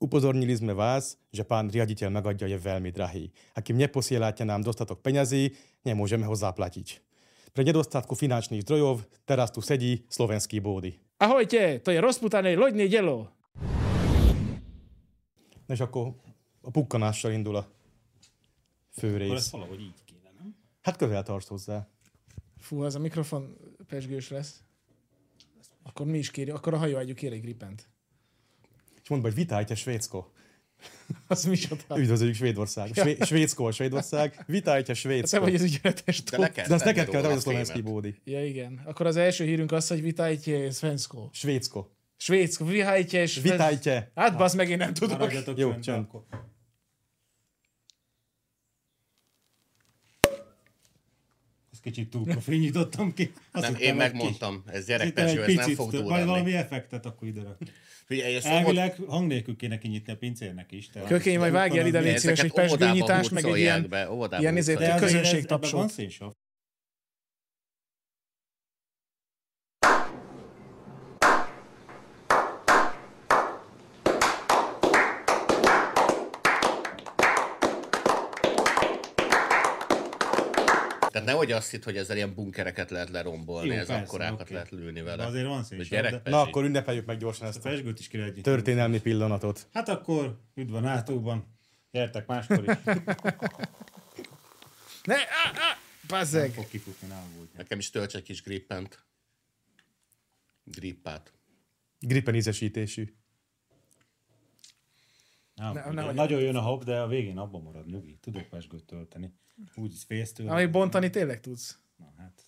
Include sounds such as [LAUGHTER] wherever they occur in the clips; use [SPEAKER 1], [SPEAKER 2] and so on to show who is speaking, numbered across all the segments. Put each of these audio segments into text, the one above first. [SPEAKER 1] Upozornili sme vás, že pán riaditeľ Magoďo je veľmi drahý a kým neposielate nám dostatok peňazí, nemôžeme ho zaplatiť. Pre nedostatku finančných zdrojov teraz tu sedí slovenský bódy.
[SPEAKER 2] Ahojte, to je rozputané loďné dielo.
[SPEAKER 1] És akkor a pukkanással indul a
[SPEAKER 3] Akkor ezt
[SPEAKER 1] főrész.
[SPEAKER 3] valahogy így kéne, nem?
[SPEAKER 1] Hát közel tartsz hozzá.
[SPEAKER 2] Fú, az a mikrofon pesgős lesz. Akkor mi is kérjük, akkor a hajóágyú kér egy gripent.
[SPEAKER 1] És mondd be, hogy vitájte Svédsko.
[SPEAKER 2] Az mi is ott
[SPEAKER 1] Üdvözöljük Svédország. Své- Svédsko a Svédország. Vitájte Svédsko.
[SPEAKER 3] Hát,
[SPEAKER 2] Te vagy az ügyeletes
[SPEAKER 4] De
[SPEAKER 2] túl.
[SPEAKER 4] neked,
[SPEAKER 1] De azt neked
[SPEAKER 4] tenni
[SPEAKER 1] kell, te vagy
[SPEAKER 4] róla
[SPEAKER 1] a szlovenszki
[SPEAKER 4] fémet.
[SPEAKER 1] bódi.
[SPEAKER 2] Ja, igen. Akkor az első hírünk az, hogy vitájtje Svensko.
[SPEAKER 1] Svédsko.
[SPEAKER 2] Svédszko, vitájtje és...
[SPEAKER 1] Vitájte.
[SPEAKER 2] Hát basz, meg én nem tudok.
[SPEAKER 3] Maradjatok
[SPEAKER 1] Jó,
[SPEAKER 3] csöndben,
[SPEAKER 1] csönd.
[SPEAKER 3] akkor. Ezt kicsit túl kofényítottam ki. Azt
[SPEAKER 4] Nem,
[SPEAKER 3] hittem,
[SPEAKER 4] én
[SPEAKER 3] egy
[SPEAKER 4] megmondtam, ez gyerekpecső,
[SPEAKER 3] Egy
[SPEAKER 4] ez nem
[SPEAKER 3] picit
[SPEAKER 4] fog
[SPEAKER 3] több.
[SPEAKER 4] túl
[SPEAKER 3] Majd valami
[SPEAKER 4] lenni. Szóval-
[SPEAKER 3] effektet akkor ide rakok.
[SPEAKER 4] Figyelj, ezt szombat-
[SPEAKER 3] Elvileg hang nélkül kéne kinyitni a pincérnek is. Tehát
[SPEAKER 2] Kökény, majd vágj el ide, légy szíves, egy
[SPEAKER 4] Ezeket óvodában
[SPEAKER 2] pesgőnyitás, meg egy
[SPEAKER 4] hurcolják
[SPEAKER 2] ilyen...
[SPEAKER 4] be, óvodában
[SPEAKER 2] ilyen izét-
[SPEAKER 4] hurcolják.
[SPEAKER 2] De
[SPEAKER 3] azért
[SPEAKER 2] közönség
[SPEAKER 3] ez- ebben
[SPEAKER 2] tapsol.
[SPEAKER 3] Van szénsav.
[SPEAKER 4] Tehát nehogy azt hitt, hogy ezzel ilyen bunkereket lehet lerombolni,
[SPEAKER 3] Jó,
[SPEAKER 4] ez
[SPEAKER 3] persze,
[SPEAKER 4] akkorákat
[SPEAKER 3] oké.
[SPEAKER 4] lehet lőni
[SPEAKER 3] De
[SPEAKER 4] vele.
[SPEAKER 3] Azért van
[SPEAKER 4] De
[SPEAKER 3] szénsav. de
[SPEAKER 4] gyerekpecső.
[SPEAKER 1] Na akkor ünnepeljük meg gyorsan
[SPEAKER 3] A
[SPEAKER 1] ezt a
[SPEAKER 3] pesgőt is kell együtt.
[SPEAKER 1] történelmi pillanatot.
[SPEAKER 3] Hát akkor üdv a NATO-ban. Gyertek máskor is.
[SPEAKER 2] Ne, á, á, bazzeg.
[SPEAKER 3] Fog kifutni, nem volt.
[SPEAKER 4] Nekem is tölts egy kis grippent. Grippát.
[SPEAKER 1] Gripen ízesítésű.
[SPEAKER 3] Nem,
[SPEAKER 2] Ne-
[SPEAKER 3] ne,
[SPEAKER 2] nehogy-
[SPEAKER 3] nagyon jön a hab, de a végén abban marad, nyugi. Tudok pesgőt tölteni. Úgy fésztől.
[SPEAKER 2] Ami bontani tényleg tudsz.
[SPEAKER 3] Na, hát.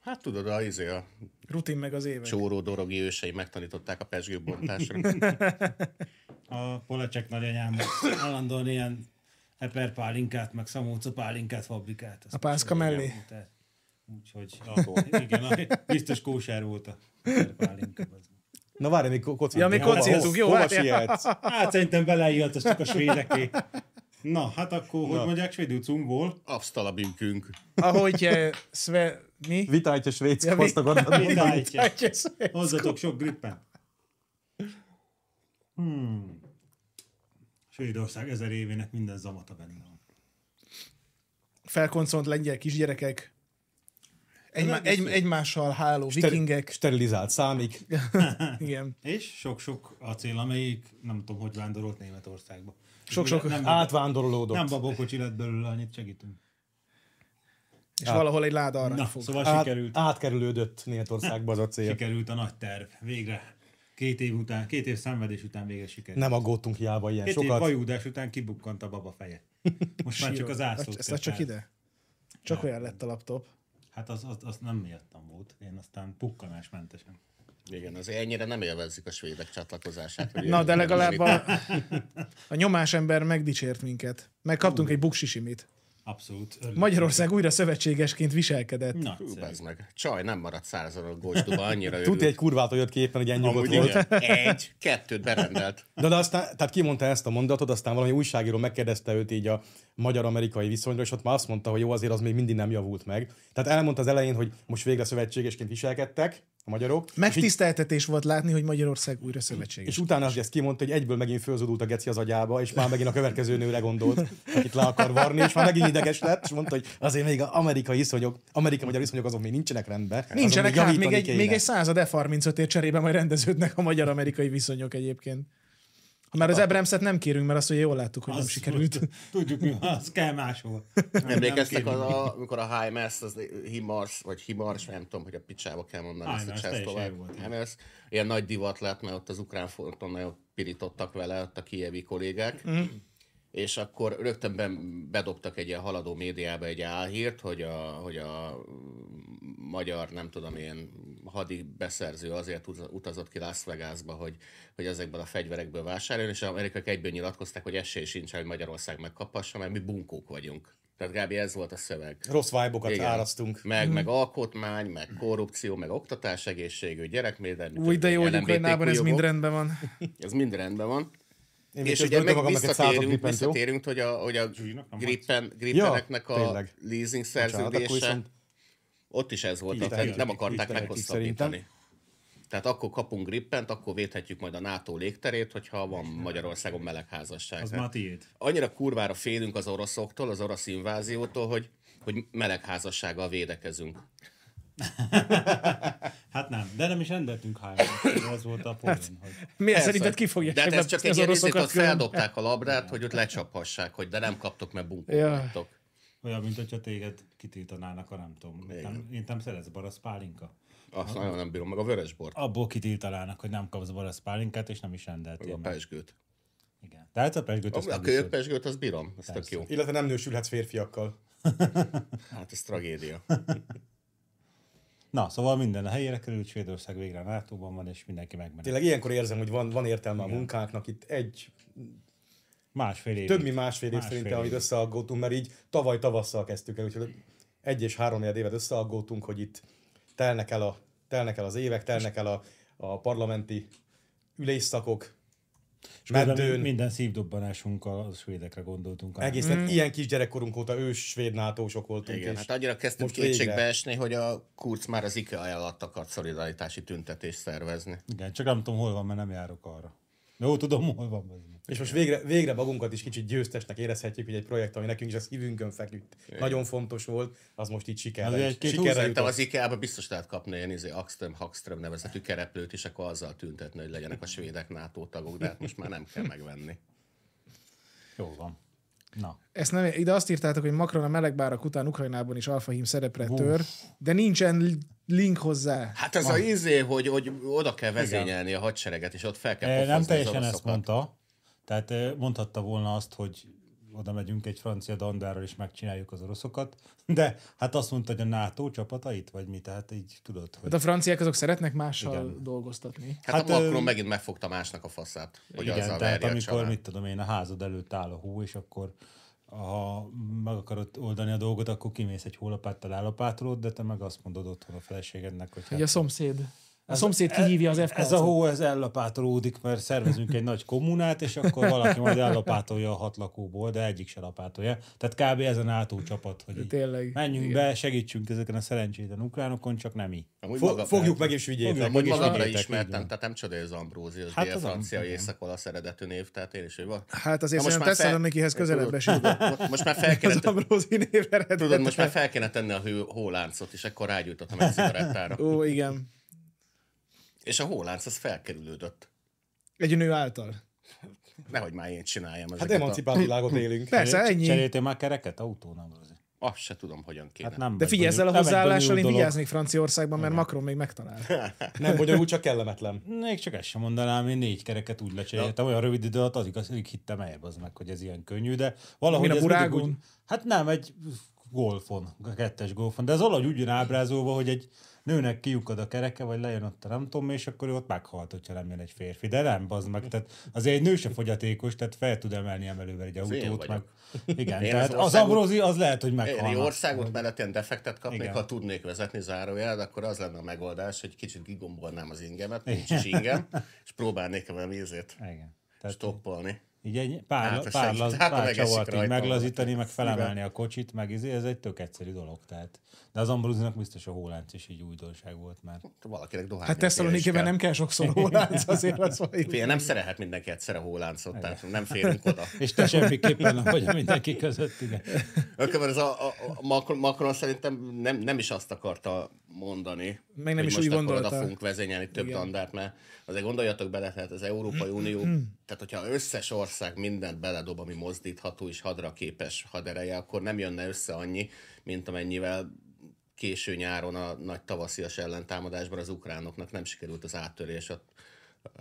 [SPEAKER 4] Hát tudod, a, izé, a
[SPEAKER 2] Rutin meg az évek.
[SPEAKER 4] csóró dorogi ősei megtanították a pesgőbontásra.
[SPEAKER 3] A Polecsek nagyanyám állandóan ilyen eper pálinkát, meg szamóca pálinkát fabrikált. Azt
[SPEAKER 2] A pászka
[SPEAKER 3] csinálja,
[SPEAKER 2] mellé?
[SPEAKER 3] tehát- Úgyhogy a, igen, a, biztos kóser volt a eper pálinka. az.
[SPEAKER 1] Na várj, mi ko- kocint.
[SPEAKER 2] Ja, mi kocintunk, jó,
[SPEAKER 1] Hova
[SPEAKER 2] várjál.
[SPEAKER 1] sietsz?
[SPEAKER 3] Hát szerintem beleijadt, az csak a svédeké. Na, hát akkor, hogy mondják svédül cumból?
[SPEAKER 4] Absztal a bűnkünk.
[SPEAKER 2] Ahogy eh, Sve... Mi?
[SPEAKER 1] Vitájte Svédsko,
[SPEAKER 2] Ja, mi-
[SPEAKER 1] azt akarod mondani.
[SPEAKER 3] Vitájtje.
[SPEAKER 2] Vitájtje Svensko.
[SPEAKER 3] Hozzatok sok grippen. Hmm. Svédország ezer évének minden zamata benne van.
[SPEAKER 2] Felkoncolt lengyel kisgyerekek. Egy, egy, egymással háló
[SPEAKER 3] [LAUGHS]
[SPEAKER 2] vikingek.
[SPEAKER 1] Sterilizált számik.
[SPEAKER 2] Igen.
[SPEAKER 3] És sok-sok acél, amelyik nem tudom, hogy vándorolt Németországba.
[SPEAKER 2] Sok-sok
[SPEAKER 3] nem,
[SPEAKER 1] Átvándorolódott.
[SPEAKER 3] nem babokocsi lett belőle, annyit segítünk.
[SPEAKER 2] És valahol egy láda arra
[SPEAKER 3] Ah. Na,
[SPEAKER 2] fog. Hát-
[SPEAKER 3] szóval
[SPEAKER 1] Át,
[SPEAKER 3] sikerült,
[SPEAKER 1] átkerülődött Németországba az a cél.
[SPEAKER 3] sikerült a nagy terv. Végre. Két év után, két év szenvedés után végre sikerült.
[SPEAKER 1] Nem aggódtunk hiába ilyen
[SPEAKER 3] Két év
[SPEAKER 1] sokat.
[SPEAKER 3] vajúdás után kibukkant a baba
[SPEAKER 2] [LAUGHS]
[SPEAKER 3] feje. Most már csak az
[SPEAKER 2] Ezt-
[SPEAKER 3] ászlót.
[SPEAKER 2] Ezt
[SPEAKER 3] kell
[SPEAKER 2] az csak
[SPEAKER 3] fel-
[SPEAKER 2] ide? Csak olyan lett a laptop.
[SPEAKER 3] Hát az, az, az nem miattam volt. Én aztán pukkanásmentesen.
[SPEAKER 4] Igen, azért ennyire nem élvezzik a svédek csatlakozását. hogy
[SPEAKER 2] Na, de
[SPEAKER 4] ilyen-
[SPEAKER 2] legalább a, a nyomásember megdicsért minket. Meg kaptunk egy buksisimit.
[SPEAKER 3] Abszolút. örülök.
[SPEAKER 2] Magyarország újra szövetségesként viselkedett.
[SPEAKER 4] Hú,
[SPEAKER 3] Nagyszerű.
[SPEAKER 4] bazd meg. Csaj, nem maradt százal a gócsduba, annyira
[SPEAKER 3] [LAUGHS]
[SPEAKER 1] Tudja, egy
[SPEAKER 4] örült.
[SPEAKER 1] kurvától jött képen, hogy ennyi nyugodt
[SPEAKER 4] Amúgy
[SPEAKER 1] volt.
[SPEAKER 4] igen, egy, kettőt berendelt.
[SPEAKER 1] De, de aztán, tehát kimondta ezt a mondatot, aztán valami újságíró megkérdezte őt így a magyar-amerikai viszonyra, és ott már azt mondta, hogy jó, azért az még mindig nem javult meg. Tehát elmondta az elején, hogy most végre szövetségesként viselkedtek a magyarok, és, így-
[SPEAKER 2] Megtiszteltetés volt látni, hogy Magyarország újra szövetséges.
[SPEAKER 1] és utána azt ezt kimondta, hogy egyből megint fölzódult a geci az agyába, és már megint a következő nőre gondolt, akit le akar varni, és már megint ideges lett, és mondta, hogy azért még az amerikai viszonyok, amerikai-magyar viszonyok azok még nincsenek rendben. azon
[SPEAKER 2] Nincsenek, hát még
[SPEAKER 1] javítani
[SPEAKER 2] egy, még
[SPEAKER 1] kéne.
[SPEAKER 2] egy század F-35 ért cserébe majd rendeződnek a magyar-amerikai viszonyok egyébként. Ha már az Ebremszet nem kérünk, mert azt ugye jól láttuk, hogy nem
[SPEAKER 3] Azt
[SPEAKER 2] sikerült.
[SPEAKER 3] tud- Tudjuk, mi van, az kell máshol. Nem, nem
[SPEAKER 4] Emlékeztek,
[SPEAKER 3] kérünk.
[SPEAKER 4] az a, amikor a HMS, az Himars, vagy Himars, nem tudom, hogy a picsába kell mondani ezt a
[SPEAKER 3] HMS, teljesen
[SPEAKER 4] csehszlovák.
[SPEAKER 3] jó volt.
[SPEAKER 4] HMS, ilyen nagy divat lett, mert ott az ukrán fronton nagyon pirítottak vele, ott a kievi kollégák.
[SPEAKER 3] Mhm.
[SPEAKER 4] És akkor rögtön ben- bedobtak egy ilyen haladó médiába egy álhírt, hogy a, hogy a magyar, nem tudom, ilyen hadi beszerző azért uza- utazott ki Las Vegasba, hogy, hogy ezekből a fegyverekből vásároljon, és az amerikaiak egyből nyilatkozták, hogy esély sincs, hogy Magyarország megkaphassa, mert mi bunkók vagyunk. Tehát Gábi, ez volt a szöveg.
[SPEAKER 1] Rossz Mm. vibe-okat
[SPEAKER 4] Igen.
[SPEAKER 1] árasztunk.
[SPEAKER 4] Meg, meg alkotmány, meg korrupció, meg oktatás, egészségügy, gyerekvédelmi.
[SPEAKER 2] Új, de jó, hogy
[SPEAKER 4] törvény,
[SPEAKER 2] Ukrajnában ez
[SPEAKER 4] LMBTQ
[SPEAKER 2] mind
[SPEAKER 4] jogok.
[SPEAKER 2] rendben
[SPEAKER 4] [LAUGHS]
[SPEAKER 2] van.
[SPEAKER 4] Ez mind rendben van.
[SPEAKER 1] Én
[SPEAKER 4] és
[SPEAKER 1] még
[SPEAKER 4] ugye
[SPEAKER 1] közben
[SPEAKER 4] meg
[SPEAKER 1] magamnak egy század
[SPEAKER 4] visszatérünk,
[SPEAKER 1] grippent, jó?
[SPEAKER 4] visszatérünk hogy a, hogy a
[SPEAKER 3] Zsúlynak nem
[SPEAKER 4] gripen, gripeneknek
[SPEAKER 1] Ja,
[SPEAKER 4] a
[SPEAKER 1] tényleg.
[SPEAKER 4] leasing
[SPEAKER 1] Bocsánat, akkor
[SPEAKER 4] szerződése,
[SPEAKER 1] viszont-
[SPEAKER 4] ott is ez volt,
[SPEAKER 1] Kivitel-
[SPEAKER 4] tehát nem akarták
[SPEAKER 1] kivitelekig
[SPEAKER 4] meghosszabbítani.
[SPEAKER 1] szerintem.
[SPEAKER 4] Tehát akkor kapunk grippent, akkor védhetjük majd a NATO légterét, hogyha van Magyarországon melegházasság.
[SPEAKER 3] Az
[SPEAKER 4] Tehát
[SPEAKER 3] már tiéd.
[SPEAKER 4] annyira kurvára félünk az oroszoktól, az orosz inváziótól, hogy, hogy melegházassággal védekezünk.
[SPEAKER 3] Hát nem, de nem is rendeltünk hármat. Ez volt
[SPEAKER 1] Hát-
[SPEAKER 3] a poén, hogy
[SPEAKER 2] Miért
[SPEAKER 4] Persze.
[SPEAKER 2] szerinted ki fogja
[SPEAKER 4] De hát ez csak
[SPEAKER 2] sebeztetni
[SPEAKER 4] egy ilyen részét, ott
[SPEAKER 2] külön?
[SPEAKER 4] feldobták a labdát, hogy ott lecsaphassák, hogy de nem kaptok, mert bunkódtok.
[SPEAKER 3] olyan, mint hogyha téged kitiltanának a nem tudom. Nem, én nem szeretsz barasz pálinka.
[SPEAKER 4] Azt nagyon nem bírom, meg a vörösbort,
[SPEAKER 3] Abból kitiltanának, hogy nem kapsz barasz pálinkát, és nem is rendeltél
[SPEAKER 4] a
[SPEAKER 3] meg.
[SPEAKER 4] pesgőt.
[SPEAKER 3] Igen. Tehát a pesgőt azt
[SPEAKER 4] A
[SPEAKER 3] nem viszont.
[SPEAKER 4] kölyökpesgőt azt bírom, ez tök jó.
[SPEAKER 1] Illetve nem nősülhetsz férfiakkal.
[SPEAKER 4] Hát ez tragédia.
[SPEAKER 3] Na, szóval minden a helyére került, Svédország végre a NATO-ban van, és mindenki megment.
[SPEAKER 1] Tényleg ilyenkor érzem, hogy van, van értelme a munkánknak. Itt egy,
[SPEAKER 3] Másfél év.
[SPEAKER 1] több mint másfél év
[SPEAKER 3] Másfél
[SPEAKER 1] szerintem, amit
[SPEAKER 3] év.
[SPEAKER 1] összeaggódtunk, mert így tavaly tavasszal kezdtük el, úgyhogy egy és három évet összeaggódtunk, hogy itt telnek el, a, telnek el az évek, telnek el a, a parlamenti ülésszakok, meddőn,
[SPEAKER 3] Minden szívdobbanásunkkal a svédekre gondoltunk.
[SPEAKER 1] egészen ilyen kisgyerekkorunk óta ős svéd nátósok voltunk.
[SPEAKER 4] Mm. Igen,
[SPEAKER 1] és
[SPEAKER 4] hát annyira kezdtünk
[SPEAKER 1] most végre.
[SPEAKER 4] kétségbe esni, hogy a Kurz már az IKEA elatt akart szolidaritási tüntetést szervezni.
[SPEAKER 3] Igen, csak nem tudom, hol van, mert nem járok arra. Jó, tudom, hol van. bazd meg.
[SPEAKER 1] És most végre, végre magunkat is kicsit győztesnek érezhetjük, hogy egy projekt, ami nekünk is a szívünkön feküdt, nagyon fontos volt, az most így
[SPEAKER 3] Az
[SPEAKER 1] sikerre,
[SPEAKER 3] egy
[SPEAKER 1] is-
[SPEAKER 3] két
[SPEAKER 1] sikerre
[SPEAKER 4] Szerintem
[SPEAKER 1] jutott.
[SPEAKER 4] az IKEA-ba biztos lehet kapni ilyen izé, Axström, Haxström nevezetű kereplőt, és akkor azzal tüntetni, hogy legyenek a svédek NATO tagok, de hát most már nem kell megvenni.
[SPEAKER 3] Jó van. Na,
[SPEAKER 2] Ezt nem, ide azt írtátok, hogy Macron a melegbárak után Ukrajnában is alfahím szerepre tör, de nincsen li- link hozzá.
[SPEAKER 4] Hát ez a izé, hogy, hogy oda kell vezényelni a hadsereget, és ott fel kell
[SPEAKER 3] Eh,
[SPEAKER 4] pofozni
[SPEAKER 3] nem
[SPEAKER 4] az
[SPEAKER 3] teljesen ezt
[SPEAKER 4] oroszokat.
[SPEAKER 3] mondta. Tehát eh, mondhatta volna azt, hogy oda megyünk egy francia dandáról, és megcsináljuk az oroszokat, de hát azt mondta, hogy a NATO csapatait, vagy mi, tehát így tudod, hogy...
[SPEAKER 2] Hát a franciák azok szeretnek mással Igen. dolgoztatni.
[SPEAKER 4] Hát, hát
[SPEAKER 3] Hát,
[SPEAKER 4] a
[SPEAKER 3] ö,
[SPEAKER 4] Macron megint megfogta másnak a faszát, hogy Igen, azzal
[SPEAKER 3] Igen, tehát
[SPEAKER 4] verje a
[SPEAKER 3] amikor,
[SPEAKER 4] család.
[SPEAKER 3] mit tudom én, a házad előtt áll a hó, és akkor ha meg akarod oldani a dolgot, akkor kimész egy hólapáttal állapátról, de te meg azt mondod otthon a feleségednek, hogy hát
[SPEAKER 2] Hogy a szomszéd. A szomszéd kihívja az fk
[SPEAKER 3] Ez a hó, ez ellapátolódik, mert szervezünk egy nagy kommunát, és akkor valaki majd ellapátolja a hat lakóból, de egyik se lapátolja. Tehát kb. ez a NATO csapat, hogy így
[SPEAKER 2] Tényleg.
[SPEAKER 3] menjünk be, segítsünk ezeken a szerencsétlen ukránokon, csak nem mi.
[SPEAKER 4] Amúgy
[SPEAKER 1] Fo-
[SPEAKER 4] maga- Hát-
[SPEAKER 1] Fogjuk meg és ügyétek.
[SPEAKER 3] Fogjuk
[SPEAKER 4] Amúgy
[SPEAKER 3] meg és
[SPEAKER 4] magamra
[SPEAKER 3] vigyétek, így
[SPEAKER 4] ismertem,
[SPEAKER 3] van.
[SPEAKER 4] tehát nem csoda, ez Ambrózi, az
[SPEAKER 3] Hát
[SPEAKER 4] hát
[SPEAKER 3] az
[SPEAKER 4] dél-francia,
[SPEAKER 3] Am- igen.
[SPEAKER 4] észak-olasz eredetű név, tehát én is, hogy van.
[SPEAKER 2] Hát azért
[SPEAKER 4] Na
[SPEAKER 2] szerintem
[SPEAKER 4] most már fel-
[SPEAKER 2] Tesszalonikihez közelebb esik.
[SPEAKER 4] [LAUGHS] Mo- Most már fel kéne,
[SPEAKER 2] Az Ambrózi névre
[SPEAKER 4] tudod, most már fel kéne tenni a hő, hóláncot, és akkor rágyújtottam egy
[SPEAKER 2] [LAUGHS]
[SPEAKER 4] cigarettára.
[SPEAKER 2] Ó, igen.
[SPEAKER 4] És a hólánc az felkerülődött.
[SPEAKER 2] Egy nő által.
[SPEAKER 4] Nehogy már én csináljam
[SPEAKER 1] Hát
[SPEAKER 4] ezeket
[SPEAKER 1] emancipált világot élünk.
[SPEAKER 2] [LAUGHS] Persze,
[SPEAKER 3] Cserél-
[SPEAKER 2] ennyi.
[SPEAKER 3] Cseréltél már kereket autón, Ambrózi?
[SPEAKER 4] a... Azt se tudom, hogyan kéne.
[SPEAKER 3] Hát nem
[SPEAKER 2] De
[SPEAKER 3] vagy
[SPEAKER 2] figyelj, ezzel a
[SPEAKER 3] bonyolult- nem vagy
[SPEAKER 2] hozzáállással én
[SPEAKER 3] bonyolult dolog.
[SPEAKER 2] vigyáznék Franciaországban, mert Macron még megtalál.
[SPEAKER 1] Nem bonyolult, csak kellemetlen.
[SPEAKER 3] Még csak ezt sem mondanám, én négy kereket úgy lecseréltem, olyan rövid idő alatt alig, alig hittem el, az meg, hogy ez ilyen könnyű, de valahogy
[SPEAKER 2] Min a
[SPEAKER 3] ez mindig
[SPEAKER 2] burágon?
[SPEAKER 3] Úgy, hát nem, egy golfon, a kettes golfon, de ez valahogy úgy jön ábrázolva, hogy egy nőnek kiukad a kereke, vagy lejön ott a nem tudom, és akkor ő ott meghalt, hogyha nem jön egy férfi, de nem, bazd meg, tehát azért egy nő sem fogyatékos, tehát fel tud emelni emelővel egy
[SPEAKER 4] én
[SPEAKER 3] autót, meg,
[SPEAKER 4] vagyok.
[SPEAKER 3] igen,
[SPEAKER 4] Én
[SPEAKER 3] tehát
[SPEAKER 4] az
[SPEAKER 3] az
[SPEAKER 4] országot-
[SPEAKER 3] Ambrózi az lehet, hogy
[SPEAKER 4] Én egy
[SPEAKER 3] meghalna.
[SPEAKER 4] országot mellett ilyen defektet kapnék,
[SPEAKER 3] Igen.
[SPEAKER 4] ha tudnék vezetni zárójel, akkor az lenne a megoldás, hogy kicsit gigombolnám az ingemet, nincs is ingem, és próbálnék a vízét
[SPEAKER 3] Igen. Tehát
[SPEAKER 4] stoppolni.
[SPEAKER 3] Így egy pár,
[SPEAKER 4] Hátra
[SPEAKER 3] pár,
[SPEAKER 4] segít.
[SPEAKER 3] laz,
[SPEAKER 4] Hátra
[SPEAKER 3] pár
[SPEAKER 4] megeszik
[SPEAKER 3] csavart így
[SPEAKER 4] rajta
[SPEAKER 3] meglazítani, meg
[SPEAKER 4] valaki.
[SPEAKER 3] felemelni a kocsit, meg izé, ez egy tök egyszerű dolog. Tehát. De az Ambrózinak biztos a hólánc is így újdonság volt már.
[SPEAKER 4] Valakinek dohány.
[SPEAKER 2] Hát Tesszalonikében nem kell sokszor hólánc, azért az van.
[SPEAKER 4] Figyelj, nem szerehet mindenki egyszerre hóláncot, tehát nem férünk oda.
[SPEAKER 3] És te semmiképpen nem vagy mindenki között, igen.
[SPEAKER 4] Akkor ez a, a, a Macron, Macron szerintem nem, nem is azt akarta mondani,
[SPEAKER 2] Meg nem
[SPEAKER 4] hogy
[SPEAKER 2] is
[SPEAKER 4] most
[SPEAKER 2] úgy
[SPEAKER 4] akkor
[SPEAKER 2] gondolta.
[SPEAKER 4] oda fogunk vezényelni több Igen. dandát, mert azért gondoljatok bele, tehát az Európai Unió, tehát hogyha összes ország mindent beledob, ami mozdítható és hadra képes hadereje, akkor nem jönne össze annyi, mint amennyivel késő nyáron a nagy tavaszias ellentámadásban az ukránoknak nem sikerült az áttörés a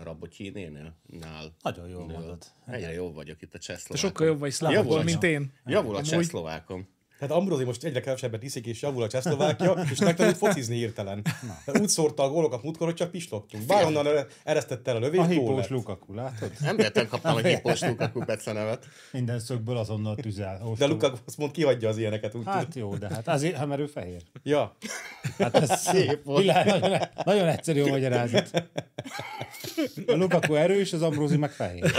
[SPEAKER 4] Rabotyinénél. Nál.
[SPEAKER 3] Nagyon jól mondod.
[SPEAKER 4] Egyre jobb vagyok itt a csehszlovákon.
[SPEAKER 2] Sokkal jobb vagy szlávokból,
[SPEAKER 4] Javul a-
[SPEAKER 2] mint én.
[SPEAKER 4] Javul a
[SPEAKER 2] Amúgy-
[SPEAKER 4] csehszlovákom.
[SPEAKER 1] Tehát Ambrózi most egyre kevesebbet iszik, és javul a Csehszlovákia, és megtanult focizni hirtelen. Hát Úgy szórta a gólokat múltkor, hogy csak pislogtunk. Bárhonnan ere- eresztette el a
[SPEAKER 3] A
[SPEAKER 1] lövést, gól
[SPEAKER 3] hipós
[SPEAKER 1] lett.
[SPEAKER 3] Lukaku, látod?
[SPEAKER 4] Nem véletlen kaptam egy hipós Lukaku Bece nevet.
[SPEAKER 3] Minden szögből azonnal tüzel.
[SPEAKER 1] De
[SPEAKER 3] Ostoba.
[SPEAKER 1] Lukaku azt mond, kihagyja az ilyeneket, úgy hát.
[SPEAKER 3] Hát jó, de hát azért, ha mert ő fehér.
[SPEAKER 1] Ja,
[SPEAKER 3] Hát ez [LAUGHS] szép volt. Világ, nagyon, nagyon egyszerű a magyarázat. A Lukaku erős, az Ambrózi meg fehér.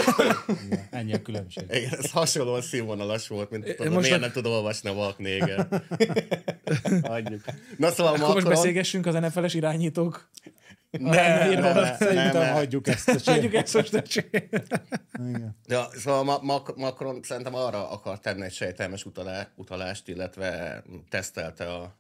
[SPEAKER 3] Igen, ennyi a különbség.
[SPEAKER 4] Igen, ez hasonlóan színvonalas volt, mint tudom,
[SPEAKER 2] most
[SPEAKER 4] miért
[SPEAKER 2] a-
[SPEAKER 4] nem tud olvasni a Valk
[SPEAKER 2] [LAUGHS]
[SPEAKER 4] Néger. Adjuk. Na szóval
[SPEAKER 2] Akkor most
[SPEAKER 4] Macron,
[SPEAKER 2] beszélgessünk az NFL-es irányítók
[SPEAKER 4] Ne, ne, ne, ne,
[SPEAKER 3] Szerintem
[SPEAKER 4] ne.
[SPEAKER 3] hagyjuk ezt a
[SPEAKER 2] Hagyjuk
[SPEAKER 3] sér.
[SPEAKER 2] ezt most a csin-
[SPEAKER 3] Igen.
[SPEAKER 4] Ja, szóval Ma- Mac- Macron szerintem arra akar tenni egy sejtelmes utalá- utalást, illetve hm, tesztelte a,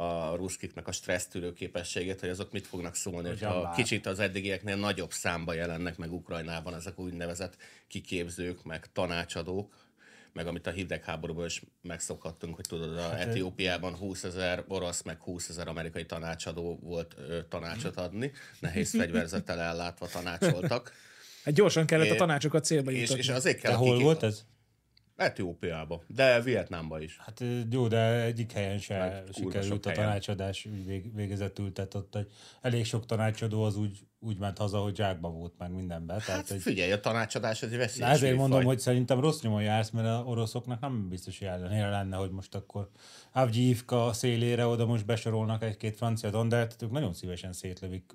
[SPEAKER 4] a ruszkiknek a stressztűrő képességét, hogy azok mit fognak szólni, hogyha
[SPEAKER 3] már.
[SPEAKER 4] kicsit az eddigieknél nagyobb számba jelennek meg Ukrajnában ezek úgynevezett kiképzők, meg tanácsadók, meg amit a hidegháborúban is megszokhattunk, hogy tudod, a Etiópiában 20 ezer orosz, meg 20 ezer amerikai tanácsadó volt ö, tanácsot adni, nehéz fegyverzettel ellátva tanácsoltak.
[SPEAKER 2] Hát gyorsan kellett a
[SPEAKER 4] É,
[SPEAKER 2] tanácsokat célba
[SPEAKER 4] És, és
[SPEAKER 2] jutatni.
[SPEAKER 4] azért kell
[SPEAKER 3] De
[SPEAKER 4] a
[SPEAKER 3] hol
[SPEAKER 4] kiki-
[SPEAKER 3] volt ez?
[SPEAKER 4] Etiópiába, de Vietnámba is.
[SPEAKER 3] Hát ö, jó, de egyik helyen
[SPEAKER 4] Meg
[SPEAKER 3] se
[SPEAKER 4] kurva sok
[SPEAKER 3] sikerült a
[SPEAKER 4] helyen.
[SPEAKER 3] tanácsadás úgy vég- végezetül, tehát ott egy, elég sok tanácsadó az úgy, úgy ment haza, hogy zsákba volt már mindenben. Tehát
[SPEAKER 4] Hát
[SPEAKER 3] egy,
[SPEAKER 4] figyelj, a tanácsadás az egy
[SPEAKER 3] Na,
[SPEAKER 4] veszélyes
[SPEAKER 3] ezért mondom,
[SPEAKER 4] műfaj.
[SPEAKER 3] hogy szerintem rossz nyomon jársz, mert a oroszoknak nem biztos hogy ellenére lenne, hogy most akkor Avgyívka szélére oda most besorolnak egy-két francia dandert, ők nagyon szívesen szétlövik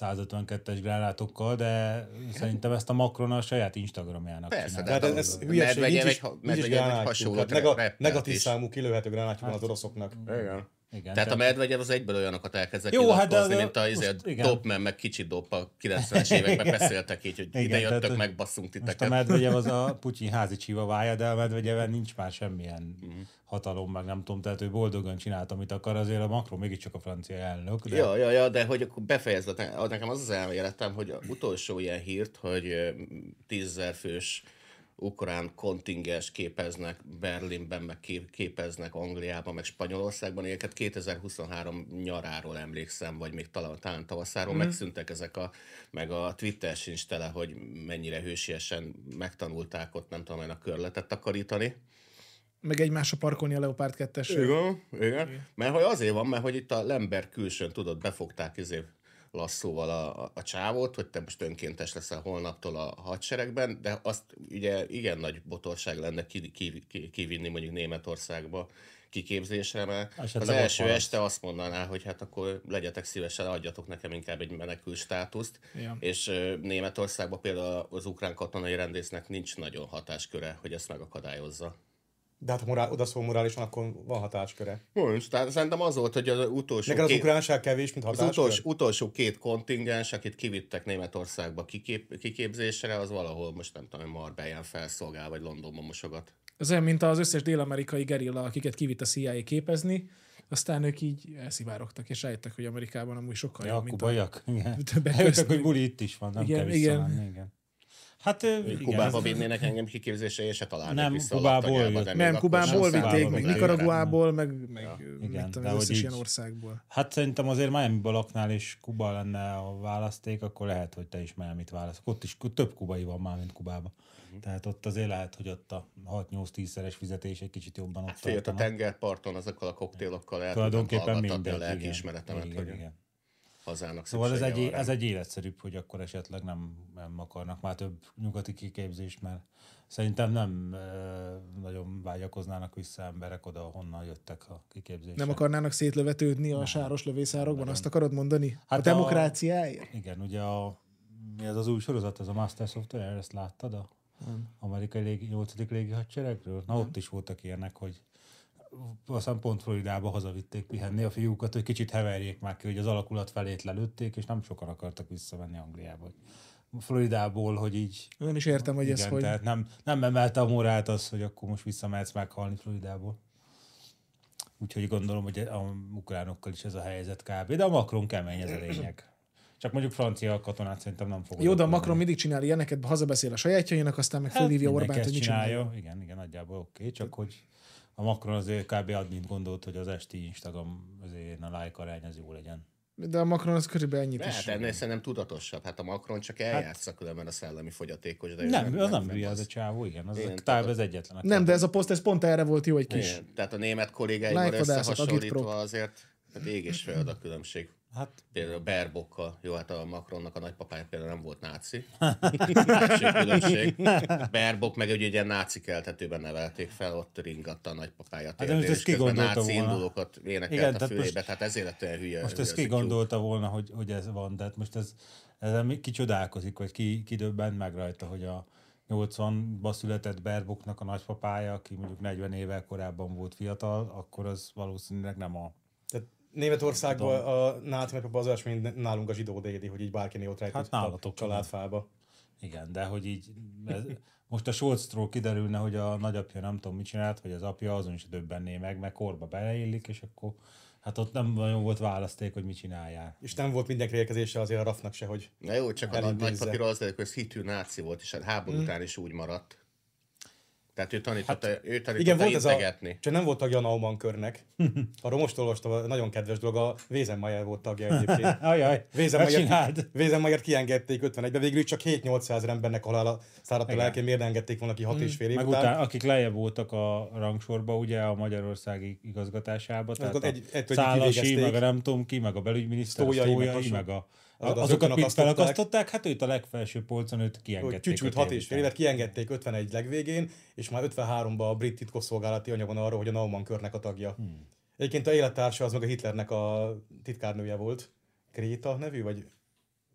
[SPEAKER 3] 152-es gránátokkal, de szerintem ezt a Macron a saját Instagramjának
[SPEAKER 1] De
[SPEAKER 4] Persze, de
[SPEAKER 3] csinálja.
[SPEAKER 1] hát ez, ez
[SPEAKER 4] Medvegyev
[SPEAKER 1] hülyeség, nincs
[SPEAKER 4] egy-
[SPEAKER 1] is,
[SPEAKER 4] ha-
[SPEAKER 1] nincs is
[SPEAKER 4] Medvegyev egy
[SPEAKER 1] gránátjuk.
[SPEAKER 4] hasonló
[SPEAKER 1] Hát
[SPEAKER 4] tre-
[SPEAKER 1] nega-
[SPEAKER 4] reptelt
[SPEAKER 1] negatív
[SPEAKER 4] is. Hát.
[SPEAKER 1] számú kilőhető gránátjuk van az oroszoknak.
[SPEAKER 4] Igen.
[SPEAKER 3] Igen,
[SPEAKER 4] Tehát a
[SPEAKER 3] tehát-
[SPEAKER 4] medvegyev az egyből olyanokat elkezdett
[SPEAKER 3] Jó,
[SPEAKER 4] Jó,
[SPEAKER 3] hát de
[SPEAKER 4] hát
[SPEAKER 3] az-
[SPEAKER 4] mint a izé,
[SPEAKER 3] most- igen.
[SPEAKER 4] dobmen, meg kicsi dob a
[SPEAKER 3] [LAUGHS]
[SPEAKER 4] 90-es években beszéltek így, hogy
[SPEAKER 3] Igen,
[SPEAKER 4] ide jöttök,
[SPEAKER 3] tehát-
[SPEAKER 4] megbasszunk
[SPEAKER 3] Most a
[SPEAKER 4] titeket.
[SPEAKER 3] medvegyev az
[SPEAKER 4] [LAUGHS]
[SPEAKER 3] a Putyin házi csivavája, de a medvegyeven nincs már semmilyen
[SPEAKER 4] Mhm.
[SPEAKER 3] hatalom, meg nem tudom, tehát ő boldogan csinált, amit akar, azért a Macron mégiscsak a francia elnök. De...
[SPEAKER 4] Ja, ja, ja, de hogy akkor befejezed, ne- nekem az az elméletem, hogy a utolsó ilyen hírt, hogy ö, tízzer fős ukrán kontingens képeznek Berlinben, meg kép- képeznek Angliában, meg Spanyolországban, ilyeneket 2023 nyaráról emlékszem, vagy még talán, talán tavaszáról mm. megszűntek ezek a, meg a Twitter sincs tele, hogy mennyire hősiesen megtanulták ott, nem tudom én, a körletet takarítani.
[SPEAKER 2] Meg egymásra parkolni a Leopard 2
[SPEAKER 4] Igen, igen. Mert hogy azért van, mert hogy itt a lember külsőn, tudod, befogták izé lasszóval a, a, a csávót, hogy te most önkéntes leszel holnaptól a hadseregben, de azt ugye igen nagy botorság lenne ki, ki, ki, kivinni mondjuk Németországba kiképzésre, mert
[SPEAKER 3] Esetleg
[SPEAKER 4] az
[SPEAKER 3] ott
[SPEAKER 4] első
[SPEAKER 3] maradsz.
[SPEAKER 4] este azt mondaná, hogy hát akkor legyetek szívesen, adjatok nekem inkább egy menekül státuszt,
[SPEAKER 2] Ja.
[SPEAKER 4] és ö, Németországban például az ukrán katonai rendésznek nincs nagyon hatásköre, hogy ezt megakadályozza.
[SPEAKER 1] De hát ha morál, odaszól morálisan, akkor van hatásköre.
[SPEAKER 4] Most, tehát szerintem az volt, hogy az utolsó
[SPEAKER 1] Neked az
[SPEAKER 4] két-
[SPEAKER 1] ukránság kevés, mint
[SPEAKER 4] Az
[SPEAKER 1] hatáskör?
[SPEAKER 4] utolsó, utolsó két kontingens, akit kivittek Németországba kikép, kiképzésre, az valahol most nem tudom, Marbellán felszolgál, vagy Londonban mosogat.
[SPEAKER 2] Ez olyan, mint az összes dél-amerikai gerilla, akiket kivitt a CIA képezni, aztán ők így elszivárogtak, és rájöttek, hogy Amerikában amúgy sokkal
[SPEAKER 3] Ja,
[SPEAKER 2] jobb,
[SPEAKER 3] a
[SPEAKER 2] mint a...
[SPEAKER 3] kubaiak. Igen. [LAUGHS]
[SPEAKER 2] Többek
[SPEAKER 3] Jöttek,
[SPEAKER 2] köztük.
[SPEAKER 3] hogy buli itt is van, nem
[SPEAKER 2] Igen,
[SPEAKER 3] kell
[SPEAKER 2] igen.
[SPEAKER 3] visszamenni. Igen. Hát ö, igen,
[SPEAKER 4] Kubába
[SPEAKER 3] ez-
[SPEAKER 4] vinnének engem kiképzésre, és se találnék
[SPEAKER 3] Nem,
[SPEAKER 4] vissza
[SPEAKER 3] Kubából
[SPEAKER 4] Lattanyába,
[SPEAKER 3] jött.
[SPEAKER 4] de még
[SPEAKER 2] Nem,
[SPEAKER 4] akkor
[SPEAKER 2] Kubából
[SPEAKER 4] sem
[SPEAKER 2] vitték,
[SPEAKER 4] szállnak
[SPEAKER 2] meg
[SPEAKER 4] rá.
[SPEAKER 2] Nikaraguából, meg, meg
[SPEAKER 3] Igen,
[SPEAKER 2] igen, mit
[SPEAKER 3] de
[SPEAKER 2] tudom, az
[SPEAKER 3] hogy
[SPEAKER 2] összes
[SPEAKER 3] így-
[SPEAKER 2] ilyen országból.
[SPEAKER 3] Hát szerintem azért miami laknál és Kuba lenne a választék, akkor lehet, hogy te is Miami-t válasz. Ott is k- több kubai van már, mint Kubában.
[SPEAKER 4] Mhm.
[SPEAKER 3] Tehát ott azért lehet, hogy ott a 6-8-10 szeres fizetés egy kicsit jobban ott
[SPEAKER 4] Fél Hát a
[SPEAKER 3] tartana.
[SPEAKER 4] tengerparton, azokkal a koktélokkal el tudom
[SPEAKER 3] Tulajdonképpen
[SPEAKER 4] hallgatni a
[SPEAKER 3] mindegy.
[SPEAKER 4] lelki
[SPEAKER 3] igen.
[SPEAKER 4] ismeretemet,
[SPEAKER 3] Igen,
[SPEAKER 4] hogy
[SPEAKER 3] igen.
[SPEAKER 4] hazának
[SPEAKER 3] Szóval ez egy,
[SPEAKER 4] szüksége van
[SPEAKER 3] ez
[SPEAKER 4] rá.
[SPEAKER 3] egy életszerűbb, hogy akkor esetleg nem, nem akarnak már több nyugati kiképzést, mert szerintem nem e, nagyon vágyakoznának vissza emberek oda, honnan jöttek a kiképzésre.
[SPEAKER 2] Nem akarnának szétlövetődni a sáros lövészárokban, azt akarod mondani?
[SPEAKER 3] Hát
[SPEAKER 2] Hát
[SPEAKER 3] a-
[SPEAKER 2] a demokráciáért?
[SPEAKER 3] Igen, ugye a, mi ez az új sorozat, ez a Masters of the Air, ezt láttad a amerikai légi, 8. légihadseregről? Na
[SPEAKER 2] Mhm.
[SPEAKER 3] ott is voltak ilyenek, hogy aztán pont Floridába hazavitték pihenni a fiúkat, hogy kicsit heverjék már ki, hogy az alakulat felét lelőtték, és nem sokan akartak visszamenni Angliába. hogy Floridából, hogy így
[SPEAKER 2] Nem is értem, hogy
[SPEAKER 3] igen,
[SPEAKER 2] ez hogy...
[SPEAKER 3] tehát nem, nem emelte a morált az, hogy akkor most visszamehetsz meghalni Floridából. Úgyhogy gondolom, hogy a ukránokkal is ez a helyzet kb. De a Macron kemény, ez a lényeg. Csak mondjuk francia katonát szerintem nem fog.
[SPEAKER 2] Jó, de a
[SPEAKER 3] odakülni.
[SPEAKER 2] Macron mindig csinál ilyeneket, hazabeszél a sajátjainak, aztán meg felhívja
[SPEAKER 3] Mindenki
[SPEAKER 2] Orbánt,
[SPEAKER 3] ezt
[SPEAKER 2] hogy mit csinálja.
[SPEAKER 3] csinálja. Igen, igen, nagyjából oké, okay, csak hogy a Macron azért kb. adnit gondolt, hogy az esti Instagram azért a like arány az jó legyen.
[SPEAKER 2] De a Macron az körülbelül ennyit
[SPEAKER 4] De
[SPEAKER 2] is.
[SPEAKER 4] Hát ennél szerintem tudatosabb. Hát a Macron csak eljátsza különben a szellemi fogyatékos. De ő
[SPEAKER 3] Nem, nem az nem hülye az
[SPEAKER 4] az.
[SPEAKER 3] a csávó, igen, az,
[SPEAKER 4] Igen,
[SPEAKER 3] igen,
[SPEAKER 4] tehát-
[SPEAKER 3] az egyetlen. aki-
[SPEAKER 2] Nem, de ez a poszt, ez pont erre volt jó egy kis.
[SPEAKER 4] Igen, Tehát a német kollégáival
[SPEAKER 2] Lájkadászat,
[SPEAKER 4] összehasonlítva
[SPEAKER 2] agitprop.
[SPEAKER 4] azért hát ég és föld a különbség.
[SPEAKER 3] Hát
[SPEAKER 4] Például Berbokkal, jó, hát a Macronnak a nagypapája például nem volt
[SPEAKER 3] [LAUGHS]
[SPEAKER 4] náci. Látszik különbség. Berbok meg ugye, ugye náci keltetőben nevelték fel, ott ringatta a nagypapája
[SPEAKER 3] Hát de
[SPEAKER 4] térdén,
[SPEAKER 3] most ezt
[SPEAKER 4] és
[SPEAKER 3] ki
[SPEAKER 4] közben
[SPEAKER 3] gondolta
[SPEAKER 4] náci
[SPEAKER 3] volna?
[SPEAKER 4] indulókat énekelt
[SPEAKER 3] Igen,
[SPEAKER 4] Igen, a
[SPEAKER 3] tehát
[SPEAKER 4] fülébe,
[SPEAKER 3] most-
[SPEAKER 4] tehát ezért lett olyan hülye.
[SPEAKER 3] Most
[SPEAKER 4] hülye
[SPEAKER 3] ezt
[SPEAKER 4] az
[SPEAKER 3] ki
[SPEAKER 4] ifjú.
[SPEAKER 3] gondolta volna, hogy, hogy ez van, tehát most ez, ezen mi- ki csodálkozik, vagy ki, ki döbbent meg rajta, hogy a 80-ba született Berboknak a nagypapája, aki mondjuk 40 évvel korábban volt fiatal, akkor az valószínűleg nem a
[SPEAKER 1] Tehát Németországban a náci megpróbál az olyasmi, mint nálunk a zsidó dédi, hogy így bárkinél ott rejtett a
[SPEAKER 3] nálatok.
[SPEAKER 1] családfába.
[SPEAKER 3] Igen, de hogy így... Ez, most a Scholztról kiderülne, hogy a nagyapja nem tudom mit csinált, vagy az apja azon is döbbenné meg, mert korba beleillik, és akkor hát ott nem nagyon volt választék, hogy mit csináljál.
[SPEAKER 1] És nem volt mindenki érkezése azért a rafnak se, hogy
[SPEAKER 4] Na jó, csak a nagy-
[SPEAKER 1] Elindízza.
[SPEAKER 4] nagypapír az, hogy ez hitű náci volt, és a
[SPEAKER 3] Mm.
[SPEAKER 4] háború után is úgy maradt. Tehát ő tanította, hát, ő tanította
[SPEAKER 1] Igen, volt ez a...
[SPEAKER 4] integetni.
[SPEAKER 1] Csak nem volt tagja a Nauman körnek.
[SPEAKER 3] [LAUGHS]
[SPEAKER 1] Arról most olvastam, a nagyon kedves dolog, a Vézenmajer volt tagja
[SPEAKER 3] [LAUGHS]
[SPEAKER 1] egyébként.
[SPEAKER 3] Ajaj, hát megcsináld!
[SPEAKER 1] Vézenmajert, Vézenmajert kiengedték 51-ben, végül csak 7-800 embernek halála száradt a
[SPEAKER 3] Igen. Mm,
[SPEAKER 1] lelkén, miért nem engedték volna ki 6 és fél év
[SPEAKER 3] Meg
[SPEAKER 1] után.
[SPEAKER 3] utána, akik lejjebb voltak a rangsorba, ugye a magyarországi igazgatásába, tehát
[SPEAKER 1] akkor
[SPEAKER 3] a
[SPEAKER 1] Hát egy- egy- hogy
[SPEAKER 3] Szálasi,
[SPEAKER 1] kivégezték.
[SPEAKER 3] meg a nem tudom ki, meg a belügyminiszter,
[SPEAKER 1] Sztójai,
[SPEAKER 3] Sztójai,
[SPEAKER 1] meg
[SPEAKER 3] Sztójai
[SPEAKER 1] hasonló.
[SPEAKER 3] meg a, a
[SPEAKER 1] Azokat
[SPEAKER 3] azokat mind
[SPEAKER 1] akasztották.
[SPEAKER 3] felakasztották, hát őt a legfelső polcon őt
[SPEAKER 1] Hogy
[SPEAKER 3] kiengedték.
[SPEAKER 1] csücsült
[SPEAKER 3] öt év
[SPEAKER 1] 6 és fél
[SPEAKER 3] után.
[SPEAKER 1] évet, kiengedték 51 legvégén, és már 53-ban a brit titkosszolgálati anyagon arról, hogy a Nauman körnek a tagja. Hmm. Egyébként a élettársa az meg a Hitlernek a titkárnője volt. Kréta nevű, vagy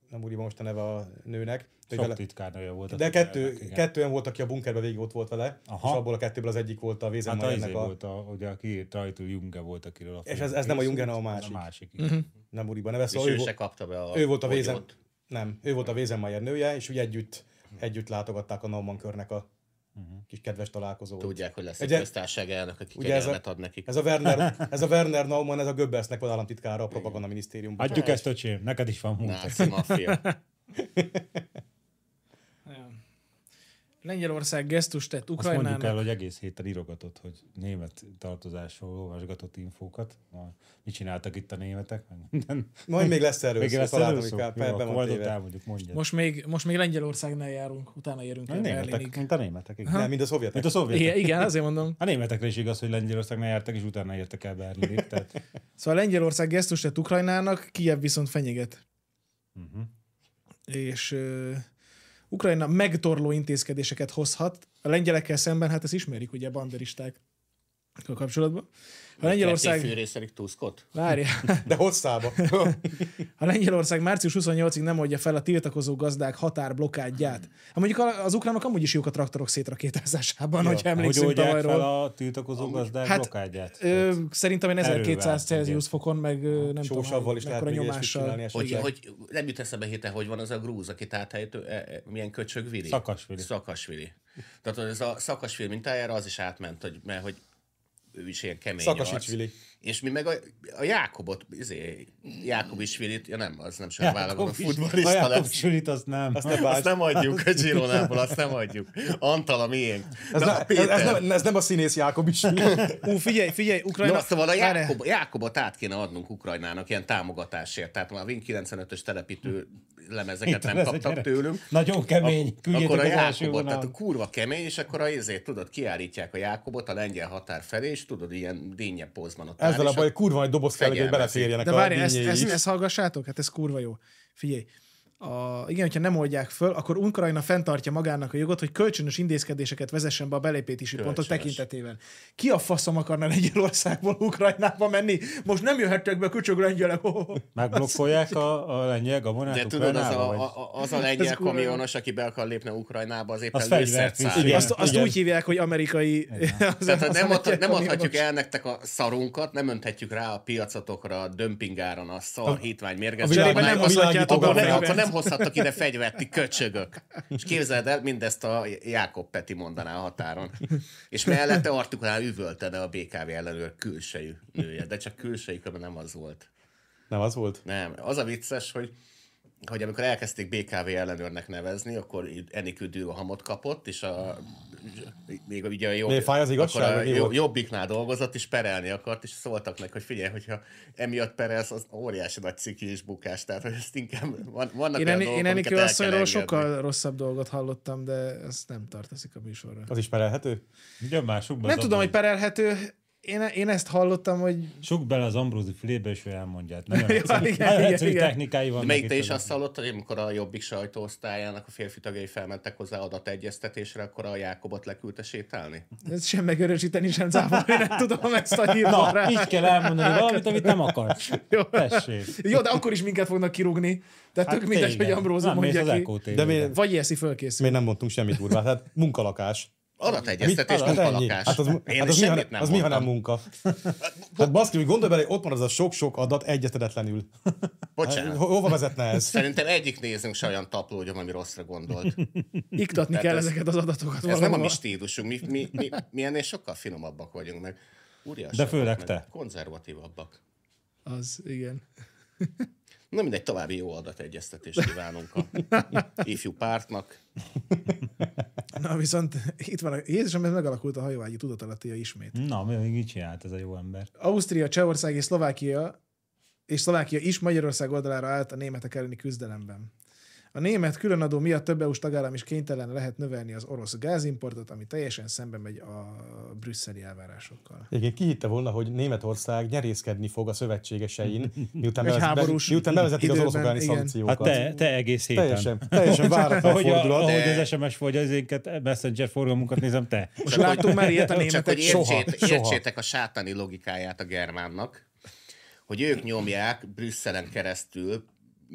[SPEAKER 1] nem úgy van most a neve a nőnek. De
[SPEAKER 3] Sok
[SPEAKER 1] vele-
[SPEAKER 3] titkárnője volt. a
[SPEAKER 1] De kettő,
[SPEAKER 3] Hitlernek, igen.
[SPEAKER 1] kettően volt, aki a bunkerben végig ott volt vele, Aha.
[SPEAKER 3] Aha.
[SPEAKER 1] és abból a kettőből az egyik volt a
[SPEAKER 3] Hát a
[SPEAKER 1] Vézenmajernek
[SPEAKER 3] izé
[SPEAKER 1] a...
[SPEAKER 3] volt, a, ugye aki írt, Rajtú Junge volt, akiről a
[SPEAKER 1] ez-
[SPEAKER 3] film
[SPEAKER 1] ez nem a
[SPEAKER 3] készült,
[SPEAKER 1] Junge, hanem a
[SPEAKER 3] ez
[SPEAKER 1] másik.
[SPEAKER 3] A másik
[SPEAKER 2] Mhm.
[SPEAKER 3] igen.
[SPEAKER 1] nem úriban neve,
[SPEAKER 4] És
[SPEAKER 1] szóval
[SPEAKER 4] ő
[SPEAKER 1] ő, vo-
[SPEAKER 4] se kapta be a...
[SPEAKER 1] ő volt a Vézen...
[SPEAKER 4] bogyót.
[SPEAKER 1] Nem, ő volt a Vézenmajer nője, és úgy együtt, együtt látogatták a Nauman körnek a
[SPEAKER 3] Mhm.
[SPEAKER 1] kis kedves találkozót.
[SPEAKER 4] Tudják, hogy lesz egy
[SPEAKER 1] Ugye-
[SPEAKER 4] köztársaság elnök, aki
[SPEAKER 1] e- Ugye ez a-
[SPEAKER 4] kegyelmet ad nekik.
[SPEAKER 1] Ez a Werner, ez a Werner Naumann, ez a Goebbelsnek volt államtitkára a propaganda minisztériumban.
[SPEAKER 3] Adjuk ezt, öcsém, neked is van múlt.
[SPEAKER 4] Náci
[SPEAKER 1] [LAUGHS]
[SPEAKER 4] maffia.
[SPEAKER 2] Igen. Lengyelország gesztust tett
[SPEAKER 3] Azt mondjuk el,
[SPEAKER 2] Ukrajnának.
[SPEAKER 3] hogy egész héten írogatott, hogy német tartozásról olvasgatott infókat. Na, Mit csináltak itt a németek? Meg minden.
[SPEAKER 1] Majd még lesz erről
[SPEAKER 3] Még
[SPEAKER 1] szó,
[SPEAKER 3] lesz
[SPEAKER 1] találtam,
[SPEAKER 3] erről
[SPEAKER 1] hogy
[SPEAKER 3] szó?
[SPEAKER 1] kár-
[SPEAKER 3] Jó,
[SPEAKER 1] be
[SPEAKER 3] akkor
[SPEAKER 1] van
[SPEAKER 3] majd ott
[SPEAKER 1] téve.
[SPEAKER 3] elmondjuk, mondja.
[SPEAKER 2] Most még, most még Lengyelországnál járunk, utána érünk
[SPEAKER 3] a
[SPEAKER 2] el
[SPEAKER 3] németek,
[SPEAKER 2] Berlinig.
[SPEAKER 3] mint a németek, igen.
[SPEAKER 1] Nem, mind a szovjetek.
[SPEAKER 3] Mint a szovjetek.
[SPEAKER 2] Igen, igen, azért mondom.
[SPEAKER 3] A németekre is igaz, hogy Lengyelországnál jártak, és utána értek el Berlinig.
[SPEAKER 2] [LAUGHS]
[SPEAKER 3] Tehát,
[SPEAKER 2] Szóval Lengyelország gesztust tett Ukrajnának, Kijev viszont fenyeget. Uh-huh. És uh, Ukrajna megtorló intézkedéseket hozhat. A lengyelekkel szemben, hát ezt ismerik ugye banderisták kapcsolatban. Ha Lengyelország...
[SPEAKER 4] Fűrészelik Tuskot.
[SPEAKER 2] [LAUGHS] Várjál.
[SPEAKER 1] De hosszába.
[SPEAKER 2] Ha Lengyelország március 28-ig nem oldja fel a tiltakozó gazdák határblokádját. Hát mondjuk a- az ukránok amúgy is jók a traktorok szétrakétázásában, ja, hogyha
[SPEAKER 3] hogy
[SPEAKER 2] emlékszünk
[SPEAKER 3] oldják fel
[SPEAKER 2] tavalyról.
[SPEAKER 3] a tiltakozó gazdák
[SPEAKER 2] hát,
[SPEAKER 3] blokádját?
[SPEAKER 2] Ö, szerintem én 1200
[SPEAKER 3] Erővel,
[SPEAKER 2] Celsius fokon, meg ö, nem tudom,
[SPEAKER 1] Sósavval
[SPEAKER 2] hány-
[SPEAKER 1] is lehet
[SPEAKER 2] mekkora
[SPEAKER 1] még ilyesmit
[SPEAKER 2] nyomással.
[SPEAKER 1] csinálni. hát
[SPEAKER 4] Hogy,
[SPEAKER 1] esetleg.
[SPEAKER 4] hogy nem jut eszembe héten, hogy van az a grúz, aki áthelyett, ö, e, milyen köcsög Vili?
[SPEAKER 3] Szakasvili.
[SPEAKER 4] Szakasvili. Tehát hogy ez a szakasvili mintájára az is átment, hogy, mert hogy ő is ilyen kemény arc.
[SPEAKER 1] Szakasicsvili.
[SPEAKER 4] És mi meg a, a Jákobot, izé, Jákob is Vilit, ja nem, az nem sem válogatom, a
[SPEAKER 3] A
[SPEAKER 4] futbolista
[SPEAKER 3] Jakob
[SPEAKER 4] lesz.
[SPEAKER 3] Sülit azt nem.
[SPEAKER 1] Azt ne
[SPEAKER 4] Azt
[SPEAKER 1] bánts.
[SPEAKER 4] nem adjuk a Gironából, azt nem adjuk. Antal a miénk.
[SPEAKER 1] Ez,
[SPEAKER 4] De a
[SPEAKER 1] ne, ez, ez,
[SPEAKER 4] Péter-
[SPEAKER 1] nem, ez nem a színész Jákob is. [LAUGHS]
[SPEAKER 2] Ú, figyelj, figyelj, Ukrajna...
[SPEAKER 4] Na, szóval a
[SPEAKER 2] Várjál.
[SPEAKER 4] Jákob, Jákobot át kéne adnunk Ukrajnának ilyen támogatásért. Tehát már a Win 95-ös telepítő lemezeket nem
[SPEAKER 3] Ezek
[SPEAKER 4] kaptak
[SPEAKER 3] gyerek.
[SPEAKER 4] tőlünk.
[SPEAKER 3] Nagyon kemény.
[SPEAKER 4] Akkor
[SPEAKER 3] Küldjétek
[SPEAKER 4] a
[SPEAKER 3] az első
[SPEAKER 4] Jákobot, tehát a
[SPEAKER 3] vonal.
[SPEAKER 4] kurva kemény, és akkor a izét, tudod, kiállítják a Jákobot a lengyel határ felé, és tudod, ilyen dinnye pozban ott áll,
[SPEAKER 1] Ezzel a
[SPEAKER 4] és
[SPEAKER 1] baj, hogy kurva nagy doboz kell, hogy
[SPEAKER 4] Fegyelmezi.
[SPEAKER 1] beleférjenek
[SPEAKER 2] De
[SPEAKER 1] a
[SPEAKER 2] várj, ezt,
[SPEAKER 1] dinnyéi
[SPEAKER 2] ezt,
[SPEAKER 1] is.
[SPEAKER 2] ezt, hallgassátok? Hát ez kurva jó. Figyelj. A, igen, hogyha nem oldják föl, akkor Ukrajna fenntartja magának a jogot, hogy kölcsönös intézkedéseket vezessen be a belépési pontok
[SPEAKER 4] Kölcsönös.
[SPEAKER 2] tekintetében. Ki a faszom akarna Lengyelországból Ukrajnába menni? Most nem jöhettek be köcsög lengyelek. Oh, oh, oh.
[SPEAKER 3] Megblokkolják a, a lengyel gabonát
[SPEAKER 4] De tudod, az a,
[SPEAKER 3] Ukrajnába, vagy?
[SPEAKER 4] a, a- az a lengyel
[SPEAKER 2] Ez kurva jó.
[SPEAKER 4] kamionos, aki be akar lépni Ukrajnába, az
[SPEAKER 3] Az
[SPEAKER 4] éppen
[SPEAKER 3] fegyvert
[SPEAKER 4] lőszert
[SPEAKER 3] viszi.
[SPEAKER 4] szállít.
[SPEAKER 3] Igen.
[SPEAKER 2] Azt, azt
[SPEAKER 3] igen.
[SPEAKER 2] úgy hívják, hogy amerikai... [LAUGHS] Az,
[SPEAKER 4] Tehát hát
[SPEAKER 2] az
[SPEAKER 4] nem,
[SPEAKER 2] amerikai
[SPEAKER 4] ad, nem adhatjuk
[SPEAKER 2] kamionos.
[SPEAKER 4] el nektek a szarunkat, nem önthetjük rá a piacatokra a dömpingáron a szar hitvány mérgezést.
[SPEAKER 2] Cserébe
[SPEAKER 1] világban
[SPEAKER 4] Akkor
[SPEAKER 2] nem
[SPEAKER 4] nem-
[SPEAKER 1] világítóban
[SPEAKER 2] hozhatjátok be a
[SPEAKER 4] Akkor nem,
[SPEAKER 2] fegyvert.
[SPEAKER 4] akkor nem hozhattak ide fegyvert, ti köcsögök. És képzeld el, mindezt a Jákob Peti mondaná a határon. És mellette artikulál üvöltene a BKV ellenőr külsejű nője, de csak külsejű, különben nem az volt.
[SPEAKER 1] Nem az volt?
[SPEAKER 4] Nem, az a vicces, hogy hogy amikor elkezdték BKV ellenőrnek nevezni, akkor itt Enikő Dűrohamot kapott, és a, még ugye a, jobb,
[SPEAKER 1] Miért fáj az igazság,
[SPEAKER 4] akkor a
[SPEAKER 1] vagy mi
[SPEAKER 4] jo-
[SPEAKER 1] volt?
[SPEAKER 4] jobbiknál dolgozott, és perelni akart, és szóltak neki, hogy figyelj, hogyha emiatt perelsz, az óriási nagy ciki és bukás, tehát hogy ezt inkább van, vannak
[SPEAKER 2] Én,
[SPEAKER 4] olyan
[SPEAKER 2] en,
[SPEAKER 4] dolgok,
[SPEAKER 2] én
[SPEAKER 4] amiket
[SPEAKER 2] Enikő
[SPEAKER 4] el kell
[SPEAKER 2] asszonyról
[SPEAKER 4] engedni.
[SPEAKER 2] sokkal rosszabb dolgot hallottam, de ez nem tartozik a műsorra.
[SPEAKER 1] Az ismerelhető?
[SPEAKER 3] Ugyan már, suk be
[SPEAKER 2] Nem
[SPEAKER 3] az
[SPEAKER 2] tudom, hogy
[SPEAKER 3] Ambrózi-
[SPEAKER 2] perelhető. Én, én ezt hallottam, hogy
[SPEAKER 3] Suk bele az Ambrózi filébe, és ő elmondja. Hát Nagyon
[SPEAKER 2] Ja,
[SPEAKER 3] egyszerű,
[SPEAKER 2] igen,
[SPEAKER 3] nagyon
[SPEAKER 2] igen,
[SPEAKER 3] egyszerű
[SPEAKER 2] igen.
[SPEAKER 3] technikái vannak.
[SPEAKER 4] De melyik
[SPEAKER 3] itt
[SPEAKER 4] te is
[SPEAKER 3] az-
[SPEAKER 4] azt hallottad, hogy amikor a Jobbik sajtóosztályának a férfi tagjai felmentek hozzá adategyeztetésre, akkor a Jákobot leküldte sétálni?
[SPEAKER 2] ezt sem megörösíteni, sem cáfolni,
[SPEAKER 3] [LAUGHS]
[SPEAKER 2] nem tudom ezt a hírban
[SPEAKER 3] Na,
[SPEAKER 2] rá.
[SPEAKER 3] így kell elmondani valamit, amit nem akarsz.
[SPEAKER 2] Jó.
[SPEAKER 3] Tessék. Hát
[SPEAKER 2] Jó, de akkor is minket fognak kirúgni. Tehát tök mindegy,
[SPEAKER 3] tényleg.
[SPEAKER 2] hogy Ambrózi
[SPEAKER 3] Nem mész
[SPEAKER 2] mondja
[SPEAKER 3] az
[SPEAKER 2] ki.
[SPEAKER 3] Echo
[SPEAKER 1] De
[SPEAKER 3] TV-be.
[SPEAKER 1] mi,
[SPEAKER 2] Vagy eszi fölkészül.
[SPEAKER 1] még nem mondtunk semmi durvát. Hát munkalakás.
[SPEAKER 4] Adategyeztetés,
[SPEAKER 1] Mit?
[SPEAKER 4] nem
[SPEAKER 1] Hát ennyi.
[SPEAKER 4] palakás.
[SPEAKER 1] Hát az,
[SPEAKER 4] Én
[SPEAKER 1] hát az, mi, ha,
[SPEAKER 4] semmit nem
[SPEAKER 1] az mi, ha nem
[SPEAKER 4] mondtam.
[SPEAKER 1] munka? Hát baszki, hogy gondolj bele, ott van az a sok-sok adat egyeztetetlenül. Hát,
[SPEAKER 4] Bocsánat.
[SPEAKER 1] ho- Hova vezetne ez?
[SPEAKER 4] Szerintem egyik nézünk se olyan taplógyon, ami rosszra
[SPEAKER 3] [LAUGHS]
[SPEAKER 4] gondolt.
[SPEAKER 2] Iktatni
[SPEAKER 4] Tehát
[SPEAKER 2] kell
[SPEAKER 4] ez-
[SPEAKER 2] ezeket az adatokat
[SPEAKER 4] Ez nem a mi
[SPEAKER 2] valahova.
[SPEAKER 4] stílusunk, mi, mi, mi, mi ennél sokkal finomabbak vagyunk, meg óriásabbak,
[SPEAKER 3] De főleg
[SPEAKER 4] meg
[SPEAKER 3] te.
[SPEAKER 4] Konzervatívabbak.
[SPEAKER 2] Az, igen.
[SPEAKER 4] Na mindegy, további jó adategyeztetést kívánunk a
[SPEAKER 3] [LAUGHS]
[SPEAKER 4] ifjú pártnak.
[SPEAKER 2] Na viszont itt van, a, Jézusom, ez megalakult a hajóágyi tudatalattja ismét.
[SPEAKER 3] Na, mi- még így csinált ez a jó ember.
[SPEAKER 2] Ausztria, Csehország és Szlovákia és Szlovákia is Magyarország oldalára állt a németek elleni küzdelemben. A német különadó miatt több EU-s tagállam is kénytelen lehet növelni az orosz gázimportot, ami teljesen szembe megy a brüsszeli elvárásokkal.
[SPEAKER 1] Igen, ki hitte volna, hogy Németország nyerészkedni fog a
[SPEAKER 2] [LAUGHS]
[SPEAKER 1] szövetségesein, miután,
[SPEAKER 2] Egy
[SPEAKER 1] bevez,
[SPEAKER 2] háborús
[SPEAKER 1] miután bevezetik az
[SPEAKER 2] időben,
[SPEAKER 1] oroszok elleni
[SPEAKER 2] igen.
[SPEAKER 3] Hát
[SPEAKER 1] szankciókat.
[SPEAKER 3] te, te egész héten.
[SPEAKER 1] teljesen, teljesen
[SPEAKER 3] [LAUGHS]
[SPEAKER 1] váratlan
[SPEAKER 3] Ahogy, a,
[SPEAKER 1] fordulat.
[SPEAKER 3] ahogy az SMS vagy az énket messenger forgalmunkat nézem, te.
[SPEAKER 2] Most
[SPEAKER 4] Csak
[SPEAKER 2] láttunk
[SPEAKER 4] hogy-
[SPEAKER 2] már ilyet a
[SPEAKER 4] Csak
[SPEAKER 2] németek
[SPEAKER 4] hogy
[SPEAKER 2] soha.
[SPEAKER 4] értsét, soha. értsétek a sátani logikáját a germánnak, hogy ők nyomják Brüsszelen keresztül,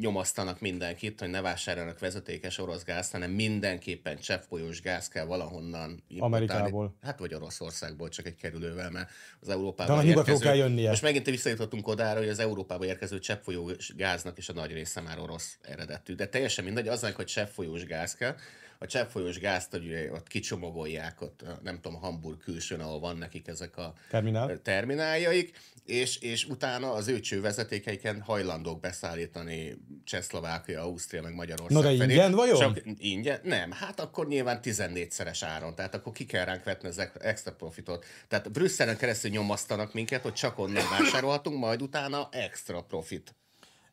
[SPEAKER 4] nyomasztanak mindenkit, hogy ne vásároljanak vezetékes orosz gázt, hanem mindenképpen cseppfolyós gáz kell valahonnan importálni.
[SPEAKER 1] Amerikából.
[SPEAKER 4] Hát vagy Oroszországból, csak egy kerülővel, mert az Európába
[SPEAKER 1] De a nyugatról kell jönnie.
[SPEAKER 4] Most megint visszajutottunk odára, hogy az Európába érkező cseppfolyós gáznak is a nagy része már orosz eredetű. De teljesen mindegy, az hogy cseppfolyós gáz kell. A cseppfolyós gázt ugye, ott kicsomagolják, ott nem tudom, Hamburg külsőn, ahol van nekik ezek a
[SPEAKER 1] Terminál.
[SPEAKER 4] termináljaik, és, és utána az ő csővezetékeiken hajlandók beszállítani Csehszlovákia, Ausztria, meg Magyarország
[SPEAKER 1] Na de
[SPEAKER 4] felé.
[SPEAKER 1] ingyen vajon?
[SPEAKER 4] Csak ingyen? Nem, hát akkor nyilván 14-szeres áron, tehát akkor ki kell ránk vetni az extra profitot. Tehát Brüsszelen keresztül nyomasztanak minket, hogy csak onnan vásárolhatunk, majd utána extra profit.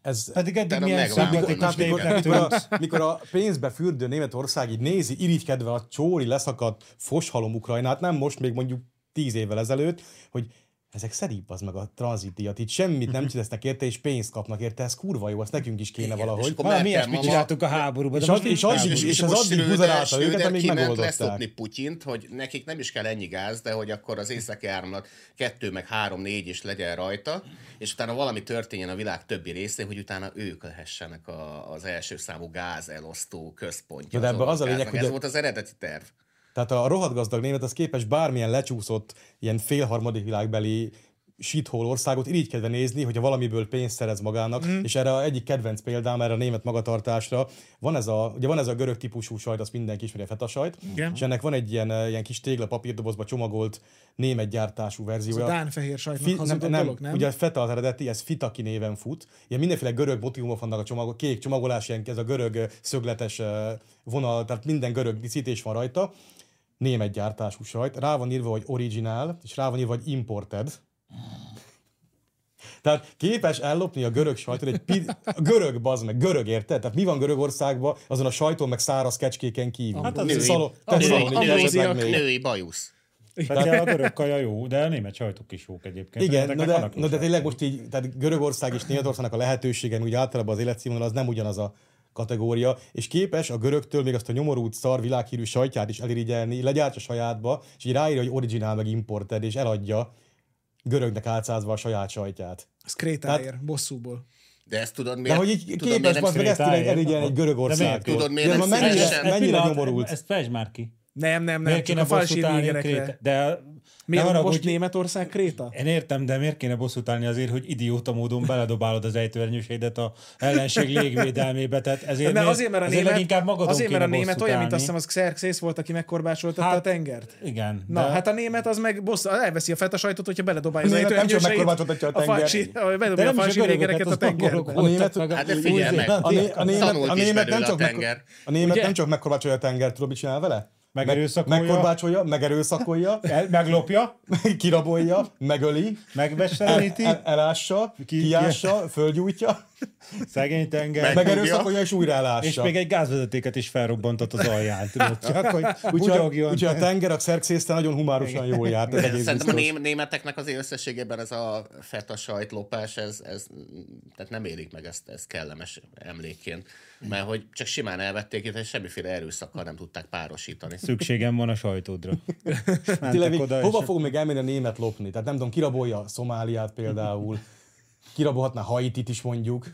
[SPEAKER 1] Ez,
[SPEAKER 3] Pedig eddig
[SPEAKER 4] Utána
[SPEAKER 3] milyen
[SPEAKER 4] megvágod,
[SPEAKER 3] számokat
[SPEAKER 4] hogy
[SPEAKER 1] Tehát
[SPEAKER 4] nincs
[SPEAKER 3] is
[SPEAKER 1] mikor,
[SPEAKER 4] vége.
[SPEAKER 1] mikor, a, mikor a pénzbe fürdő Németország így nézi, irigykedve a csóri leszakadt foshalom Ukrajnát, nem most, még mondjuk tíz évvel ezelőtt, hogy ezek szerint az meg a tranzitdíjat, itt semmit nem csinálnak érte, és pénzt kapnak érte, ez kurva jó, ezt nekünk is kéne
[SPEAKER 4] Igen, és
[SPEAKER 1] valahogy.
[SPEAKER 4] akkor
[SPEAKER 3] Már
[SPEAKER 4] Merkel
[SPEAKER 3] mi ilyesmit
[SPEAKER 4] mama-
[SPEAKER 3] csináltuk a háborúban, de
[SPEAKER 1] És
[SPEAKER 3] most
[SPEAKER 1] addig-
[SPEAKER 3] nincs
[SPEAKER 1] és addig
[SPEAKER 3] háború.
[SPEAKER 1] is- és ez
[SPEAKER 4] most
[SPEAKER 1] addig
[SPEAKER 4] Schröder-
[SPEAKER 1] buzerálta őket,
[SPEAKER 4] Schröder
[SPEAKER 1] amíg
[SPEAKER 4] kiment
[SPEAKER 1] megoldották.
[SPEAKER 4] leszopni Putyint, hogy nekik nem is kell ennyi gáz, de hogy akkor az északi áramlat kettő, meg három, négy is legyen rajta, és utána valami történjen a világ többi részén, hogy utána ők lehessenek a, az első számú gáz elosztó
[SPEAKER 1] Na
[SPEAKER 4] központja.
[SPEAKER 1] de ebben az a
[SPEAKER 4] orosz
[SPEAKER 1] lényeg,
[SPEAKER 4] gáznak.
[SPEAKER 1] hogy
[SPEAKER 4] Ez
[SPEAKER 1] a-
[SPEAKER 4] volt az eredeti terv.
[SPEAKER 1] Tehát a rohadt gazdag német az képes bármilyen lecsúszott, ilyen félharmadik világbeli shithole országot irigykedve nézni, hogyha valamiből pénzt szerez magának,
[SPEAKER 2] Mhm.
[SPEAKER 1] mm. és erre a egyik kedvenc példám, erre a német magatartásra, van ez a, ugye van ez a görög típusú sajt, azt mindenki ismeri, a feta sajt,
[SPEAKER 2] Igen.
[SPEAKER 1] és ennek van egy ilyen, eh, ilyen kis tégla papírdobozba csomagolt német gyártású
[SPEAKER 2] Ez a
[SPEAKER 1] verziója.
[SPEAKER 2] Dán fehér sajtnak
[SPEAKER 1] nem,
[SPEAKER 2] hazudott
[SPEAKER 1] nem,
[SPEAKER 2] dolog, nem?
[SPEAKER 1] Ugye a feta az eredeti, ez fitaki néven fut. Ilyen mindenféle görög motivumok vannak a csomagok, kék csomagolás, ilyen ez a görög ö, szögletes ö, vonal, tehát minden görög díszítés van rajta. Német gyártású sajt. Rá van írva, hogy originál, és rá van írva, hogy imported. Tehát képes ellopni a görög sajtot, egy pi- a görög bazd meg, görög érted? Tehát mi van Görögországban azon a sajton meg száraz kecskéken kívül?
[SPEAKER 2] Hát
[SPEAKER 4] női.
[SPEAKER 1] Szalo- te
[SPEAKER 2] Női.
[SPEAKER 1] Szaloniki
[SPEAKER 2] Női.
[SPEAKER 1] esetleg
[SPEAKER 2] Nőiak.
[SPEAKER 1] még.
[SPEAKER 4] Női bajusz.
[SPEAKER 2] Hát
[SPEAKER 3] Például a görög kaja jó, de a német sajtok is jók egyébként.
[SPEAKER 1] Igen, na
[SPEAKER 3] Ezeknek
[SPEAKER 1] de,
[SPEAKER 3] vannak
[SPEAKER 1] na de
[SPEAKER 3] jók.
[SPEAKER 1] tényleg most így, tehát Görögország és Németországnak a lehetőségen úgy általában az életszínvonal az nem ugyanaz a kategória, és képes a görögtől még azt a nyomorult szar világhírű sajtját is elirigyelni, legyártja sajátba, és így ráírja, hogy originál meg imported, és eladja görögnek álcázva a saját sajtját.
[SPEAKER 2] Ez krétáér, bosszúból.
[SPEAKER 4] De ezt tudod
[SPEAKER 1] De
[SPEAKER 4] miért?
[SPEAKER 1] hogy így
[SPEAKER 4] tudod,
[SPEAKER 1] képes
[SPEAKER 4] miért nem
[SPEAKER 1] most meg ezt
[SPEAKER 4] szeret-
[SPEAKER 1] tényleg
[SPEAKER 3] szeret-
[SPEAKER 1] elirigyelni egy
[SPEAKER 3] De
[SPEAKER 1] Görögországtól.
[SPEAKER 4] miért? Tudod, miért
[SPEAKER 1] De
[SPEAKER 4] nem
[SPEAKER 1] ma mennyire,
[SPEAKER 4] szeret-
[SPEAKER 1] mennyire
[SPEAKER 3] pillanat,
[SPEAKER 1] nyomorult?
[SPEAKER 3] Ezt fejtsd már ki.
[SPEAKER 2] Nem, nem, nem,
[SPEAKER 3] Miért
[SPEAKER 2] csak
[SPEAKER 3] kéne
[SPEAKER 2] a fals
[SPEAKER 3] bosszút állni a
[SPEAKER 2] ígérekre.
[SPEAKER 3] Kréta? De
[SPEAKER 2] Miért
[SPEAKER 3] ne
[SPEAKER 2] most
[SPEAKER 3] haragudj,
[SPEAKER 2] Németország kréta?
[SPEAKER 3] Én értem, de miért kéne bosszút állni azért, hogy idióta módon beledobálod az ejtőernyősédet a ellenség légvédelmébe? Tehát ezért,
[SPEAKER 2] Ne,
[SPEAKER 3] miért-
[SPEAKER 2] azért, mert a
[SPEAKER 3] ezért leginkább
[SPEAKER 2] német,
[SPEAKER 3] magadon
[SPEAKER 2] azért, mert a
[SPEAKER 3] kéne
[SPEAKER 2] német
[SPEAKER 3] bosszút
[SPEAKER 2] olyan, mint azt hiszem,
[SPEAKER 3] állni.
[SPEAKER 2] az Xerxes volt, aki megkorbácsoltatta
[SPEAKER 3] Hát-
[SPEAKER 2] a tengert.
[SPEAKER 3] Igen.
[SPEAKER 2] Na,
[SPEAKER 3] de-
[SPEAKER 2] hát a német az meg bosszú, elveszi a feta sajtot, hogyha beledobálja az
[SPEAKER 1] A német nem csak
[SPEAKER 2] ejtőernyőseit,
[SPEAKER 1] megkorbácsoltatja a tengert.
[SPEAKER 2] falsi-
[SPEAKER 3] de
[SPEAKER 2] Beledobálja a
[SPEAKER 3] nem is
[SPEAKER 2] falsi
[SPEAKER 3] a görögöket,
[SPEAKER 2] régereket a
[SPEAKER 3] az
[SPEAKER 2] tengerbe.
[SPEAKER 3] angolok
[SPEAKER 1] A német-
[SPEAKER 3] voltak, meg a
[SPEAKER 4] Hát de figyelj meg,
[SPEAKER 1] A, né- a német,
[SPEAKER 4] Tanult
[SPEAKER 1] a
[SPEAKER 4] is
[SPEAKER 1] német, nem,
[SPEAKER 4] belőle
[SPEAKER 1] csak
[SPEAKER 4] a
[SPEAKER 1] meg,
[SPEAKER 4] tenger.
[SPEAKER 1] a német
[SPEAKER 2] Ugye?
[SPEAKER 1] nem csak megkorbácsolja a tenger, tudod, mit csinál vele? Meg-
[SPEAKER 3] Megerőszakolja.
[SPEAKER 1] Megkorbácsolja,
[SPEAKER 3] [LAUGHS]
[SPEAKER 1] megerőszakolja,
[SPEAKER 3] El- meglopja,
[SPEAKER 1] [LAUGHS] kirabolja, megöli, el,
[SPEAKER 3] megveselíti,
[SPEAKER 1] el, elássa,
[SPEAKER 3] ki-
[SPEAKER 1] kiássa, földgyújtja,
[SPEAKER 3] szegény tenger.
[SPEAKER 4] Meg-
[SPEAKER 1] megerőszakolja és újra elássa.
[SPEAKER 3] és még egy gázvezetéket is felrobbantott az alján,
[SPEAKER 1] [LAUGHS]
[SPEAKER 3] tudod, csak [LAUGHS] hogy
[SPEAKER 1] Úgyhogy
[SPEAKER 3] bugyogjon.
[SPEAKER 1] úgyhogy a tenger a szerkszésztel nagyon humárosan jól járt. Ez egész
[SPEAKER 4] Szerintem a
[SPEAKER 1] biztos.
[SPEAKER 4] ném- németeknek az összességében ez a feta sajtlopás, ez, ez mm, tehát nem élik meg ezt, ez kellemes emlékként. Mert hogy csak simán elvették, és semmiféle erőszakkal nem tudták párosítani.
[SPEAKER 3] Szükségem van a sajtódra.
[SPEAKER 1] [LAUGHS] Tényleg,
[SPEAKER 3] Mentek
[SPEAKER 1] még
[SPEAKER 3] oda,
[SPEAKER 1] hova
[SPEAKER 3] és
[SPEAKER 1] fog még elmenni a német lopni? Tehát nem tudom, kirabolja Szomáliát például, kirabolhatná Haitit is mondjuk.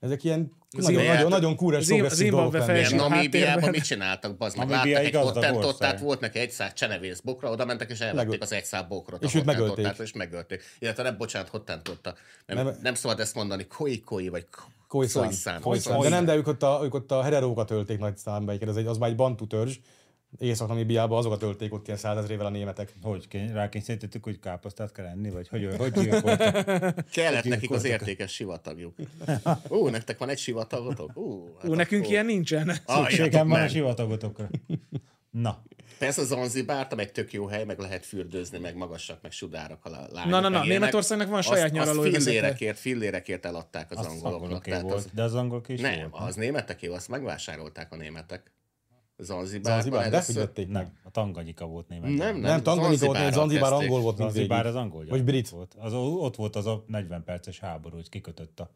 [SPEAKER 1] Ezek ilyen Nagyon,
[SPEAKER 4] Miért?
[SPEAKER 1] nagyon, nagyon kúres
[SPEAKER 2] Zim-
[SPEAKER 1] progresszív dolgok
[SPEAKER 2] Zimbabwe
[SPEAKER 1] lennének.
[SPEAKER 2] felső-
[SPEAKER 4] Miért?
[SPEAKER 2] a
[SPEAKER 4] Namíbiában
[SPEAKER 2] háttérben.
[SPEAKER 4] mit csináltak, bazd meg?
[SPEAKER 3] Namíbia
[SPEAKER 4] Láttak egy
[SPEAKER 3] igazdag
[SPEAKER 4] hottentotát,
[SPEAKER 3] ország.
[SPEAKER 4] volt neki egy száz csenevész bokra, oda mentek és elvették
[SPEAKER 1] Megöl-
[SPEAKER 4] az egy száz bokrot.
[SPEAKER 1] És
[SPEAKER 4] a
[SPEAKER 1] őt megölték.
[SPEAKER 4] hottentotától, És megölték. Illetve nem, bocsánat, hottentotta. Nem, nem,
[SPEAKER 1] Nem-
[SPEAKER 4] szabad ezt mondani, koi koi vagy
[SPEAKER 1] Kojszán.
[SPEAKER 4] Kojszán.
[SPEAKER 1] Kojszán. De nem, de ők ott a, ők ott a hererókat ölték nagy számba, egyébként. ez egy, az már egy bantu törzs. Észak-Namibiába azokat ölték ott ilyen százezrével a németek.
[SPEAKER 3] Hogy kény, rákényszerítettük, hogy káposztát kell enni, vagy hogy, hogy
[SPEAKER 1] [LAUGHS]
[SPEAKER 3] gyilkoltak?
[SPEAKER 4] Kellett nekik az értékes sivatagjuk. Ú, nektek van egy sivatagotok? Ú, hát
[SPEAKER 2] Ú, nekünk
[SPEAKER 4] akkor- Ah,
[SPEAKER 2] ilyen nincsen.
[SPEAKER 4] Aljatok
[SPEAKER 3] Szükségem van a
[SPEAKER 4] meg.
[SPEAKER 3] sivatagotokra. Na,
[SPEAKER 4] Persze Zanzibár, meg tök jó hely, meg lehet fürdőzni, meg magasak, meg sudárak a lányok.
[SPEAKER 2] Na, na, na,
[SPEAKER 4] meg ilyenek.
[SPEAKER 2] Németországnak van saját nyaraló
[SPEAKER 4] azt
[SPEAKER 2] övezete.
[SPEAKER 4] fillérekért, fillérekért eladták az
[SPEAKER 3] az
[SPEAKER 4] angoloknak.
[SPEAKER 3] angoloké
[SPEAKER 4] Tehát
[SPEAKER 3] volt,
[SPEAKER 4] az,
[SPEAKER 3] de az angolok is
[SPEAKER 4] nem,
[SPEAKER 3] volt.
[SPEAKER 4] az németeké, azt megvásárolták a németek. Zanzibárba
[SPEAKER 1] Zanzibár, de
[SPEAKER 4] először...
[SPEAKER 1] figyelték meg.
[SPEAKER 3] Nem, a tanganyika volt német.
[SPEAKER 4] Nem, nem,
[SPEAKER 1] Nem, Tanganyika volt,
[SPEAKER 4] Zanzibáron
[SPEAKER 1] nem, Zanzibár
[SPEAKER 4] kezdték.
[SPEAKER 1] angol volt mindvégig.
[SPEAKER 3] Zanzibár az angol gyarmat
[SPEAKER 1] Vagy brit.
[SPEAKER 3] Volt. Az, ott volt az a 40 perces háború, hogy kikötött a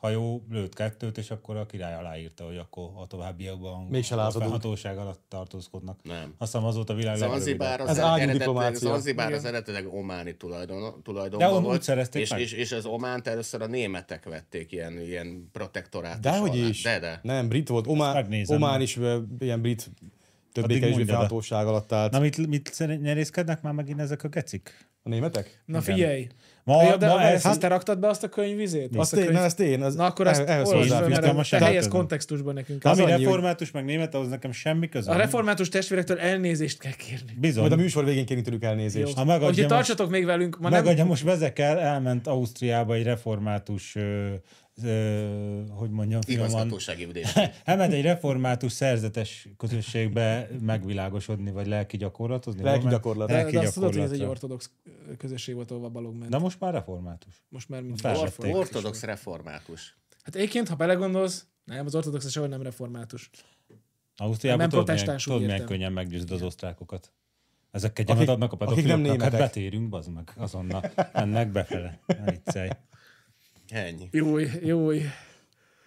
[SPEAKER 3] hajó, lőtt kettőt, és akkor a király aláírta, hogy akkor a továbbiakban
[SPEAKER 1] Mégse
[SPEAKER 3] a
[SPEAKER 1] lázadunk.
[SPEAKER 3] hatóság alatt tartózkodnak.
[SPEAKER 4] Nem.
[SPEAKER 3] Azt hiszem azóta a világ
[SPEAKER 4] Zanzibár az,
[SPEAKER 1] Ez ágyú
[SPEAKER 4] eredetileg,
[SPEAKER 1] diplomácia.
[SPEAKER 4] Zanzibár az eredetileg ománi tulajdon,
[SPEAKER 3] De
[SPEAKER 4] tulajdonban
[SPEAKER 3] úgy
[SPEAKER 4] volt,
[SPEAKER 3] szerezték
[SPEAKER 4] és,
[SPEAKER 3] meg.
[SPEAKER 4] és, és, az Ománt először a németek vették ilyen, ilyen protektorát.
[SPEAKER 1] Dehogy is.
[SPEAKER 4] De, de.
[SPEAKER 1] Nem, brit volt. Omán,
[SPEAKER 3] megnézem.
[SPEAKER 1] Omán is ö, ilyen brit többé
[SPEAKER 3] Addig
[SPEAKER 1] kevésbé
[SPEAKER 3] mondja, de.
[SPEAKER 1] felhatóság alatt állt.
[SPEAKER 3] Na mit, mit szere- nyerészkednek már megint ezek a gecik?
[SPEAKER 1] A németek?
[SPEAKER 2] Na figyelj.
[SPEAKER 3] Ma,
[SPEAKER 2] Ja, de
[SPEAKER 3] ma
[SPEAKER 2] ezt,
[SPEAKER 3] ezt,
[SPEAKER 2] ezt te raktad be azt a könyvvizét?
[SPEAKER 1] Azt én, nem, ezt én. Az, eh,
[SPEAKER 2] Na akkor ezt
[SPEAKER 1] ehhez
[SPEAKER 2] olvasd fel,
[SPEAKER 1] hozzáfűztem.
[SPEAKER 2] mert
[SPEAKER 3] Fűztem a
[SPEAKER 2] te
[SPEAKER 3] semmit
[SPEAKER 2] helyez
[SPEAKER 3] közben.
[SPEAKER 2] kontextusban nekünk.
[SPEAKER 3] ami
[SPEAKER 1] az annyi,
[SPEAKER 3] református, meg német, ahhoz nekem semmi közöm.
[SPEAKER 2] A református testvérektől elnézést kell kérni.
[SPEAKER 3] Bizony.
[SPEAKER 1] Majd a műsor végén kérünk tőlük elnézést.
[SPEAKER 3] Ha
[SPEAKER 2] Úgyhogy
[SPEAKER 3] megadja most,
[SPEAKER 2] tartsatok még velünk, ma nem
[SPEAKER 3] megadja most vezekel, elment Ausztriába egy református, ö, ö, hogy mondjam, finoman,
[SPEAKER 4] Igazgatósági üdés.
[SPEAKER 3] [LAUGHS] Elment egy református szerzetes közösségbe megvilágosodni, vagy lelki gyakorlatozni?
[SPEAKER 1] Lelki
[SPEAKER 3] Hol ment?
[SPEAKER 1] gyakorlat.
[SPEAKER 2] De,
[SPEAKER 3] Lelki
[SPEAKER 2] de azt tudod, hogy ez egy
[SPEAKER 3] gyakorlatra.
[SPEAKER 2] ortodox közösség volt, ahova balog ment.
[SPEAKER 3] De most már református.
[SPEAKER 2] Most már mind
[SPEAKER 3] Fel-
[SPEAKER 4] Ort-
[SPEAKER 3] Elvették.
[SPEAKER 4] Ortodox református.
[SPEAKER 2] Hát egyébként, ha belegondolsz, nem, az ortodox az sehogy nem református.
[SPEAKER 3] Ausztriában
[SPEAKER 2] Nem
[SPEAKER 3] nem tudod, milyen,
[SPEAKER 2] protestáns, úgy
[SPEAKER 3] tudod, milyen
[SPEAKER 2] értem.
[SPEAKER 3] könnyen meggyőzöd az osztrákokat. Ezek kegyemet
[SPEAKER 1] Akik-
[SPEAKER 3] adnak a
[SPEAKER 1] akik nem
[SPEAKER 3] pedofiloknak, hát
[SPEAKER 1] németek.
[SPEAKER 3] betérünk, bazd meg, azonnal. Ennek befele. Ne viccelj.
[SPEAKER 4] Ennyi.
[SPEAKER 2] Jó, jó.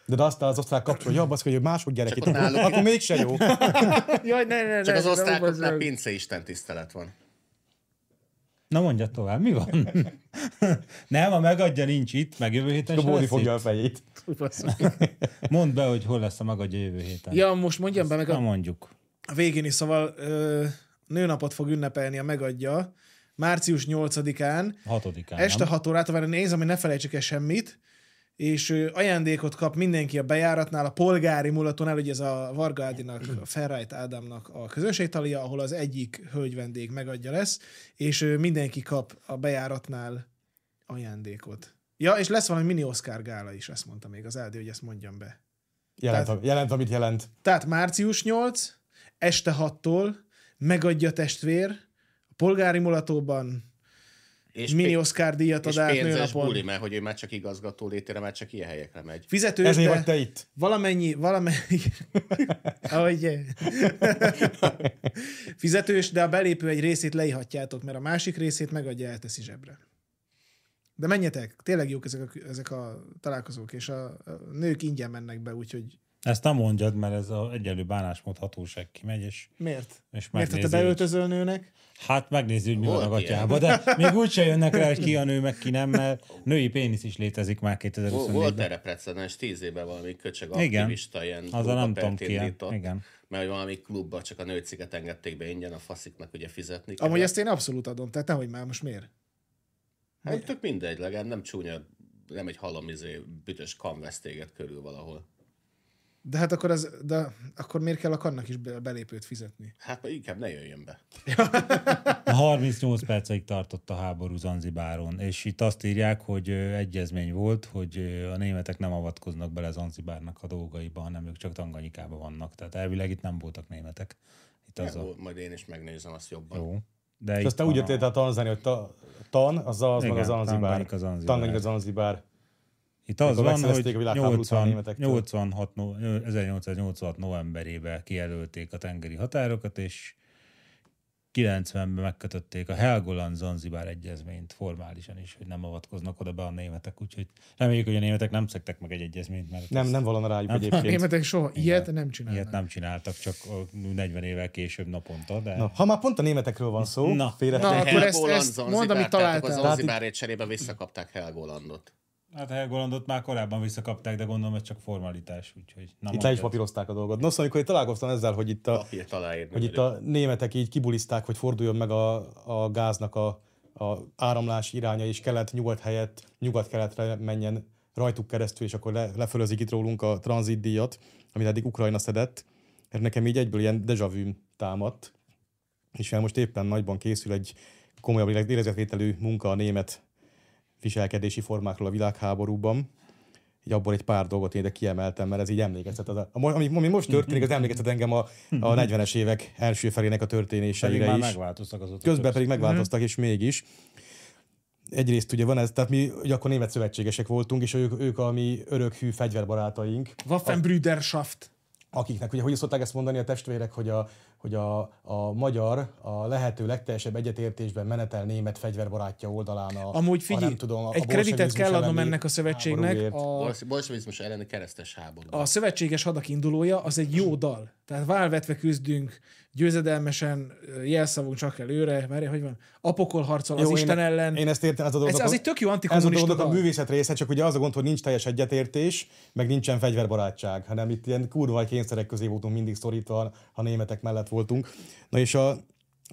[SPEAKER 1] De, de aztán az osztrák kapcsol, ja, baszki, hogy máshogy gyerek
[SPEAKER 4] Csak
[SPEAKER 1] itt.
[SPEAKER 4] ott náluk-
[SPEAKER 1] Akkor mégse
[SPEAKER 2] [LAUGHS]
[SPEAKER 1] jó.
[SPEAKER 2] Jaj, ne, ne, ne.
[SPEAKER 4] Csak az
[SPEAKER 2] ne,
[SPEAKER 4] osztrákoknál
[SPEAKER 2] bazd meg.
[SPEAKER 4] pince Isten tisztelet van.
[SPEAKER 3] Na mondja tovább, mi van? [LAUGHS] nem, a megadja nincs itt, meg jövő héten
[SPEAKER 1] Akkor
[SPEAKER 3] se
[SPEAKER 1] Bódi
[SPEAKER 3] lesz
[SPEAKER 1] fogja
[SPEAKER 3] itt.
[SPEAKER 1] a fejét.
[SPEAKER 2] Fú, bassz meg.
[SPEAKER 3] Mondd be, hogy hol lesz a megadja jövő héten.
[SPEAKER 2] [LAUGHS] Ja, most mondjam be meg
[SPEAKER 3] Na
[SPEAKER 2] a
[SPEAKER 3] mondjuk.
[SPEAKER 2] a végén is, szóval ö, nőnapot fog ünnepelni a Megadja, március 8-án,
[SPEAKER 3] Hatodikán,
[SPEAKER 2] este
[SPEAKER 3] nem?
[SPEAKER 2] 6 órától várni néz, ami ne felejtsük el semmit, és ö, ajándékot kap mindenki a bejáratnál, a polgári mulatónál, ugye ez a Varga Ádinak, a Ferrite Ádámnak a közönségtalia, ahol az egyik hölgyvendég megadja lesz, és ö, mindenki kap a bejáratnál ajándékot. Ja, és lesz valami mini Oscar gála is, ezt mondta még az Ádi, hogy ezt mondjam be.
[SPEAKER 1] Jelent,
[SPEAKER 2] Tehát-
[SPEAKER 1] jelent amit jelent.
[SPEAKER 2] Tehát március 8, este 6-tól megadja testvér, a polgári mulatóban
[SPEAKER 4] És
[SPEAKER 2] és mini
[SPEAKER 4] pé-
[SPEAKER 2] Oscar
[SPEAKER 4] és
[SPEAKER 2] díjat ad át
[SPEAKER 4] pénzes buli,
[SPEAKER 2] nőnapon.
[SPEAKER 4] mert hogy ő már csak igazgató létére, már csak ilyen helyekre megy.
[SPEAKER 2] Fizetős,
[SPEAKER 1] Ezért vagy
[SPEAKER 2] de
[SPEAKER 1] te itt.
[SPEAKER 2] valamennyi, valamennyi, [LAUGHS] ahogy fizetős, de a belépő egy részét leihatjátok, mert a másik részét megadja, elteszi zsebre. De menjetek, tényleg jók ezek a, ezek a találkozók, és a, a nők ingyen mennek be, úgyhogy
[SPEAKER 3] Ezt nem mondjad, mert ez az egyenlő bánásmód hatóság kimegy, és,
[SPEAKER 2] miért? Miért, ha te
[SPEAKER 3] és megnézi, hogy-
[SPEAKER 2] beöltözöl nőnek?
[SPEAKER 3] Hát megnézi, hogy mi
[SPEAKER 4] Volt
[SPEAKER 3] van a
[SPEAKER 4] ilyen.
[SPEAKER 3] gatyába, de
[SPEAKER 4] [LAUGHS]
[SPEAKER 3] még úgyse jönnek rá, hogy ki a nő, meg ki nem, mert női pénisz is létezik már
[SPEAKER 4] Vo- Volt
[SPEAKER 3] 2024-ben.
[SPEAKER 4] erre precedens, tíz éve valami köcsög
[SPEAKER 3] Igen.
[SPEAKER 4] aktivista ilyen
[SPEAKER 3] Az a nem tudom
[SPEAKER 4] klubapert
[SPEAKER 3] ki. hát
[SPEAKER 4] indított,
[SPEAKER 3] Igen.
[SPEAKER 4] mert hogy valami klubba csak a nőciket engedték be ingyen, a fasziknak ugye fizetni kell.
[SPEAKER 2] Amúgy ezt én abszolút adom, tehát nehogy már most miért?
[SPEAKER 4] Hát tök mindegy, legalább nem csúnya, nem egy halomizé büdös kanvesz téged körül valahol.
[SPEAKER 2] De hát akkor, az, de akkor miért kell a kannak is be- belépőt fizetni?
[SPEAKER 4] Hát inkább ne jöjjön be.
[SPEAKER 3] A 38 percig tartott a háború Zanzibáron, és itt azt írják, hogy ö, egyezmény volt, hogy ö, a németek nem avatkoznak bele Zanzibárnak a dolgaiba, hanem ők csak Tanganyikában vannak. Tehát elvileg itt nem voltak németek. Itt az a...
[SPEAKER 4] Jó, Hát majd én is megnézem azt jobban.
[SPEAKER 3] Jó. De
[SPEAKER 1] És
[SPEAKER 3] itt
[SPEAKER 1] aztán úgy
[SPEAKER 3] van a-
[SPEAKER 1] jöttél a Tanzánia, hogy ta, tan, az az, meg
[SPEAKER 3] Igen,
[SPEAKER 1] az Zanzibár.
[SPEAKER 3] Tanganyika, Zanzibár.
[SPEAKER 1] Tanganyika, Zanzibár.
[SPEAKER 3] Itt az
[SPEAKER 1] Mikor
[SPEAKER 3] van,
[SPEAKER 1] megszerezték
[SPEAKER 3] hogy
[SPEAKER 1] a világháborút a
[SPEAKER 3] 80,
[SPEAKER 1] németektől.
[SPEAKER 3] 86, no- 1886 novemberében kijelölték a tengeri határokat, és 90-ben megkötötték a Helgoland-Zanzibár egyezményt formálisan is, hogy nem avatkoznak oda be a németek, úgyhogy reméljük, hogy a németek nem szektek meg egy egyezményt, mert
[SPEAKER 1] Nem,
[SPEAKER 3] ez-
[SPEAKER 1] nem valami rájuk
[SPEAKER 2] A
[SPEAKER 1] egyébként.
[SPEAKER 2] németek soha Igen. ilyet nem csinálnak.
[SPEAKER 3] ilyet nem csináltak, csak a 40 évvel később naponta, de
[SPEAKER 1] Na, ha már pont a németekről van szó,
[SPEAKER 3] Na.
[SPEAKER 1] félre
[SPEAKER 2] Na,
[SPEAKER 4] De
[SPEAKER 2] akkor ezt-
[SPEAKER 4] Helgoland,
[SPEAKER 2] ezt mondd,
[SPEAKER 4] Zanzibár,
[SPEAKER 2] amit
[SPEAKER 4] tehát akkor
[SPEAKER 2] találtál.
[SPEAKER 4] Az Zanzibárért cserébe visszakapták Helgolandot.
[SPEAKER 3] Hát Helgolandot már korábban visszakapták, de gondolom ez csak formalitás, úgyhogy... Na,
[SPEAKER 1] Itt le is
[SPEAKER 3] mondjad.
[SPEAKER 1] papírozták a dolgot. Nos, amikor én találkoztam ezzel, hogy itt a,
[SPEAKER 4] Papírt aláírni.
[SPEAKER 1] hogy itt a németek így kibulizták, hogy forduljon meg a, a gáznak a, a áramlás iránya, és kelet-nyugat helyett nyugat-keletre menjen rajtuk keresztül, és akkor le, lefölözik itt rólunk a tranzitdíjat, amit eddig Ukrajna szedett. Mert nekem így egyből ilyen deja vu támadt, és mivel most éppen nagyban készül egy komolyabb éle- lélegzetvételű munka a német viselkedési formákról a világháborúban, így abból egy pár dolgot én ide kiemeltem, mert ez így emlékeztet. Az, a- a- ami, ami most történik, az emlékeztet engem a, a 40-es évek első felének a
[SPEAKER 3] Pedig
[SPEAKER 1] történéseire
[SPEAKER 3] már
[SPEAKER 1] is.
[SPEAKER 3] megváltoztak Mhm. azóta.
[SPEAKER 1] Közben pedig megváltoztak, és mégis. Egyrészt ugye van ez, tehát mi ugye akkor német szövetségesek voltunk, és ők, ők a mi örök hű fegyverbarátaink,
[SPEAKER 2] Waffenbrüderschaft.
[SPEAKER 1] akiknek, ugye hogy szokták ezt mondani a testvérek, hogy a, hogy a, a magyar a lehető legteljesebb egyetértésben menetel német fegyverbarátja oldalán a,
[SPEAKER 2] Amúgy
[SPEAKER 1] a,
[SPEAKER 2] figyelj,
[SPEAKER 1] nem tudom, a
[SPEAKER 2] egy kreditet
[SPEAKER 1] bolsevizmus
[SPEAKER 2] kell adnom
[SPEAKER 1] elleni
[SPEAKER 2] ennek a szövetségnek.
[SPEAKER 1] háborúért.
[SPEAKER 2] A,
[SPEAKER 4] Bolsz- bolsevizmus elleni keresztes háború.
[SPEAKER 2] a szövetséges hadak indulója az egy jó dal. Tehát válvetve küzdünk, győzedelmesen, ö, jelszavunk csak előre, várj, hogy van, apokol harcol szóval az
[SPEAKER 1] Jó,
[SPEAKER 2] Isten
[SPEAKER 1] én,
[SPEAKER 2] ellen.
[SPEAKER 1] Én ezt értem, ez a dolog.
[SPEAKER 2] ez az egy tök jó
[SPEAKER 1] ez a
[SPEAKER 2] antikommunista
[SPEAKER 1] dolog a
[SPEAKER 2] dal.
[SPEAKER 1] művészet része, csak ugye az a gond, hogy nincs teljes egyetértés, meg nincsen fegyverbarátság, hanem itt ilyen kurva kényszerek közé voltunk mindig szorítva, ha németek mellett voltunk. Na és a,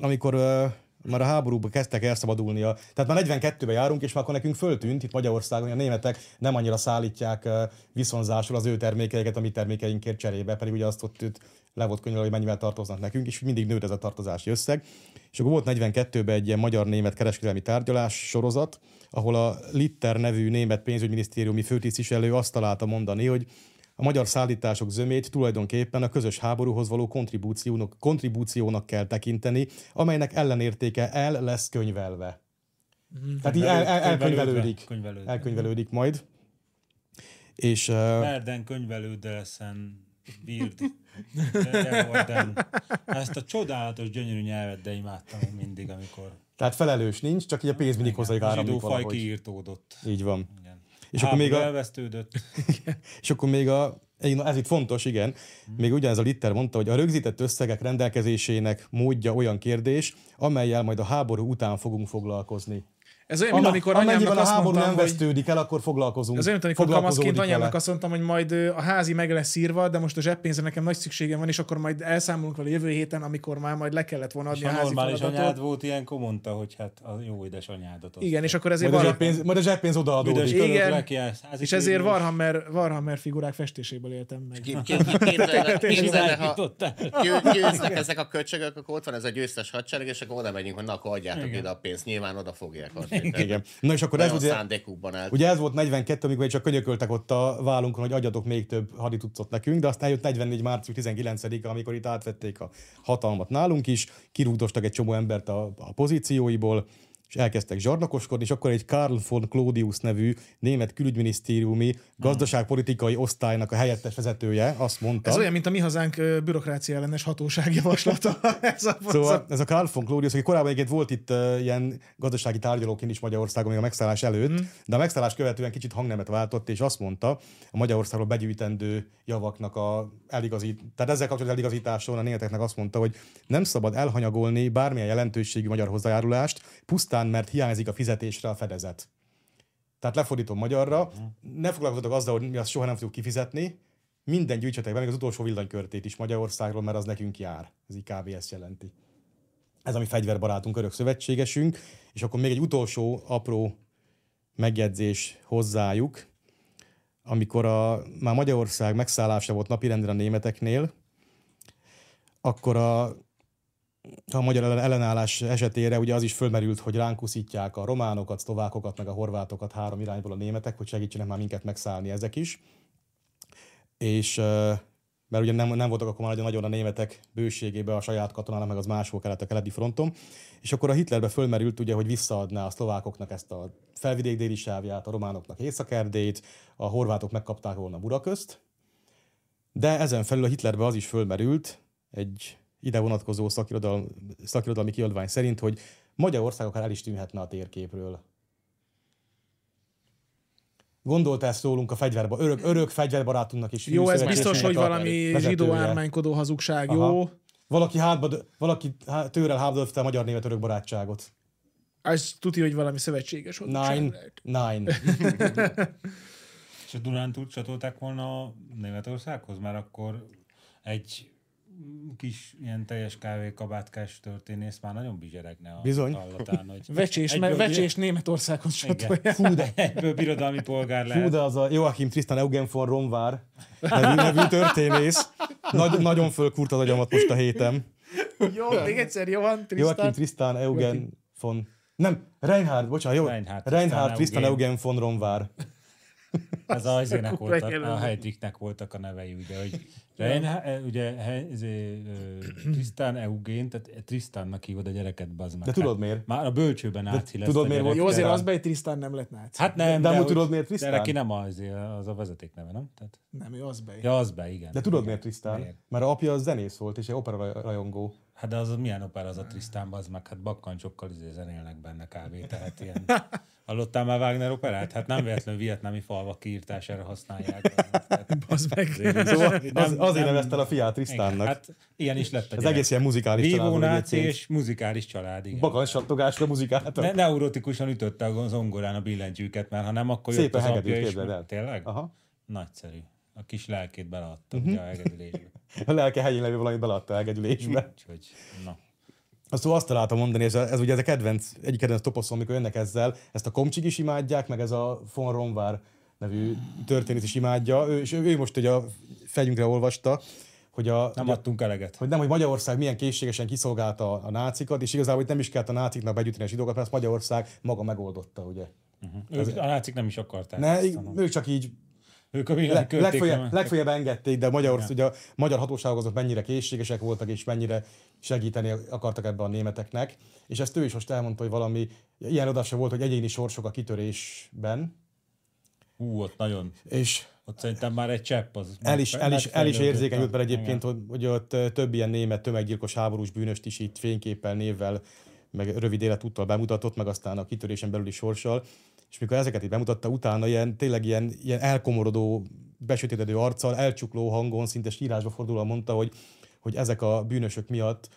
[SPEAKER 1] amikor ö, már a háborúba kezdtek elszabadulni, a, tehát már 42-ben járunk, és már akkor nekünk föltűnt itt Magyarországon, hogy a németek nem annyira szállítják ö, viszonzásul az ő termékeiket a mi termékeinkért cserébe, pedig ugye azt ott, ott le volt könyvelve, hogy mennyivel tartoznak nekünk, és mindig nőtt ez a tartozási összeg. És akkor volt 42-ben egy ilyen magyar-német kereskedelmi tárgyalás sorozat, ahol a Litter nevű német pénzügyminisztériumi főtisztviselő azt találta mondani, hogy a magyar szállítások zömét tulajdonképpen a közös háborúhoz való kontribúciónak, kontribúciónak kell tekinteni, amelynek ellenértéke el lesz könyvelve. Tehát így el, el, elkönyvelődik.
[SPEAKER 3] Mhm. Könyvelődve.
[SPEAKER 1] Elkönyvelődik majd. És ö,
[SPEAKER 3] Merden könyvelődeleszen bírd. Erorden. Ezt a csodálatos, gyönyörű nyelvet, de imádtam én mindig, amikor
[SPEAKER 1] tehát felelős nincs, csak így a pénz mindig hozzájuk
[SPEAKER 3] a
[SPEAKER 1] áramlik
[SPEAKER 3] zsidó faj
[SPEAKER 1] valahogy.
[SPEAKER 3] kiírtódott.
[SPEAKER 1] Így van.
[SPEAKER 3] Igen.
[SPEAKER 1] És akkor még a-
[SPEAKER 3] elvesztődött.
[SPEAKER 1] [LAUGHS] És akkor még a, egy- na, ez itt fontos, igen, még ugyanez a Litter mondta, hogy a rögzített összegek rendelkezésének módja olyan kérdés, amelyel majd a háború után fogunk foglalkozni.
[SPEAKER 2] Ez olyan, mint amikor anyámnak
[SPEAKER 1] amennyiben a
[SPEAKER 2] azt
[SPEAKER 1] háború
[SPEAKER 2] mondtam,
[SPEAKER 1] nem
[SPEAKER 2] hogy...
[SPEAKER 1] vesztődik el, akkor foglalkozunk.
[SPEAKER 2] Ez olyan, mint amikor
[SPEAKER 1] Foglalkozódik
[SPEAKER 2] kamaszként anyámnak
[SPEAKER 1] vele.
[SPEAKER 2] azt mondtam, hogy majd ö, a házi meg lesz írva, de most a zseppénzre nekem nagy szükségem van, és akkor majd elszámolunk vele jövő héten, amikor már majd le kellett volna adni
[SPEAKER 3] És
[SPEAKER 2] a
[SPEAKER 3] ha
[SPEAKER 2] házi
[SPEAKER 3] normális
[SPEAKER 2] feladatot.
[SPEAKER 3] anyád volt, ilyenkor mondta, hogy hát a jó édes anyádat. azt-
[SPEAKER 2] Igen, és akkor ezért
[SPEAKER 1] Majd a
[SPEAKER 2] van.
[SPEAKER 1] zseppénz, majd a zseppénz
[SPEAKER 3] Üdös
[SPEAKER 1] odaadódik.
[SPEAKER 2] Igen.
[SPEAKER 3] töröklek, jársz házi
[SPEAKER 2] És ezért
[SPEAKER 3] körülmények.
[SPEAKER 2] Warhammer, Warhammer figurák festéséből éltem meg.
[SPEAKER 4] Kép- kép- kép- Képzeld, el- képzeld el, ha
[SPEAKER 3] Királyítottál.
[SPEAKER 4] győ- győznek ezek a köcsögök, akkor ott van ez a győztes hadsereg, és akkor oda megyünk, hogy na, akkor adjátok ide a pénzt, nyilván oda fogják adni. Tehát
[SPEAKER 1] Igen. Na és akkor ez
[SPEAKER 4] Olyan
[SPEAKER 1] ugye,
[SPEAKER 4] szándékukban állt.
[SPEAKER 1] ugye ez volt 42, amikor még csak könyököltek ott a vállunkon, hogy adjatok még több hadituccot nekünk, de aztán jött 44. március 19-e, amikor itt átvették a hatalmat nálunk is, kirúgdostak egy csomó embert a, a pozícióiból, és elkezdtek zsarnokoskodni, és akkor egy Karl von Claudius nevű német külügyminisztériumi
[SPEAKER 2] Hmm.
[SPEAKER 1] gazdaságpolitikai osztálynak a helyettes vezetője azt mondta,
[SPEAKER 2] Ez olyan, mint a mi hazánk ö, bürokrácia ellenes hatóság javaslata. [LAUGHS] ez a,
[SPEAKER 1] Szóval ez a Karl von Claudius, aki korábban egyébként volt itt uh, ilyen gazdasági tárgyalóként is Magyarországon, még a megszállás előtt, mm. de a megszállás követően kicsit hangnemet váltott, és azt mondta a Magyarországról begyűjtendő javaknak a eligazít, tehát ezzel kapcsolatban eligazításon a németeknek azt mondta, hogy nem szabad elhanyagolni bármilyen jelentőségű magyar hozzájárulást, pusztán mert hiányzik a fizetésre a fedezet. Tehát lefordítom magyarra, ne foglalkozzatok azzal, hogy mi azt soha nem fogjuk kifizetni, minden gyűjtsetek be, még az utolsó villanykörtét is Magyarországról, mert az nekünk jár. Ez így kb. ezt jelenti ez a mi fegyverbarátunk, örök szövetségesünk, és akkor még egy utolsó apró megjegyzés hozzájuk, amikor a, már Magyarország megszállása volt napirendre a németeknél, akkor a, a magyar ellen- ellenállás esetére ugye az is fölmerült, hogy ránk uszítják a románokat, szlovákokat, meg a horvátokat három irányból a németek, hogy segítsenek már minket megszállni ezek is. És ö, mert ugye nem, nem voltak akkor már nagyon a németek bőségébe a saját katonának, meg az máshol kellett a keleti fronton. És akkor a Hitlerbe fölmerült ugye, hogy visszaadná a szlovákoknak ezt a felvidék déli sávját, a románoknak Észak-Erdélyt, a horvátok megkapták volna Buraközt, de ezen felül a Hitlerbe az is fölmerült, egy ide vonatkozó szakirodalmi, szakirodalmi kiadvány szerint, hogy Magyarország akár el is tűnhetne a térképről. Gondolta ezt rólunk a fegyverba, örök, örök fegyverbarátunknak is.
[SPEAKER 2] Jó, ez
[SPEAKER 1] fűszövetségesünknek
[SPEAKER 2] biztos, hogy
[SPEAKER 1] a
[SPEAKER 2] valami zsidó
[SPEAKER 1] vezetője.
[SPEAKER 2] ármánykodó hazugság,
[SPEAKER 1] Aha.
[SPEAKER 2] jó?
[SPEAKER 1] Valaki, hátba, dö- valaki há- tőrel hátba döfte a magyar német örök barátságot.
[SPEAKER 2] Az tudja, hogy valami szövetséges ott.
[SPEAKER 1] Nine. Nine.
[SPEAKER 3] És a Dunánt úgy csatolták volna Németországhoz, mert akkor egy kis ilyen teljes kávé kabátkás történész már nagyon bizseregne a
[SPEAKER 1] Bizony.
[SPEAKER 3] hallatán, hogy
[SPEAKER 2] Vecsés,
[SPEAKER 3] egyből
[SPEAKER 2] me-
[SPEAKER 3] bi-
[SPEAKER 2] vecsés Németországhoz
[SPEAKER 3] Igen.
[SPEAKER 2] csatolja.
[SPEAKER 3] Fú, de egyből birodalmi polgár lehet.
[SPEAKER 1] Fú, de az a Joachim Tristan Eugen von Romvár nevű, nevű történész. Nagy, nagyon fölkúrt az agyamat most a héten.
[SPEAKER 2] Jó, még egyszer Johan
[SPEAKER 1] Joachim
[SPEAKER 2] Tristan.
[SPEAKER 1] Tristan Eugen
[SPEAKER 2] Joachim.
[SPEAKER 1] von... Nem, Reinhard, bocsánat, jó.
[SPEAKER 3] Reinhard
[SPEAKER 1] Reinhard,
[SPEAKER 3] Tristan
[SPEAKER 1] Tristan
[SPEAKER 3] Eugen.
[SPEAKER 1] Eugen von Romvár.
[SPEAKER 3] Ez a izének
[SPEAKER 2] kurva
[SPEAKER 3] volt, a, a
[SPEAKER 2] jelenleg.
[SPEAKER 3] Heidrichnek voltak a nevei, ugye, hogy Rein, ugye he, izé, ö, Tristan Eugén, tehát eh, Tristannak hívod a gyereket, bazd meg. Hát,
[SPEAKER 1] De tudod miért?
[SPEAKER 3] Már a bölcsőben áthilesz.
[SPEAKER 1] tudod miért volt
[SPEAKER 2] Jó, azért
[SPEAKER 1] Tristan.
[SPEAKER 2] az be, hogy Tristan nem lett náci.
[SPEAKER 3] Hát nem,
[SPEAKER 1] De amúgy
[SPEAKER 3] hogy-
[SPEAKER 1] tudod, miért Tristan?
[SPEAKER 3] De neki nem az, eh, az a vezeték neve, nem? Tehát,
[SPEAKER 2] Nem, ő az be.
[SPEAKER 3] ja, az be, igen.
[SPEAKER 1] De tudod
[SPEAKER 3] igen.
[SPEAKER 1] miért Tristan?
[SPEAKER 3] Miért?
[SPEAKER 1] Mert a apja az zenész volt, és egy opera raj- rajongó.
[SPEAKER 3] Hát de az milyen opera az a Tristan, az meg hát bakkancsokkal izé zenélnek benne kb. Tehát ilyen. Hallottál már Wagner operát? Hát nem véletlenül vietnámi falvak kiírtására használják. Tehát,
[SPEAKER 2] Az meg.
[SPEAKER 1] Szóval az, azért nevezte el a fiát
[SPEAKER 3] igen,
[SPEAKER 1] Tristannak.
[SPEAKER 3] hát ilyen is lett a
[SPEAKER 1] Ez
[SPEAKER 3] gyerek.
[SPEAKER 1] egész ilyen muzikális
[SPEAKER 3] Vívó
[SPEAKER 1] családból
[SPEAKER 3] náci
[SPEAKER 1] egyébként.
[SPEAKER 3] és muzikális család, igen.
[SPEAKER 1] Bakansatogásra muzikáltak.
[SPEAKER 3] Ne, neurotikusan ütötte a zongorán a billentyűket, mert ha nem, akkor jött
[SPEAKER 1] Szépen
[SPEAKER 3] az
[SPEAKER 1] hegedűt,
[SPEAKER 3] apja is.
[SPEAKER 1] képzeld el.
[SPEAKER 3] Tényleg?
[SPEAKER 1] Aha. Mhm.
[SPEAKER 3] Nagyszerű. A kis lelkét beleadta ugye a hegedülésbe.
[SPEAKER 1] A lelke helyén levő valamit beleadta elgedülésbe.
[SPEAKER 3] Úgyhogy, na.
[SPEAKER 1] Azt szóval azt találtam mondani, és ez, ez ugye ez a kedvenc, egyik kedvenc toposzom, amikor jönnek ezzel, ezt a komcsik is imádják, meg ez a von Romvár nevű történet is imádja, ő, és ő, ő most ugye a fejünkre olvasta, hogy a,
[SPEAKER 3] Nem adtunk eleget.
[SPEAKER 1] hogy nem, hogy Magyarország milyen készségesen kiszolgálta a, a nácikat, és igazából itt nem is kellett a náciknak begyűjteni a zsidókat, mert ezt Magyarország maga megoldotta, ugye.
[SPEAKER 3] Ők, a nácik nem is akarták.
[SPEAKER 1] Ne,
[SPEAKER 3] ezt,
[SPEAKER 1] így-
[SPEAKER 3] hanem-
[SPEAKER 1] ők csak így
[SPEAKER 3] Ők a villany
[SPEAKER 1] Le,
[SPEAKER 3] költék.
[SPEAKER 1] legfeljebb,
[SPEAKER 3] nem?
[SPEAKER 1] legfeljebb engedték, de magyar, ugye a magyar hatóságok azok mennyire készségesek voltak, és mennyire segíteni akartak ebben a németeknek. És ezt ő is most elmondta, hogy valami ilyen adása volt, hogy egyéni sorsok a kitörésben,
[SPEAKER 3] Hú, ott nagyon.
[SPEAKER 1] és
[SPEAKER 3] Ott szerintem már egy csepp az.
[SPEAKER 1] el is, el is, el is
[SPEAKER 3] megfelelődött.
[SPEAKER 1] érzékenyült, mert
[SPEAKER 3] Igen.
[SPEAKER 1] egyébként, hogy, hogy ott ö, több ilyen német tömeggyilkos háborús bűnöst is itt fényképpel, névvel, meg rövid életúttal bemutatott, meg aztán a kitörésen belüli sorssal. És mikor ezeket itt bemutatta, utána ilyen, tényleg ilyen, ilyen elkomorodó, besötétedő arccal, elcsukló hangon, szinte sírásba fordulva mondta, hogy, hogy ezek a bűnösök miatt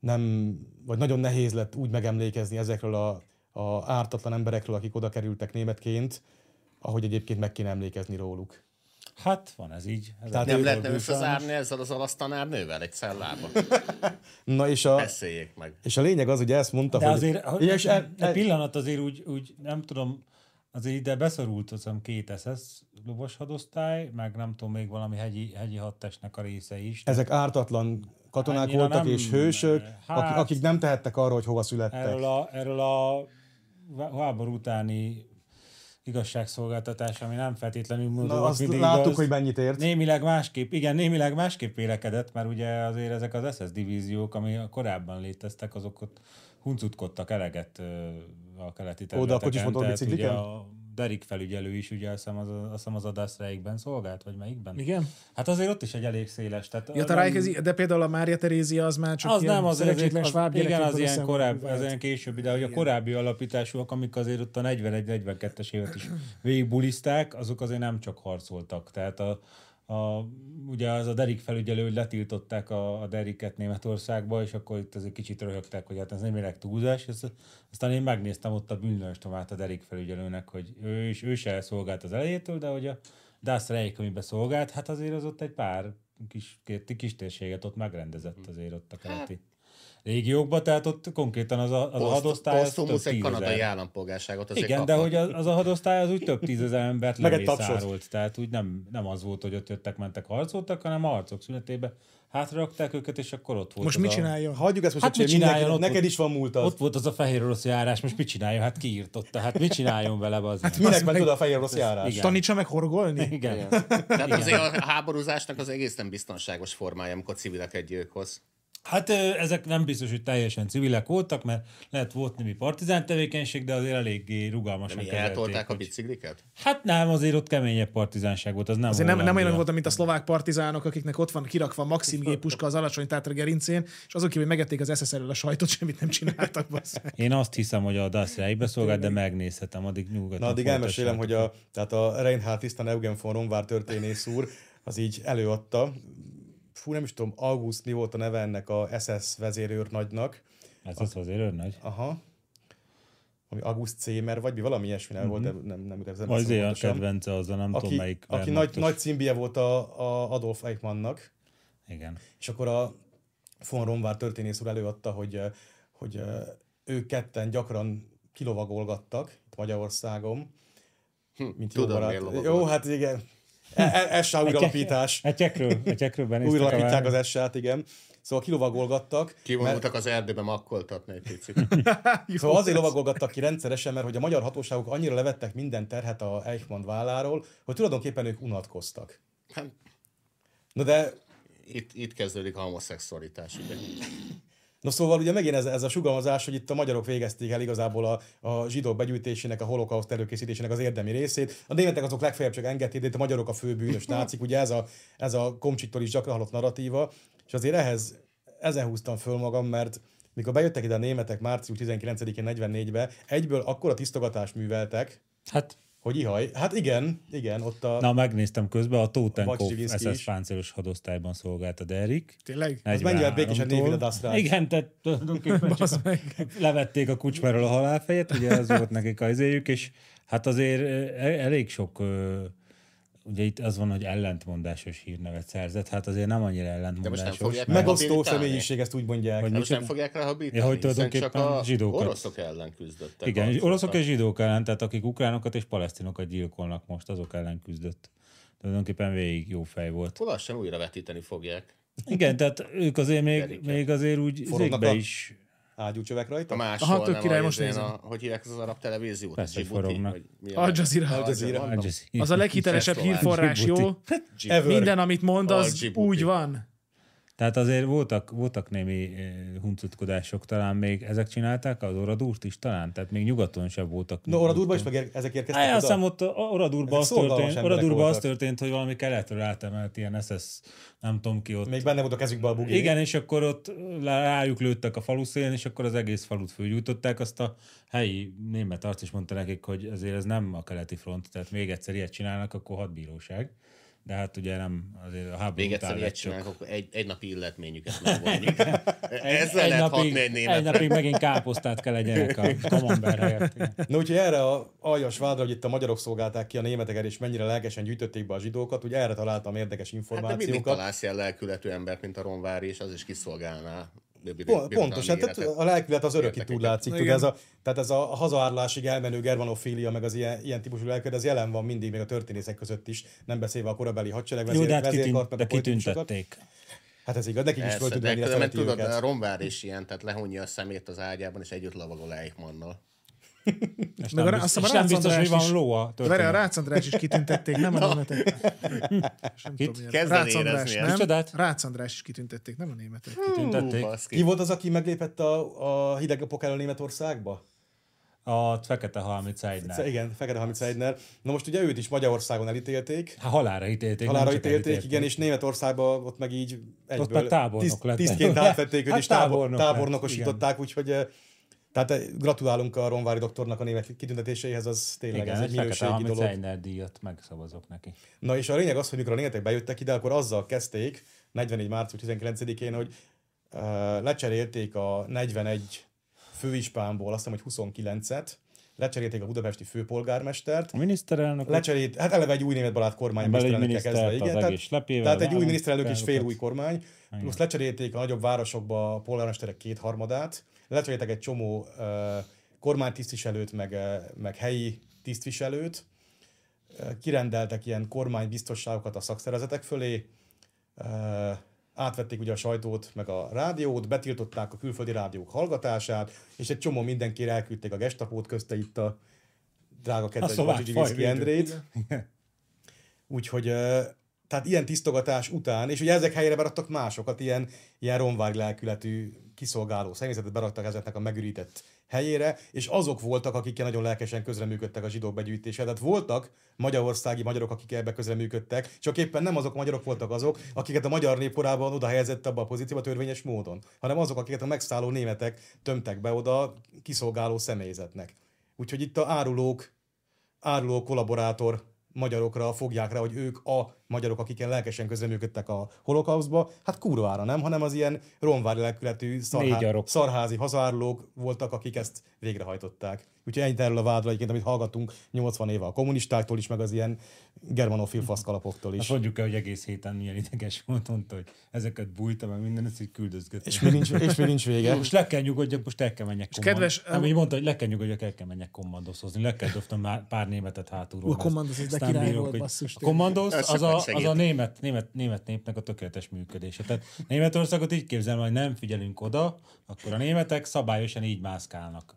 [SPEAKER 1] nem, vagy nagyon nehéz lett úgy megemlékezni ezekről a, a ártatlan emberekről, akik oda kerültek németként, ahogy egyébként meg kéne emlékezni róluk.
[SPEAKER 3] Hát van ez így. Ez
[SPEAKER 1] Tehát
[SPEAKER 3] egy
[SPEAKER 4] Nem
[SPEAKER 1] ő
[SPEAKER 4] lehetne
[SPEAKER 3] fordul sajnos.
[SPEAKER 4] összezárni ezzel az alasztanárnővel egy cellába?
[SPEAKER 1] Na és a,
[SPEAKER 4] Beszéljék meg.
[SPEAKER 1] És a lényeg az, hogy ezt mondta,
[SPEAKER 3] De
[SPEAKER 1] hogy...
[SPEAKER 3] azért, hogy
[SPEAKER 1] és e,
[SPEAKER 3] e,
[SPEAKER 1] e,
[SPEAKER 3] pillanat azért úgy, úgy, nem tudom, azért ide beszorult az két SS lovas hadosztály, meg nem tudom, még valami hegyi, hegyi hadtestnek a része is.
[SPEAKER 1] ezek ártatlan katonák
[SPEAKER 3] Annyira
[SPEAKER 1] voltak
[SPEAKER 3] nem-
[SPEAKER 1] és hősök,
[SPEAKER 3] hát-
[SPEAKER 1] hát, akik nem tehettek arra, hogy hova születtek.
[SPEAKER 3] Erről a, erről a vá- háború utáni igazságszolgáltatás, ami nem feltétlenül
[SPEAKER 1] Na,
[SPEAKER 3] mondom,
[SPEAKER 1] azt láttuk, hogy mennyit ért.
[SPEAKER 3] Némileg másképp, igen, némileg másképp vélekedett, mert ugye azért ezek az SS divíziók, ami a korábban léteztek, azok ott huncutkodtak eleget ö, a keleti területeken.
[SPEAKER 1] Ó, de akkor is motorbicikliken?
[SPEAKER 3] ugye a Derik felügyelő is, ugye azt hiszem az, azt hiszem az adászreikben szolgált, vagy melyikben?
[SPEAKER 2] Igen.
[SPEAKER 3] Hát azért ott is egy elég széles. Tehát
[SPEAKER 2] Ja, te
[SPEAKER 3] nem-
[SPEAKER 2] rájkezi, de például a Mária Terézia az már csak
[SPEAKER 3] az nem, az, azért,
[SPEAKER 2] szerencsétlen
[SPEAKER 3] az,
[SPEAKER 2] sváb
[SPEAKER 3] igen,
[SPEAKER 2] gyerekekből
[SPEAKER 3] az ilyen,
[SPEAKER 2] összeemelt
[SPEAKER 3] korábbi, az
[SPEAKER 2] művelet.
[SPEAKER 3] ilyen későbbi, de hogy a korábbi alapításúak, amik azért ott a 41-42-es évet is végigbulizták, azok azért nem csak harcoltak. Tehát a, a, ugye az a Derik felügyelő, hogy letiltották a, a Deriket Németországba, és akkor itt azért kicsit röhögtek, hogy hát ez nem érek túlzás. És aztán én megnéztem ott a bűnlőstomát a Derik felügyelőnek, hogy ő, is, ő se szolgált az elejétől, de hogy a Das Reich, amiben szolgált, hát azért az ott egy pár kis, kis térséget ott megrendezett azért ott a keleti régiókba, tehát ott konkrétan az a, az a
[SPEAKER 4] Poszt-
[SPEAKER 3] hadosztály az több
[SPEAKER 4] Posztumusz egy kanadai
[SPEAKER 3] tízezer.
[SPEAKER 4] állampolgárságot azért
[SPEAKER 3] Igen, de
[SPEAKER 4] kapott.
[SPEAKER 3] hogy az, az a hadosztály az úgy több tízezer embert
[SPEAKER 1] Meg egy
[SPEAKER 3] levészárolt, tehát úgy nem, nem az volt, hogy ott jöttek, mentek, harcoltak, hanem a harcok szünetébe hátrakták őket, és akkor ott volt
[SPEAKER 2] Most
[SPEAKER 3] az
[SPEAKER 2] mit
[SPEAKER 3] a-
[SPEAKER 2] csináljon?
[SPEAKER 1] Hagyjuk ezt most,
[SPEAKER 3] Hát
[SPEAKER 1] hát
[SPEAKER 3] mit csináljon ott?
[SPEAKER 1] neked is van múlt az.
[SPEAKER 3] Ott volt az a fehér orosz járás, most mit csináljon? Hát kiírtotta, hát mit csináljon vele az? Hát
[SPEAKER 1] Minek ment oda a fehér rossz járás?
[SPEAKER 3] igen.
[SPEAKER 2] Tanítsa meg horgolni?
[SPEAKER 3] Igen.
[SPEAKER 4] Tehát azért a háborúzásnak az egész nem biztonságos formája, amikor civileket gyilkolsz.
[SPEAKER 3] Hát ö, ezek nem biztos, hogy teljesen civilek voltak, mert lehet volt némi partizán tevékenység, de azért eléggé rugalmasan
[SPEAKER 4] Mi
[SPEAKER 3] kezelték,
[SPEAKER 4] eltolták a
[SPEAKER 3] hogy-
[SPEAKER 4] bicikliket?
[SPEAKER 3] Hát nem, azért ott keményebb partizánság volt, az nem
[SPEAKER 2] Azért nem, nem
[SPEAKER 3] Hollandia.
[SPEAKER 2] olyan volt, mint a szlovák partizánok, akiknek ott van kirakva a Maxim géppuska az alacsony tátra gerincén, és azon kívül, hogy megették az SS elől a sajtot, semmit nem csináltak. bassz.
[SPEAKER 3] Én azt hiszem, hogy a DASZ rájébe szolgált, de megnézhetem, addig nyugodtan.
[SPEAKER 1] Na, addig
[SPEAKER 3] folytassátok.
[SPEAKER 1] elmesélem, hogy a, tehát a Reinhard Tisztán Eugen von Romvár történész úr az így előadta. Fú, nem is tudom, August mi volt a neve ennek a SS vezérőrnagynak.
[SPEAKER 3] Ez az azért örnagy.
[SPEAKER 1] Aha. ami August Cémer, vagy mi valami ilyesmi neve
[SPEAKER 3] Mhm.
[SPEAKER 1] volt, de nem, nem jut eszembe
[SPEAKER 3] Azért a
[SPEAKER 1] pontosan.
[SPEAKER 3] kedvence az a nem tudom
[SPEAKER 1] aki,
[SPEAKER 3] melyik.
[SPEAKER 1] aki nagy,
[SPEAKER 3] Wehrmachtos.
[SPEAKER 1] nagy címbie volt a, a Adolf Eichmannnak,
[SPEAKER 3] Igen.
[SPEAKER 1] és akkor a von Romvár történész úr előadta, hogy, eh, hogy eh, ők ketten gyakran kilovagolgattak itt Magyarországon, mint jó
[SPEAKER 4] Hm, tudom,
[SPEAKER 1] barát.
[SPEAKER 4] miért lovagolnak.
[SPEAKER 1] Jó, hát igen. E- e- SA újralapítás.
[SPEAKER 3] A csekről, a csekről benéztek.
[SPEAKER 1] Újralapítják
[SPEAKER 3] a
[SPEAKER 1] az SA-t, igen. Szóval kilovagolgattak. mert-
[SPEAKER 4] Kivonultak az erdőbe makkoltatni egy picit.
[SPEAKER 3] [LAUGHS]
[SPEAKER 1] Szóval azért lovagolgattak ki rendszeresen, mert hogy a magyar hatóságok annyira levettek minden terhet a Eichmann válláról, hogy tulajdonképpen ők unatkoztak.
[SPEAKER 4] Hát,
[SPEAKER 1] Na de,
[SPEAKER 4] itt, itt kezdődik a homoszexualitás. Ugye.
[SPEAKER 1] no szóval ugye megint ez, ez a sugalmazás, hogy itt a magyarok végezték el igazából a, a zsidók begyűjtésének, a holokauszt előkészítésének az érdemi részét. A németek azok legfeljebb csak engedték, de itt a magyarok a fő
[SPEAKER 3] [LAUGHS]
[SPEAKER 1] bűnös nácik, ugye ez a, ez a komcsiktól is gyakran hallott narratíva, és azért ehhez, ezen húztam föl magam, mert mikor bejöttek ide a németek március 19-én 44-be, egyből akkora tisztogatást műveltek,
[SPEAKER 3] Hát,
[SPEAKER 1] Hogy ihaj? Hát igen, igen, ott a...
[SPEAKER 3] na megnéztem közben, a Tótenkopf
[SPEAKER 1] Vacsivinszki is.
[SPEAKER 3] SS páncélos hadosztályban szolgált a Derik.
[SPEAKER 2] Tényleg?
[SPEAKER 1] Az mennyivel békésen
[SPEAKER 3] 43-tól.
[SPEAKER 1] névvel adasztrál.
[SPEAKER 3] Igen, tehát tulajdonképpen csak levették a kucsmáról a halálfejet, ugye az volt nekik az éjük, és hát azért eh, el- elég sok ö, ugye itt az van, hogy ellentmondásos hírnevet szerzett, hát azért nem annyira ellentmondásos.
[SPEAKER 4] fogják
[SPEAKER 3] mert-
[SPEAKER 4] meg-
[SPEAKER 1] Megosztó
[SPEAKER 4] Rehabilitálni.
[SPEAKER 1] személyiség, ezt úgy mondják.
[SPEAKER 3] Hogy
[SPEAKER 1] Hogy
[SPEAKER 4] Hát Most nem
[SPEAKER 3] micsoda?
[SPEAKER 4] fogják rehabilitálni,
[SPEAKER 3] Ja, hogy
[SPEAKER 4] hiszen
[SPEAKER 3] tulajdonképpen
[SPEAKER 4] csak a
[SPEAKER 3] zsidókat.
[SPEAKER 4] oroszok ellen küzdöttek. Hát,
[SPEAKER 3] Igen, és
[SPEAKER 4] harcoltak.
[SPEAKER 3] oroszok és zsidók ellen, tehát akik ukránokat és palesztinokat gyilkolnak most, azok ellen küzdött. Tulajdonképpen végig jó fej volt.
[SPEAKER 4] Akkor lassan újra vetíteni fogják.
[SPEAKER 3] Igen, tehát ők azért még,
[SPEAKER 4] Deréket.
[SPEAKER 3] még azért úgy
[SPEAKER 1] Forognak
[SPEAKER 3] zékbe
[SPEAKER 1] a-
[SPEAKER 3] is
[SPEAKER 1] Ágyúcsövek
[SPEAKER 4] A
[SPEAKER 1] rajta?
[SPEAKER 4] máshol
[SPEAKER 2] Aha, tök
[SPEAKER 4] nem
[SPEAKER 2] király,
[SPEAKER 4] a,
[SPEAKER 2] most
[SPEAKER 4] izén
[SPEAKER 2] nézem.
[SPEAKER 4] a, hogy hívják az arab televíziót?
[SPEAKER 3] Persze, hogy
[SPEAKER 4] Djibouti,
[SPEAKER 3] forognak.
[SPEAKER 4] vagy mi a-
[SPEAKER 2] Al Jazeera.
[SPEAKER 1] Al Jazeera.
[SPEAKER 4] Mondom.
[SPEAKER 3] Al Jazeera.
[SPEAKER 2] Az a leghitelesebb
[SPEAKER 4] Csehszlovák.
[SPEAKER 2] hírforrás, jó?
[SPEAKER 4] Djibouti.
[SPEAKER 1] Ever.
[SPEAKER 2] Minden, amit mond,
[SPEAKER 4] Al
[SPEAKER 2] az
[SPEAKER 4] Djibouti.
[SPEAKER 2] úgy van.
[SPEAKER 3] Tehát azért voltak, voltak némi eh, huncutkodások, talán még ezek csinálták, az oradúrt is talán, tehát még nyugaton sem voltak.
[SPEAKER 1] No, Oradurba is meg ér- ezek érkeztek
[SPEAKER 3] Á, azt hiszem
[SPEAKER 1] oda?
[SPEAKER 3] ott a- a- Oradurba
[SPEAKER 1] Ezek
[SPEAKER 3] az,
[SPEAKER 1] szolgálmas
[SPEAKER 3] történt,
[SPEAKER 1] emberek
[SPEAKER 3] Oradurba az
[SPEAKER 1] voltak.
[SPEAKER 3] történt, hogy valami keletről átemelt ilyen SS, nem tudom ki ott.
[SPEAKER 1] Még benne volt a kezükben a bugi.
[SPEAKER 3] Igen, és akkor ott rájuk lőttek a falu szélén, és akkor az egész falut fölgyújtották. Azt a helyi német arc is mondta nekik, hogy azért ez nem a keleti front, tehát még egyszer ilyet csinálnak, akkor hadbíróság. De hát ugye nem, azért a háború
[SPEAKER 4] Még
[SPEAKER 3] után
[SPEAKER 4] egyszer
[SPEAKER 3] lett
[SPEAKER 4] ilyet
[SPEAKER 3] csak
[SPEAKER 4] csinálnak, akkor egy, egy napi illetményüket megvonjuk. Ezzel
[SPEAKER 3] egy,
[SPEAKER 4] lehet
[SPEAKER 3] napig,
[SPEAKER 4] hatni egy
[SPEAKER 3] egy
[SPEAKER 4] német.
[SPEAKER 3] napig megint káposztát kell
[SPEAKER 1] [LAUGHS]
[SPEAKER 3] egyenek a kamember helyett. igen.
[SPEAKER 1] Na úgyhogy erre a aljas vádra, hogy itt a magyarok szolgálták ki a németeket, és mennyire lelkesen gyűjtötték be a zsidókat, úgy erre találtam érdekes
[SPEAKER 4] Hát de mindig
[SPEAKER 1] információkat.
[SPEAKER 4] találsz ilyen lelkületű embert, mint a Ronvári, és az is kiszolgálná. de bir-
[SPEAKER 1] Po-
[SPEAKER 4] birodalmi
[SPEAKER 1] Pontos, hát tehát
[SPEAKER 4] életet.
[SPEAKER 1] a lelkület az örök itt
[SPEAKER 4] Érdekeket.
[SPEAKER 1] úgy látszik. Tud,
[SPEAKER 2] Igen.
[SPEAKER 1] ez a, tehát ez a hazaárlásig elmenő germanofília, meg az ilyen, ilyen típusú lelkület, ez jelen van mindig, még a történészek között is, nem beszélve a korabeli hadsereg
[SPEAKER 3] Jó,
[SPEAKER 1] vezér,
[SPEAKER 3] de hát kitűnt,
[SPEAKER 1] vezérkart, meg
[SPEAKER 3] de
[SPEAKER 1] a politikusokat.
[SPEAKER 3] kitüntették.
[SPEAKER 1] Hát ez igaz, nekik is föl
[SPEAKER 4] Persze,
[SPEAKER 1] tud
[SPEAKER 4] de
[SPEAKER 1] menni a
[SPEAKER 4] különben
[SPEAKER 1] szereti
[SPEAKER 4] tudod,
[SPEAKER 1] őket.
[SPEAKER 4] a Ronvár is ilyen, tehát lehunja a szemét az ágyában, és együtt lavagol Eichmannnal.
[SPEAKER 3] És
[SPEAKER 2] Meg
[SPEAKER 3] nem,
[SPEAKER 2] a rá-
[SPEAKER 3] biztos,
[SPEAKER 2] azt hiszem a
[SPEAKER 3] és nem
[SPEAKER 2] Rácz
[SPEAKER 3] biztos, hogy
[SPEAKER 2] András
[SPEAKER 3] van
[SPEAKER 2] is-
[SPEAKER 3] ló a
[SPEAKER 2] Vere, a
[SPEAKER 3] történet.
[SPEAKER 2] Rácz András is kitüntették, nem
[SPEAKER 3] [LAUGHS]
[SPEAKER 2] a németek. És nem tudom, milyen-
[SPEAKER 4] Kezdem
[SPEAKER 2] Rácz András,
[SPEAKER 4] érezni ezt.
[SPEAKER 2] nem?
[SPEAKER 3] Micsodát?
[SPEAKER 2] Rácz András is kitüntették, nem a németek.
[SPEAKER 3] Kitüntették.
[SPEAKER 4] Hú, baszki.
[SPEAKER 1] Ki volt az, aki meglépett a, a hideg napok ellen Németországba?
[SPEAKER 3] A fekete halmi
[SPEAKER 1] Ne.
[SPEAKER 3] cájdnál.
[SPEAKER 1] Igen, Fekete Hamid Seidner. Na most ugye őt is Magyarországon elítélték,
[SPEAKER 3] Hát halára ítélték. nem
[SPEAKER 1] halára
[SPEAKER 3] csak
[SPEAKER 1] ítélték,
[SPEAKER 3] elítélték.
[SPEAKER 1] igen, és Németországban ott meg így egyből
[SPEAKER 3] meg tábornok lett.
[SPEAKER 1] tisztként
[SPEAKER 3] [LAUGHS]
[SPEAKER 1] átvették őt,
[SPEAKER 3] Hát
[SPEAKER 1] és tábornok
[SPEAKER 3] tábornok lett,
[SPEAKER 1] tábornokosították, úgyhogy eh, tehát eh, gratulálunk a Ronvári doktornak a német kitüntetéseihez, az tényleg
[SPEAKER 3] Igen,
[SPEAKER 1] ez egy
[SPEAKER 3] egy fekete
[SPEAKER 1] minőségi
[SPEAKER 3] halmi
[SPEAKER 1] dolog.
[SPEAKER 3] cájdnál díjat megszavazok neki.
[SPEAKER 1] Na és a lényeg az, hogy mikor a németek bejöttek ide, akkor azzal kezdték, 44. március 19-én, hogy uh, lecserélték a 41 főispánból, azt hiszem, hogy 29-et, lecserélték a budapesti főpolgármestert,
[SPEAKER 3] A miniszterelnök
[SPEAKER 1] lecserélt, hát eleve egy új német barát kormány
[SPEAKER 3] A
[SPEAKER 1] miniszterelnökkel
[SPEAKER 3] belügyminisztert,
[SPEAKER 1] kezdve,
[SPEAKER 3] az
[SPEAKER 1] igen, tehát,
[SPEAKER 3] egész lepével,
[SPEAKER 1] tehát
[SPEAKER 3] az
[SPEAKER 1] egy új miniszterelnök és fél
[SPEAKER 3] államtitkárokat.
[SPEAKER 1] új kormány, plusz lecserélték a nagyobb városokba a polgármesterek kétharmadát, lecseréltek egy csomó uh, kormánytisztviselőt, meg, uh, meg helyi tisztviselőt, kirendeltek ilyen kormánybiztosságokat a szakszervezetek fölé, Ö, átvették ugye a sajtót, meg a rádiót, betiltották a külföldi rádiók hallgatását, és egy csomó mindenkire elküldték a gestapót, közte itt a drága kedves
[SPEAKER 3] szlovák
[SPEAKER 1] Bacsigiszki
[SPEAKER 3] fajvédő.
[SPEAKER 1] Endrét. Úgyhogy ö, tehát ilyen tisztogatás után, és ugye ezek helyére beraktak másokat, ilyen, ilyen romvág lelkületű kiszolgáló személyzetet beraktak ezeknek a megürített helyére, és azok voltak, akik nagyon lelkesen közreműködtek a zsidók begyűjtése. Tehát voltak magyarországi magyarok, akik ebbe közreműködtek, csak éppen nem azok a magyarok voltak azok, akiket a magyar nép korábban oda helyezett abba a pozícióba törvényes módon, hanem azok, akiket a megszálló németek tömtek be oda kiszolgáló személyzetnek. Úgyhogy itt a árulók áruló kollaborátor magyarokra fogják rá, hogy ők a magyarok, akik ilyen lelkesen közreműködtek a holokauszba, hát kurvára nem, hanem az ilyen romvári lelkületű
[SPEAKER 3] Négy
[SPEAKER 1] szarhá,
[SPEAKER 3] arab.
[SPEAKER 1] szarházi hazárlók voltak, akik ezt végrehajtották. Úgyhogy ennyit erről a vádra egyébként, amit hallgatunk 80 éve a kommunistáktól is, meg az ilyen germanofil faszkalapoktól
[SPEAKER 3] Azt
[SPEAKER 1] is.
[SPEAKER 3] mondjuk el, Mhm. Hát, hogy egész héten milyen ideges volt, mondta, hogy ezeket bújta, mert minden ezt így küldözgetett.
[SPEAKER 1] És még nincs, és még nincs vége.
[SPEAKER 3] Most le kell nyugodjak, most el kell menjek kommand...
[SPEAKER 2] kedves-
[SPEAKER 3] Nem, így mondta, hogy le kell nyugodjak, el kell menjek kommandószozni. Le kell dobtam már pár németet hátulról.
[SPEAKER 2] Ú, a kommandóz, az de
[SPEAKER 3] Aztán
[SPEAKER 2] király
[SPEAKER 3] bírok,
[SPEAKER 2] volt,
[SPEAKER 3] hogy-
[SPEAKER 2] basszus,
[SPEAKER 3] A kommandóz
[SPEAKER 4] Ez
[SPEAKER 3] az
[SPEAKER 4] sokat
[SPEAKER 3] a, az a
[SPEAKER 4] segít.
[SPEAKER 3] német, német, német népnek a tökéletes működése. Tehát Németországot így képzelem, hogy nem figyelünk oda, akkor a németek szabályosan így mászkálnak.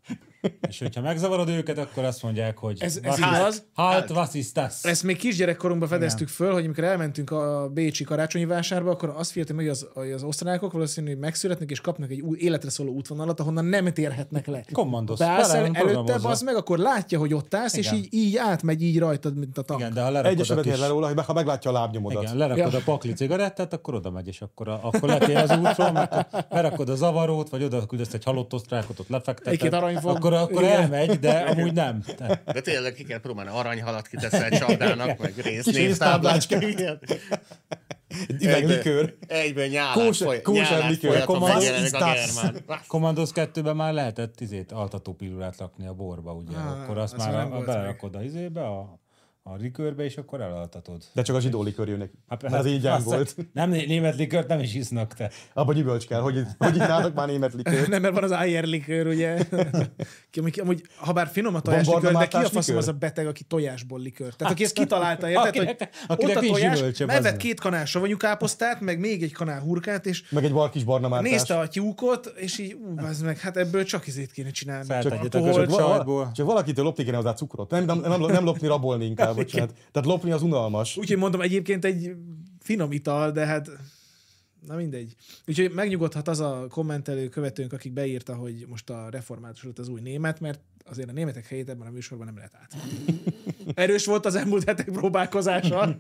[SPEAKER 3] És hogyha megzavarod őket, akkor azt mondják, hogy
[SPEAKER 2] Ez- ez
[SPEAKER 3] was
[SPEAKER 2] igaz?
[SPEAKER 3] ist-
[SPEAKER 1] Hát,
[SPEAKER 3] Halt, was ist das?
[SPEAKER 2] Ezt még kisgyerekkorunkban fedeztük föl, hogy amikor elmentünk a Bécsi karácsonyi vásárba, akkor azt figyeltem, hogy az, hogy az osztrákok valószínűleg megszületnek és kapnak egy új életre szóló útvonalat, ahonnan nem térhetnek le.
[SPEAKER 3] Kommandosz.
[SPEAKER 2] Beállsz el
[SPEAKER 3] Bele-
[SPEAKER 2] előtte,
[SPEAKER 3] programozza.
[SPEAKER 2] az meg, akkor látja, hogy ott állsz, és
[SPEAKER 3] Igen.
[SPEAKER 2] így, így átmegy így rajtad, mint a tank.
[SPEAKER 3] Igen, de ha
[SPEAKER 1] Egy esetet ér
[SPEAKER 3] lerakod a
[SPEAKER 1] le
[SPEAKER 3] kis...
[SPEAKER 1] róla, hogy meg- ha meglátja a lábnyomodat.
[SPEAKER 3] Igen, lerakod
[SPEAKER 2] Ja.
[SPEAKER 3] a pakli cigarettát, akkor oda megy, és akkor, a, akkor letél az útról, meg akkor lerakod a zavarót, vagy oda küldesz egy halott osztrákot, ott
[SPEAKER 2] Egy-két
[SPEAKER 3] lefekteted,
[SPEAKER 2] aranyfog.
[SPEAKER 3] akkor, akkor
[SPEAKER 2] Igen.
[SPEAKER 3] elmegy, de amúgy nem. Te-
[SPEAKER 4] De tényleg ki kell próbálni aranyhalat kiteszel csapdának,
[SPEAKER 1] [LAUGHS]
[SPEAKER 4] meg
[SPEAKER 1] résztáblát.
[SPEAKER 4] résznéztáblát. [LAUGHS]
[SPEAKER 1] Egy üveg likőr.
[SPEAKER 4] Egyben nyálát
[SPEAKER 1] Kóse-
[SPEAKER 4] foly-
[SPEAKER 1] kóser
[SPEAKER 4] nyálát
[SPEAKER 1] likőr,
[SPEAKER 4] folyat,
[SPEAKER 1] akkor
[SPEAKER 4] megjelenik a
[SPEAKER 1] Mazda is
[SPEAKER 4] germán.
[SPEAKER 3] Commandos 2-ben már lehetett izét, altató pillulát lakni a borba, ugye?
[SPEAKER 2] Á,
[SPEAKER 3] akkor azt
[SPEAKER 2] az
[SPEAKER 3] már
[SPEAKER 2] nem
[SPEAKER 3] a, a
[SPEAKER 2] volt
[SPEAKER 3] belerakod a izébe, a, a likőrbe, és akkor elaltatod.
[SPEAKER 1] De csak a zsidó likőr jönnek. Hát, mert az így
[SPEAKER 3] azt-
[SPEAKER 1] volt.
[SPEAKER 3] Nem, német likört nem is isznak te.
[SPEAKER 1] Abba gyümölcs kell, hogy, hogy itt nálunk már német likőr.
[SPEAKER 2] Nem, mert van az Eierlikőr, ugye? [LAUGHS] ki, amúgy, amúgy, ha bár finom a
[SPEAKER 1] barna
[SPEAKER 2] tojáslikőr, de ki a
[SPEAKER 1] mártás
[SPEAKER 2] faszom
[SPEAKER 1] likőr?
[SPEAKER 2] az a beteg, aki tojásból likőr. Tehát aki ezt kitalálta, érted?
[SPEAKER 3] Hát, Akinek-
[SPEAKER 2] Hogy
[SPEAKER 3] akinek
[SPEAKER 2] ott a
[SPEAKER 3] nincs
[SPEAKER 2] tojás,
[SPEAKER 3] gyümölcse,
[SPEAKER 2] megvett
[SPEAKER 3] bazzeg.
[SPEAKER 2] két kanál savanyú káposztát, meg még egy kanál hurkát, és
[SPEAKER 1] Meg egy barkis barna mártás.
[SPEAKER 2] nézte a tyúkot, és így, ú, az meg, hát ebből csak izét kéne csinálni.
[SPEAKER 3] Feltegyetek
[SPEAKER 2] Alkohol,
[SPEAKER 3] a
[SPEAKER 1] Val- val-
[SPEAKER 3] sajtból.
[SPEAKER 1] Csak valakitől lopni kéne hozzá cukrot. Nem, nem, nem, nem lopni, rabolni inkább, bocsánat. Tehát lopni az unalmas.
[SPEAKER 2] Úgyhogy mondom, egyébként egy finom ital, de hát na mindegy. Úgyhogy megnyugodhat az a kommentelő követőnk, akik beírta, hogy most a református lett az új német, mert azért a németek helyét ebben a műsorban nem lehet át.
[SPEAKER 1] [LAUGHS]
[SPEAKER 2] Erős volt az elmúlt hetek próbálkozása.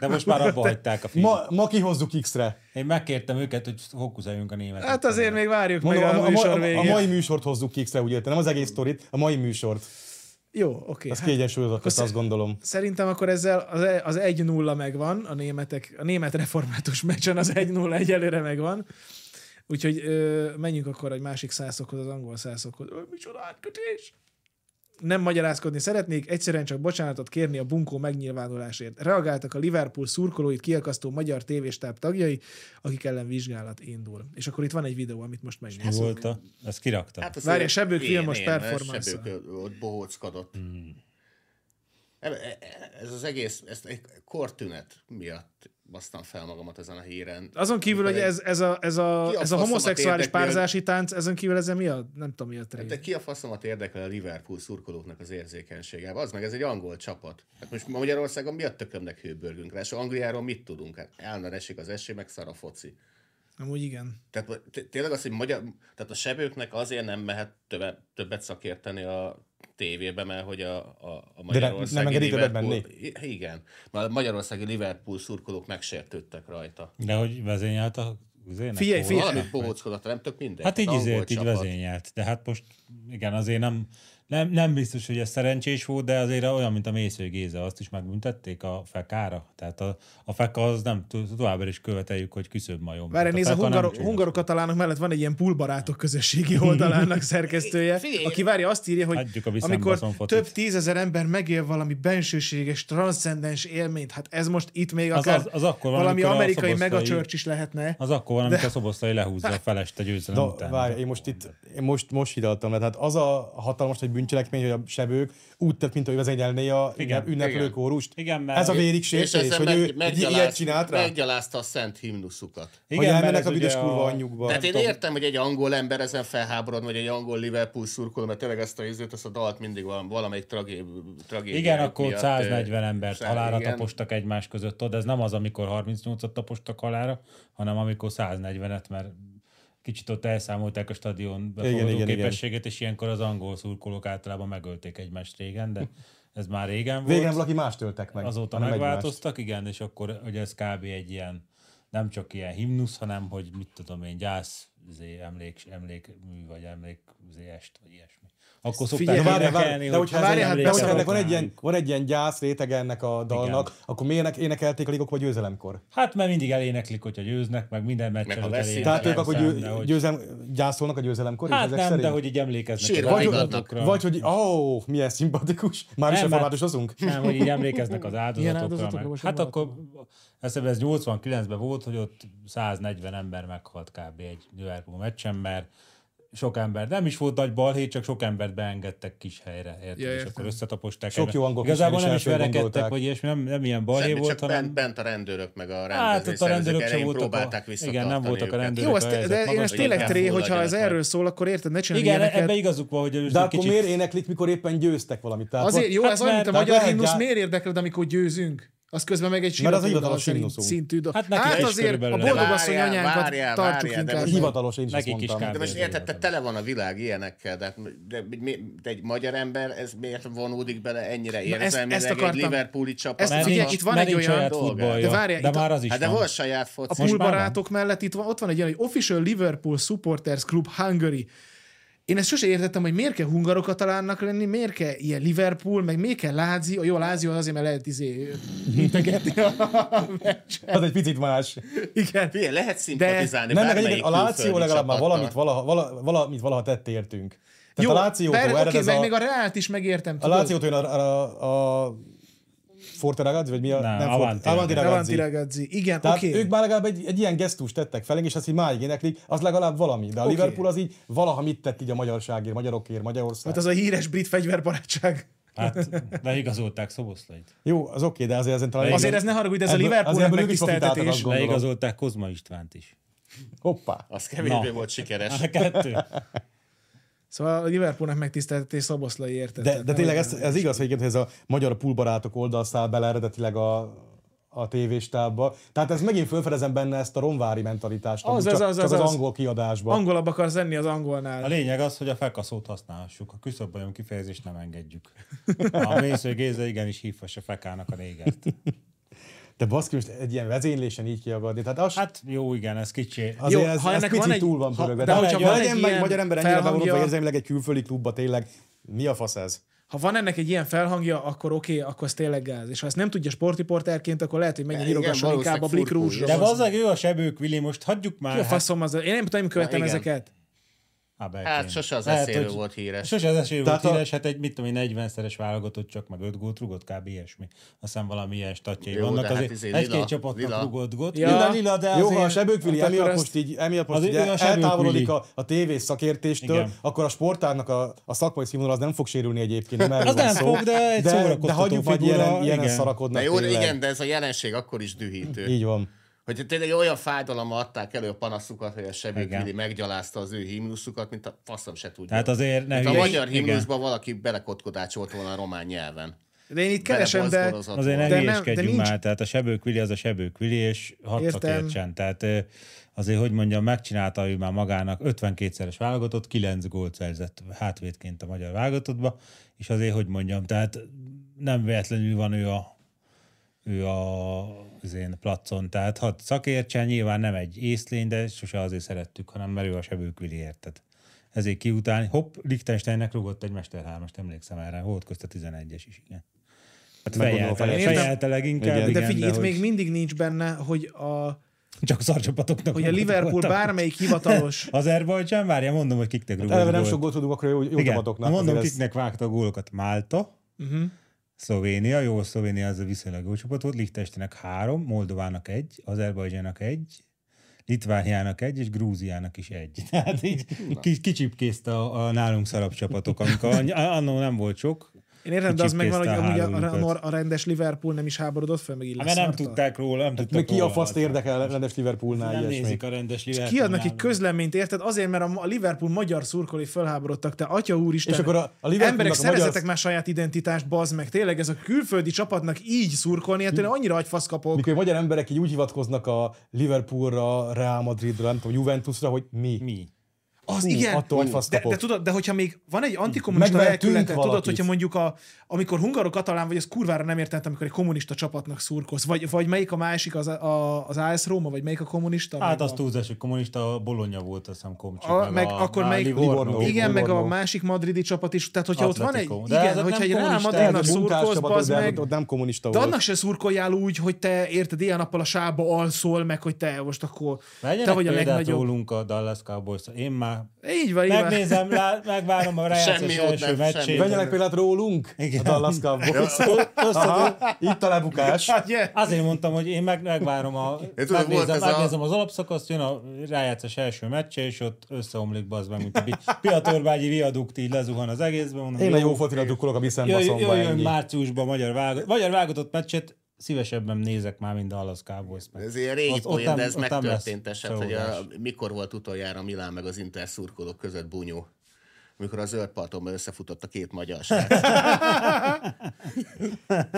[SPEAKER 3] De most már abba hagyták a filmet.
[SPEAKER 1] Ma, ma kihozzuk X-re.
[SPEAKER 3] Én megkértem őket, hogy fokuszáljunk a németekre.
[SPEAKER 2] Hát azért még várjuk
[SPEAKER 1] Mondom,
[SPEAKER 2] meg a,
[SPEAKER 1] a, a,
[SPEAKER 2] műsor
[SPEAKER 1] a, a,
[SPEAKER 2] végén.
[SPEAKER 1] mai műsort hozzuk ki X-re, úgy értem. Nem az egész sztorit, a mai műsort.
[SPEAKER 2] Jó, oké.
[SPEAKER 1] Ez
[SPEAKER 2] Hát
[SPEAKER 1] kiegyensúlyozott, azt gondolom.
[SPEAKER 2] szerintem akkor ezzel az, e- az 1-0 megvan, a, németek, a német református meccsen az 1-0 egyelőre megvan. Úgyhogy ö, menjünk akkor egy másik szászokhoz, az angol szászokhoz. Ö, micsoda átkötés! Nem magyarázkodni szeretnék, egyszerűen csak bocsánatot kérni a bunkó megnyilvánulásért. Reagáltak a Liverpool szurkolóit kiakasztó magyar tévéstáb tagjai, akik ellen vizsgálat indul. És akkor itt van egy videó, amit most
[SPEAKER 3] Mi
[SPEAKER 2] megnézünk.
[SPEAKER 3] volt a... Ezt kiraktam.
[SPEAKER 4] Hát az
[SPEAKER 2] Várj,
[SPEAKER 4] ő-
[SPEAKER 2] Sebők
[SPEAKER 4] én-
[SPEAKER 2] Vilmos
[SPEAKER 4] én,
[SPEAKER 2] performance-a.
[SPEAKER 4] Sebők ö, ott bohóckodott.
[SPEAKER 1] Hmm.
[SPEAKER 4] E- e- Ez az egész, ez egy kortünet miatt basztam fel magamat ezen a híren.
[SPEAKER 2] Azon kívül, hogy
[SPEAKER 4] Amikor
[SPEAKER 2] ez, ez, a, ez,
[SPEAKER 4] Ki
[SPEAKER 2] a,
[SPEAKER 4] a
[SPEAKER 2] ez a
[SPEAKER 4] faszomat
[SPEAKER 2] homoszexuális
[SPEAKER 4] érdekli, hogy-
[SPEAKER 2] párzási tánc, ezen kívül ezen mi a, nem tudom mi a trend.
[SPEAKER 4] egy- De Hát ki a faszomat érdekel a Liverpool szurkolóknak az érzékenysége? Az meg ez egy angol csapat. Hát most Magyarországon mi a tökömnek hőbörgünk rá, és Angliáról mit tudunk? Hát állandóan esik az esély, meg szar a foci.
[SPEAKER 2] Amúgy igen.
[SPEAKER 4] Tehát té- tényleg az, hogy magyar, tehát a sebőknek azért nem mehet többet, többet szakérteni a tévébe, mert hogy a, a, a Magyarországi
[SPEAKER 1] nem engedik többet
[SPEAKER 4] Liverpool- I- Igen, mert a Magyarországi Liverpool szurkolók megsértődtek rajta.
[SPEAKER 3] De hogy vezényelt a... Üzének,
[SPEAKER 2] Figyelj, figyelj.
[SPEAKER 4] Valami bohóckodott, nem tök mindegy.
[SPEAKER 3] Hát így
[SPEAKER 4] Az angol
[SPEAKER 3] izért, így
[SPEAKER 4] csapat.
[SPEAKER 3] vezényelt. De hát most, igen, azért nem, nem, nem biztos, hogy ez szerencsés volt, de azért olyan, mint a Mésző Géza, azt is megbüntették a fekára. Tehát a, a feka az nem, to- továbbra is követeljük, hogy küszöbb majom.
[SPEAKER 2] Várj,
[SPEAKER 3] Tehát
[SPEAKER 2] nézd, a
[SPEAKER 3] Hát feka nem
[SPEAKER 2] hungaro-
[SPEAKER 3] csinos.
[SPEAKER 2] hungarokatalánok mellett van egy ilyen pulbarátok közösségi
[SPEAKER 3] [LAUGHS]
[SPEAKER 2] oldalának szerkesztője,
[SPEAKER 4] Figyelj!
[SPEAKER 2] aki várja, azt írja, hogy
[SPEAKER 3] Hagyjuk a viszont
[SPEAKER 2] amikor
[SPEAKER 3] baszon focit.
[SPEAKER 2] több tízezer ember megél valami bensőséges, transzcendens élményt, hát ez most itt még
[SPEAKER 3] Az-
[SPEAKER 2] akár
[SPEAKER 3] az- az akkor van,
[SPEAKER 2] valami
[SPEAKER 3] amikor a
[SPEAKER 2] amerikai
[SPEAKER 3] szoboszlai-
[SPEAKER 2] megacsörcs is lehetne.
[SPEAKER 3] Az akkor van, amikor de... Szoboszlai lehúzza a feleste győzelem
[SPEAKER 1] De
[SPEAKER 3] után.
[SPEAKER 1] várj, én most itt, én most, most hidaltam le. Tehát az a hatalmas egy bűncselekmény, hogy a sebők úgy tett, mint hogy vezényelné a
[SPEAKER 3] Igen,
[SPEAKER 1] ünneplő
[SPEAKER 4] igen.
[SPEAKER 1] kórust.
[SPEAKER 3] Igen, mert-
[SPEAKER 1] Ez a vérig
[SPEAKER 4] És, és
[SPEAKER 1] sértés,
[SPEAKER 4] ezzel
[SPEAKER 1] hogy
[SPEAKER 4] meg,
[SPEAKER 1] ő egy
[SPEAKER 4] meggyaláz-
[SPEAKER 1] ilyet csinált rá.
[SPEAKER 4] meggyalázta a szent himnuszukat.
[SPEAKER 1] Hogy elmennek
[SPEAKER 3] ez
[SPEAKER 1] a büdös
[SPEAKER 3] ugye
[SPEAKER 1] kurva anyjukba.
[SPEAKER 4] Tehát én
[SPEAKER 1] nem tudom.
[SPEAKER 4] értem, hogy egy angol ember ezen felháborod, vagy egy angol Liverpool szurkoló, mert tényleg ezt a izőt, ezt a dalt mindig van, valamelyik tragé, tragédia.
[SPEAKER 3] Igen, akkor 140
[SPEAKER 4] embert
[SPEAKER 3] embert halára tapostak egymás között. Tudod, ez nem az, amikor 38-at tapostak halára, hanem amikor 140-et, mert kicsit ott elszámolták a stadion
[SPEAKER 1] Igen,
[SPEAKER 3] befogadó
[SPEAKER 1] igen, igen.
[SPEAKER 3] képességét, és ilyenkor az angol szurkolók általában megölték egymást
[SPEAKER 1] [LAUGHS]
[SPEAKER 3] régen, de ez már régen volt.
[SPEAKER 1] Végre valaki más töltek meg.
[SPEAKER 3] Azóta
[SPEAKER 1] hanem egymást.
[SPEAKER 3] megváltoztak, igen, és akkor ugye ez kb. egy ilyen, nem csak ilyen himnusz, hanem hogy mit tudom én, gyász zé, emlék, emlékmű, vagy emlék zé, est, vagy ilyesmi. Akkor
[SPEAKER 2] figyelj,
[SPEAKER 3] szokták
[SPEAKER 1] De, várjál, várjál, de
[SPEAKER 3] énekelni, hogy
[SPEAKER 1] hogyha
[SPEAKER 3] az
[SPEAKER 1] ez
[SPEAKER 2] várjál,
[SPEAKER 1] egy-
[SPEAKER 2] hát
[SPEAKER 1] de hogyha
[SPEAKER 3] emlékszem,
[SPEAKER 1] ennek van egy, ilyen,
[SPEAKER 3] utánunk.
[SPEAKER 1] van egy ilyen gyász rétege ennek a dalnak, akkor miért ének, énekelték a ligok vagy győzelemkor?
[SPEAKER 3] Hát mert mindig eléneklik, hogyha győznek, meg minden meccsen
[SPEAKER 4] ha
[SPEAKER 3] ott
[SPEAKER 4] veszít,
[SPEAKER 3] elénekelnek,
[SPEAKER 1] Tehát ők akkor
[SPEAKER 3] de
[SPEAKER 1] győ,
[SPEAKER 3] hogy-
[SPEAKER 1] győzelem, gyászolnak a győzelemkor is
[SPEAKER 3] Hát
[SPEAKER 1] ezek
[SPEAKER 3] nem,
[SPEAKER 1] szerint?
[SPEAKER 3] de hogy így emlékeznek.
[SPEAKER 4] Sírva
[SPEAKER 3] a
[SPEAKER 1] vagy,
[SPEAKER 4] hallgatnak.
[SPEAKER 3] áldozatokra.
[SPEAKER 1] Vagy hogy, ó, oh, milyen szimpatikus, már is
[SPEAKER 3] Nem, hát-
[SPEAKER 1] reformátusozunk.
[SPEAKER 3] Nem, hogy így
[SPEAKER 1] [LAUGHS]
[SPEAKER 3] emlékeznek az áldozatokra.
[SPEAKER 2] áldozatokra
[SPEAKER 3] Meg.
[SPEAKER 2] most
[SPEAKER 3] Hát
[SPEAKER 2] nem
[SPEAKER 3] akkor eszembe ez 89-ben volt, hogy ott 140 ember meghalt kb. egy Liverpool meccsen, mert sok ember, nem is volt nagy balhé, csak sok embert beengedtek kis helyre, érted?
[SPEAKER 2] Ja,
[SPEAKER 3] és
[SPEAKER 2] értem.
[SPEAKER 3] akkor összetaposták.
[SPEAKER 1] Sok jó angol
[SPEAKER 3] Igazából
[SPEAKER 1] kislány
[SPEAKER 3] nem
[SPEAKER 1] is
[SPEAKER 3] is
[SPEAKER 1] elfölgondolták.
[SPEAKER 3] verekedtek, vagy ilyesmi, nem, nem ilyen balhé
[SPEAKER 4] Semmi,
[SPEAKER 3] volt,
[SPEAKER 4] csak bent,
[SPEAKER 3] hanem...
[SPEAKER 4] bent a rendőrök, meg a
[SPEAKER 3] Hát
[SPEAKER 4] rendőrök.
[SPEAKER 3] ott a rendőrök sem voltak.
[SPEAKER 4] próbálták
[SPEAKER 3] A...
[SPEAKER 4] visszatartani
[SPEAKER 3] Igen, nem voltak a
[SPEAKER 4] őket.
[SPEAKER 3] rendőrök.
[SPEAKER 2] Jó,
[SPEAKER 3] a
[SPEAKER 2] azt,
[SPEAKER 3] helyzet
[SPEAKER 2] de én
[SPEAKER 3] magas
[SPEAKER 2] ezt
[SPEAKER 4] vagy
[SPEAKER 2] tényleg
[SPEAKER 4] inkább
[SPEAKER 2] tré,
[SPEAKER 4] hol
[SPEAKER 2] hogyha ez
[SPEAKER 4] legyenek
[SPEAKER 2] erről szól, akkor érted, ne csinálj
[SPEAKER 3] Igen,
[SPEAKER 2] ilyeneket.
[SPEAKER 3] ebben igazuk van, hogy
[SPEAKER 1] De
[SPEAKER 3] egy
[SPEAKER 1] akkor
[SPEAKER 3] kicsit
[SPEAKER 1] miért éneklik, mikor éppen győztek valamit? Tehát
[SPEAKER 2] Azért jó,
[SPEAKER 3] Hát
[SPEAKER 2] ez olyan, mint a
[SPEAKER 3] mert-
[SPEAKER 2] magyar
[SPEAKER 1] hát
[SPEAKER 2] himnusz,
[SPEAKER 1] lehet,
[SPEAKER 2] miért érdekled, amikor győzünk? Az közben meg egy
[SPEAKER 1] Mert az
[SPEAKER 2] sírató
[SPEAKER 1] hivatalos
[SPEAKER 2] dal szerint
[SPEAKER 1] himnuszunk.
[SPEAKER 2] szintű. dal.
[SPEAKER 3] Hát
[SPEAKER 2] Hát,
[SPEAKER 3] neki is
[SPEAKER 2] azért a
[SPEAKER 3] körülbelül
[SPEAKER 2] boldog
[SPEAKER 4] ez.
[SPEAKER 2] asszony
[SPEAKER 4] Várjál,
[SPEAKER 2] anyánkat
[SPEAKER 4] várjál,
[SPEAKER 2] tartsuk
[SPEAKER 4] várjál, de
[SPEAKER 2] inkább.
[SPEAKER 4] most-
[SPEAKER 2] meg.
[SPEAKER 1] Hivatalos, én is ezt
[SPEAKER 3] Nekik is
[SPEAKER 1] mondtam.
[SPEAKER 4] De most
[SPEAKER 3] Rendőrök
[SPEAKER 4] érted, te
[SPEAKER 3] voltak.
[SPEAKER 4] tele van a világ ilyenekkel, de, hát de, mi- mi- de egy magyar ember, ez miért vonódik bele ennyire
[SPEAKER 2] ezt
[SPEAKER 4] érzelmileg egy
[SPEAKER 2] akartam.
[SPEAKER 4] Liverpooli csapat?
[SPEAKER 2] Ezt
[SPEAKER 3] Mert
[SPEAKER 2] figyelj,
[SPEAKER 3] nincs-
[SPEAKER 2] itt van
[SPEAKER 3] mert
[SPEAKER 2] egy
[SPEAKER 3] nincs
[SPEAKER 2] olyan
[SPEAKER 3] saját
[SPEAKER 4] dolga.
[SPEAKER 3] futballja.
[SPEAKER 2] De várjál,
[SPEAKER 3] de
[SPEAKER 2] itt a-
[SPEAKER 3] már az is
[SPEAKER 4] Hát de
[SPEAKER 3] van.
[SPEAKER 4] hol saját
[SPEAKER 2] A
[SPEAKER 4] foci?
[SPEAKER 3] Most már
[SPEAKER 2] poolbarátok mellett itt van, ott van egy olyan, hogy Official Liverpool Supporters Club Hungary. Én ezt sose értettem, hogy miért kell hungarokatalánnak lenni, miért kell ilyen Liverpool, meg miért kell Lázi, a jó Lázi az azért, mert lehet izé integetni a meccset.
[SPEAKER 1] Az egy picit más.
[SPEAKER 2] Igen.
[SPEAKER 4] Figyelj, lehet szimpatizálni
[SPEAKER 1] Nem, meg
[SPEAKER 4] bármelyik
[SPEAKER 1] egyébként a Láció
[SPEAKER 4] külföldi
[SPEAKER 1] legalább már
[SPEAKER 4] csapattal.
[SPEAKER 1] valamit valaha, vala, valamit valaha tett értünk. Tehát
[SPEAKER 2] Jó,
[SPEAKER 1] a Lációtól
[SPEAKER 2] per-
[SPEAKER 1] ered
[SPEAKER 2] Oké,
[SPEAKER 1] ez
[SPEAKER 2] meg
[SPEAKER 1] a,
[SPEAKER 2] még a Reált is megértem.
[SPEAKER 1] a
[SPEAKER 2] tudod?
[SPEAKER 1] Lációtól jön a, a, a Forte Ragazzi, vagy mi a...
[SPEAKER 3] Nem,
[SPEAKER 1] Forte-
[SPEAKER 3] Avanti
[SPEAKER 1] Avanti
[SPEAKER 2] Avanti
[SPEAKER 1] Ragazzi.
[SPEAKER 2] Ragazzi. Igen,
[SPEAKER 1] Tehát
[SPEAKER 2] oké.
[SPEAKER 1] ők már legalább egy, egy ilyen gesztust tettek felénk, és azt így máig éneklik, az legalább valami. De a
[SPEAKER 2] Oké.
[SPEAKER 1] Liverpool az így valaha mit tett így a magyarságért, magyarokért, Magyarország.
[SPEAKER 2] Hát az a híres brit fegyverbarátság.
[SPEAKER 3] Hát, leigazolták Szoboszlait.
[SPEAKER 1] Jó, az oké, de azért, azért talán...
[SPEAKER 2] Azért ez ne haragudj, de ez a
[SPEAKER 1] Ebből- azért
[SPEAKER 2] Liverpoolnak
[SPEAKER 1] ebből ők is
[SPEAKER 2] megtiszteltetés.
[SPEAKER 1] profitáltak, azt gondolom.
[SPEAKER 3] Leigazolták Kozma Istvánt is.
[SPEAKER 1] Hoppá.
[SPEAKER 4] Az kevésbé
[SPEAKER 3] Na.
[SPEAKER 4] volt sikeres.
[SPEAKER 3] Hát a kettő.
[SPEAKER 2] Szóval a Liverpoolnak megtiszteltetés Szoboszlai érted.
[SPEAKER 1] De,
[SPEAKER 2] Tehát
[SPEAKER 1] de
[SPEAKER 2] nem
[SPEAKER 1] tényleg
[SPEAKER 2] olyan-
[SPEAKER 1] ez, ez igaz, hogy ez a magyar pulbarátok oldalszál bele eredetileg a, a tévéstábba. Tehát ez megint fölfedezem benne ezt a romvári mentalitást, az,
[SPEAKER 2] Az, az,
[SPEAKER 1] csak, az,
[SPEAKER 2] az,
[SPEAKER 1] csak
[SPEAKER 2] az,
[SPEAKER 1] az,
[SPEAKER 2] az.
[SPEAKER 1] angol kiadásban. Angol.
[SPEAKER 2] Angolabb akarsz lenni az
[SPEAKER 3] A
[SPEAKER 2] angolnál.
[SPEAKER 3] lényeg az, hogy a fekaszót használhassuk. A küszöbbajom kifejezést nem engedjük. A Mésző Géza igenis hívhass a fekának a négert.
[SPEAKER 1] De baszki, most egy ilyen vezénylésen így kiagadni. Tehát az, hát,
[SPEAKER 3] Hát jó, igen, ez kicsi.
[SPEAKER 1] azért
[SPEAKER 2] jó,
[SPEAKER 1] jó, ez,
[SPEAKER 2] ha
[SPEAKER 1] ha ez
[SPEAKER 2] ennek
[SPEAKER 1] picit
[SPEAKER 2] van egy-
[SPEAKER 1] túl van
[SPEAKER 2] ha-
[SPEAKER 1] pörögve.
[SPEAKER 2] de
[SPEAKER 1] De,
[SPEAKER 2] hogyha
[SPEAKER 1] hogyha
[SPEAKER 2] van egy
[SPEAKER 1] legyen meg
[SPEAKER 2] ilyen
[SPEAKER 1] magyar ember ennyire
[SPEAKER 2] felhangja-
[SPEAKER 1] bevalott, vagy érzelmileg egy külföldi klubba tényleg, mi a fasz ez?
[SPEAKER 2] Ha van ennek egy ilyen felhangja, akkor oké, okay, akkor ez tényleg gáz. És ha ezt nem tudja sportiporterként, akkor lehet, hogy menjen
[SPEAKER 4] Igen,
[SPEAKER 2] írogasson
[SPEAKER 4] valószínűleg
[SPEAKER 2] inkább a Blik
[SPEAKER 4] furkul is.
[SPEAKER 2] Rouge-ra.
[SPEAKER 3] De
[SPEAKER 2] Ki
[SPEAKER 3] bazzag, ő a sebők, Vili, most hagyjuk már. hát-
[SPEAKER 2] a faszom az? Én nem tudom, követem
[SPEAKER 4] Na, igen.
[SPEAKER 2] ezeket.
[SPEAKER 3] Á, belkén.
[SPEAKER 4] Hát sose az
[SPEAKER 3] Lehet,
[SPEAKER 4] eszéről
[SPEAKER 3] hogy-
[SPEAKER 4] volt híres.
[SPEAKER 3] Sose az esélye volt
[SPEAKER 1] Tehát a-
[SPEAKER 3] híres, hát egy, mit tudom én, 40-szeres válogatott csak meg 5 gólt rugott, kb. ilyesmi. Aztán valami ilyen statjai
[SPEAKER 4] Jó,
[SPEAKER 3] vannak,
[SPEAKER 4] de hát
[SPEAKER 3] azért
[SPEAKER 4] izé
[SPEAKER 3] egy-két
[SPEAKER 4] lila-
[SPEAKER 3] csapatnak
[SPEAKER 4] lila.
[SPEAKER 3] rugott gólt.
[SPEAKER 2] Ja.
[SPEAKER 3] Lila, lila, de
[SPEAKER 1] Jó,
[SPEAKER 3] azért-
[SPEAKER 1] ha a sebőkvili
[SPEAKER 2] Hát akkor
[SPEAKER 1] emiatt
[SPEAKER 2] ezt-
[SPEAKER 1] most így, emiatt most
[SPEAKER 3] Az
[SPEAKER 1] így
[SPEAKER 3] ő a
[SPEAKER 1] el-
[SPEAKER 3] sebőkvili.
[SPEAKER 1] eltávolodik a, a tévés szakértéstől,
[SPEAKER 3] Igen.
[SPEAKER 1] akkor a sportágnak a, a szakmai színvonal az nem fog sérülni egyébként. Nem erről
[SPEAKER 3] Az
[SPEAKER 1] van
[SPEAKER 3] nem
[SPEAKER 1] szó.
[SPEAKER 3] fog, de egy
[SPEAKER 1] de,
[SPEAKER 3] szórakoztató
[SPEAKER 1] de hagyjuk, hogy
[SPEAKER 3] fagura,
[SPEAKER 1] ilyen, ilyen
[SPEAKER 3] igen.
[SPEAKER 4] Na
[SPEAKER 1] szarakodnak
[SPEAKER 4] jó, de
[SPEAKER 1] tényleg.
[SPEAKER 4] igen, de ez a jelenség akkor is dühítő.
[SPEAKER 1] Így van.
[SPEAKER 4] Hogy tényleg olyan fájdalommal adták elő a panaszukat, hogy a
[SPEAKER 3] Igen.
[SPEAKER 4] sebékvili meggyalázta az ő himnuszukat, mint a faszom se tudja.
[SPEAKER 3] Tehát azért ne
[SPEAKER 4] mint Hát a
[SPEAKER 3] hülyes-
[SPEAKER 4] magyar
[SPEAKER 3] igen.
[SPEAKER 4] himnuszban valaki belekotkodácsolt volna a román nyelven.
[SPEAKER 2] De én itt keresem, de
[SPEAKER 4] Belebozgorozott
[SPEAKER 3] Azért
[SPEAKER 4] volna.
[SPEAKER 3] ne
[SPEAKER 2] De nem- de
[SPEAKER 3] hülyeskedjünk
[SPEAKER 2] nincs-
[SPEAKER 3] már, tehát a sebőkvili az a sebőkvili, és hattak
[SPEAKER 2] Értem.
[SPEAKER 3] értsen. Tehát ö, azért, hogy mondjam, megcsinálta ő már magának 52-szeres válogatott, 9 gólt szerzett hátvétként a magyar válogatottba, és azért, hogy mondjam, tehát nem véletlenül van ő a ő a az én placon, tehát hat szakértsen, nyilván nem egy észlény, de sose azért szerettük, hanem mert ő a sebőkvili érted. Ezért kiutálni, hopp, Liechtensteinnek rúgott egy mesterhármast, emlékszem erre, volt közt a 11-es is, igen. Hát
[SPEAKER 1] Meggondolva
[SPEAKER 3] fejelte,
[SPEAKER 1] fejlesztés.
[SPEAKER 3] fejelte leginkább,
[SPEAKER 1] Igen.
[SPEAKER 3] igen.
[SPEAKER 2] de figyelj, itt
[SPEAKER 3] hogy
[SPEAKER 2] még mindig nincs benne, hogy a,
[SPEAKER 3] Csak szarcsapatoknak.
[SPEAKER 2] hogy a Liverpool bármelyik hivatalos
[SPEAKER 3] Azerbajdzsán, várja, mondom, hogy kiknek rúgott
[SPEAKER 1] Eleve Hát nem
[SPEAKER 3] gólt.
[SPEAKER 1] sok gólt tudunk, akkor jó, jó
[SPEAKER 3] Igen.
[SPEAKER 1] csapatoknak.
[SPEAKER 3] Mondom,
[SPEAKER 1] azért ez-
[SPEAKER 3] kiknek vágta a gólokat. Málta,
[SPEAKER 2] uh-huh.
[SPEAKER 3] Szlovénia, jó, Szlovénia az a viszonylag jó csapat volt, Liechtensteinnek három, Moldovának egy, Azerbajdzsának egy, Litvániának egy, és Grúziának is egy. [LAUGHS] Tehát így ki- kicsipkészte a, a nálunk szarabb csapatok, amikor annyi- annó nem volt sok.
[SPEAKER 2] Én értem, de az megvan, hogy
[SPEAKER 3] Kicsipkézte a
[SPEAKER 2] amúgy a, a,
[SPEAKER 3] hálójukat.
[SPEAKER 2] a, rendes Liverpool nem is háborodott fel, meg így
[SPEAKER 3] Hát, mert nem
[SPEAKER 2] leszarta.
[SPEAKER 3] tudták róla, nem tudtak
[SPEAKER 1] Meg ki a
[SPEAKER 3] róla.
[SPEAKER 1] faszt érdekel rendes Liverpoolnál
[SPEAKER 3] Nem
[SPEAKER 1] ilyesmi.
[SPEAKER 3] nézik a rendes Liverpool.
[SPEAKER 2] Kiadnak egy közleményt, érted? Azért, mert a a Liverpool magyar szurkolói fölháborodtak, te atya úristen.
[SPEAKER 1] És akkor a- a Liverpoolnak
[SPEAKER 2] emberek
[SPEAKER 1] a
[SPEAKER 2] szerezzetek
[SPEAKER 1] magyar-
[SPEAKER 2] már saját identitást, bazd meg. Tényleg ez a külföldi csapatnak így szurkolni, hát én annyira agyfasz kapok.
[SPEAKER 1] Mikor a magyar emberek így úgy hivatkoznak a Liverpoolra, Real Madridra, nem tudom, Juventusra, hogy mi.
[SPEAKER 3] Mi?
[SPEAKER 2] Az Az
[SPEAKER 1] Hú,
[SPEAKER 2] igen,
[SPEAKER 1] attól vagy fasz
[SPEAKER 2] de, de,
[SPEAKER 1] kapok.
[SPEAKER 2] tudod, de hogyha még van egy antikommunista
[SPEAKER 1] Megvertünk
[SPEAKER 2] lelkülete, tudod,
[SPEAKER 1] valakit.
[SPEAKER 2] hogyha mondjuk a, amikor hungarok katalán vagy, az kurvára nem értett, amikor egy kommunista csapatnak szurkolsz, vagy, vagy melyik a másik, az, a, az AS Róma, vagy melyik a kommunista?
[SPEAKER 3] Hát
[SPEAKER 2] meg
[SPEAKER 3] az
[SPEAKER 2] a-
[SPEAKER 3] túlzás, hogy kommunista Bologna volt, azt hiszem Komcsik.
[SPEAKER 2] a, meg akkor melyik,
[SPEAKER 1] Livorno.
[SPEAKER 2] igen, meg a
[SPEAKER 1] Livorno.
[SPEAKER 2] másik madridi csapat is, tehát hogyha ott
[SPEAKER 3] Atletico.
[SPEAKER 2] van egy,
[SPEAKER 3] De
[SPEAKER 2] igen,
[SPEAKER 3] ezek
[SPEAKER 2] hogyha
[SPEAKER 3] nem
[SPEAKER 2] egy Real
[SPEAKER 3] kommunisták,
[SPEAKER 1] Ez
[SPEAKER 2] Madridnak
[SPEAKER 1] a munkás
[SPEAKER 2] szurkolsz,
[SPEAKER 1] csapat,
[SPEAKER 2] bazd
[SPEAKER 1] de hát
[SPEAKER 2] meg,
[SPEAKER 1] ott- ott nem kommunista
[SPEAKER 2] de
[SPEAKER 1] volt.
[SPEAKER 2] annak se szurkoljál úgy, hogy te érted, ilyen nappal a sába alszol, meg hogy te most akkor,
[SPEAKER 3] Legyenek
[SPEAKER 2] te vagy a legnagyobb.
[SPEAKER 3] rólunk a Dallas cowboys Én már
[SPEAKER 2] Így van, így van. [LAUGHS]
[SPEAKER 3] megnézem, lá, megvárom a
[SPEAKER 4] Semmi
[SPEAKER 3] rájátszás
[SPEAKER 4] ott
[SPEAKER 3] első
[SPEAKER 4] nem,
[SPEAKER 3] meccsét.
[SPEAKER 4] semmi.
[SPEAKER 1] Vegyenek példát rólunk,
[SPEAKER 3] Igen.
[SPEAKER 1] a Dallas Cowboys. Aha, Itt a lebukás.
[SPEAKER 2] Hát, Yeah.
[SPEAKER 3] Azért mondtam, hogy én meg, megvárom a,
[SPEAKER 4] tudod, volt
[SPEAKER 3] megnézem,
[SPEAKER 4] ez a-
[SPEAKER 3] megnézem az alapszakaszt, jön a rájátszás első meccse, és ott összeomlik bazd meg, mint a bi- piatorbágyi viadukt, így lezuhan az egészben. Mondom,
[SPEAKER 1] Én a jó fotira drukkolok a Viszent
[SPEAKER 3] jöjjön,
[SPEAKER 1] baszomba
[SPEAKER 3] jöjjön
[SPEAKER 1] ennyi.
[SPEAKER 3] márciusban magyar, válogat, magyar válogatott meccset, szívesebben nézek már, mint Dallas Cowboys.
[SPEAKER 4] Ez ilyen régi
[SPEAKER 3] Ott- ott
[SPEAKER 4] poén,
[SPEAKER 3] nem-
[SPEAKER 4] de ez
[SPEAKER 3] ott nem
[SPEAKER 4] megtörtént
[SPEAKER 3] lesz
[SPEAKER 4] eset, hogy a,
[SPEAKER 3] szorulás.
[SPEAKER 4] mikor volt utoljára Milán meg az Inter szurkolók között bunyó. Mikor a zöld parton már összefutott a két magyar srác.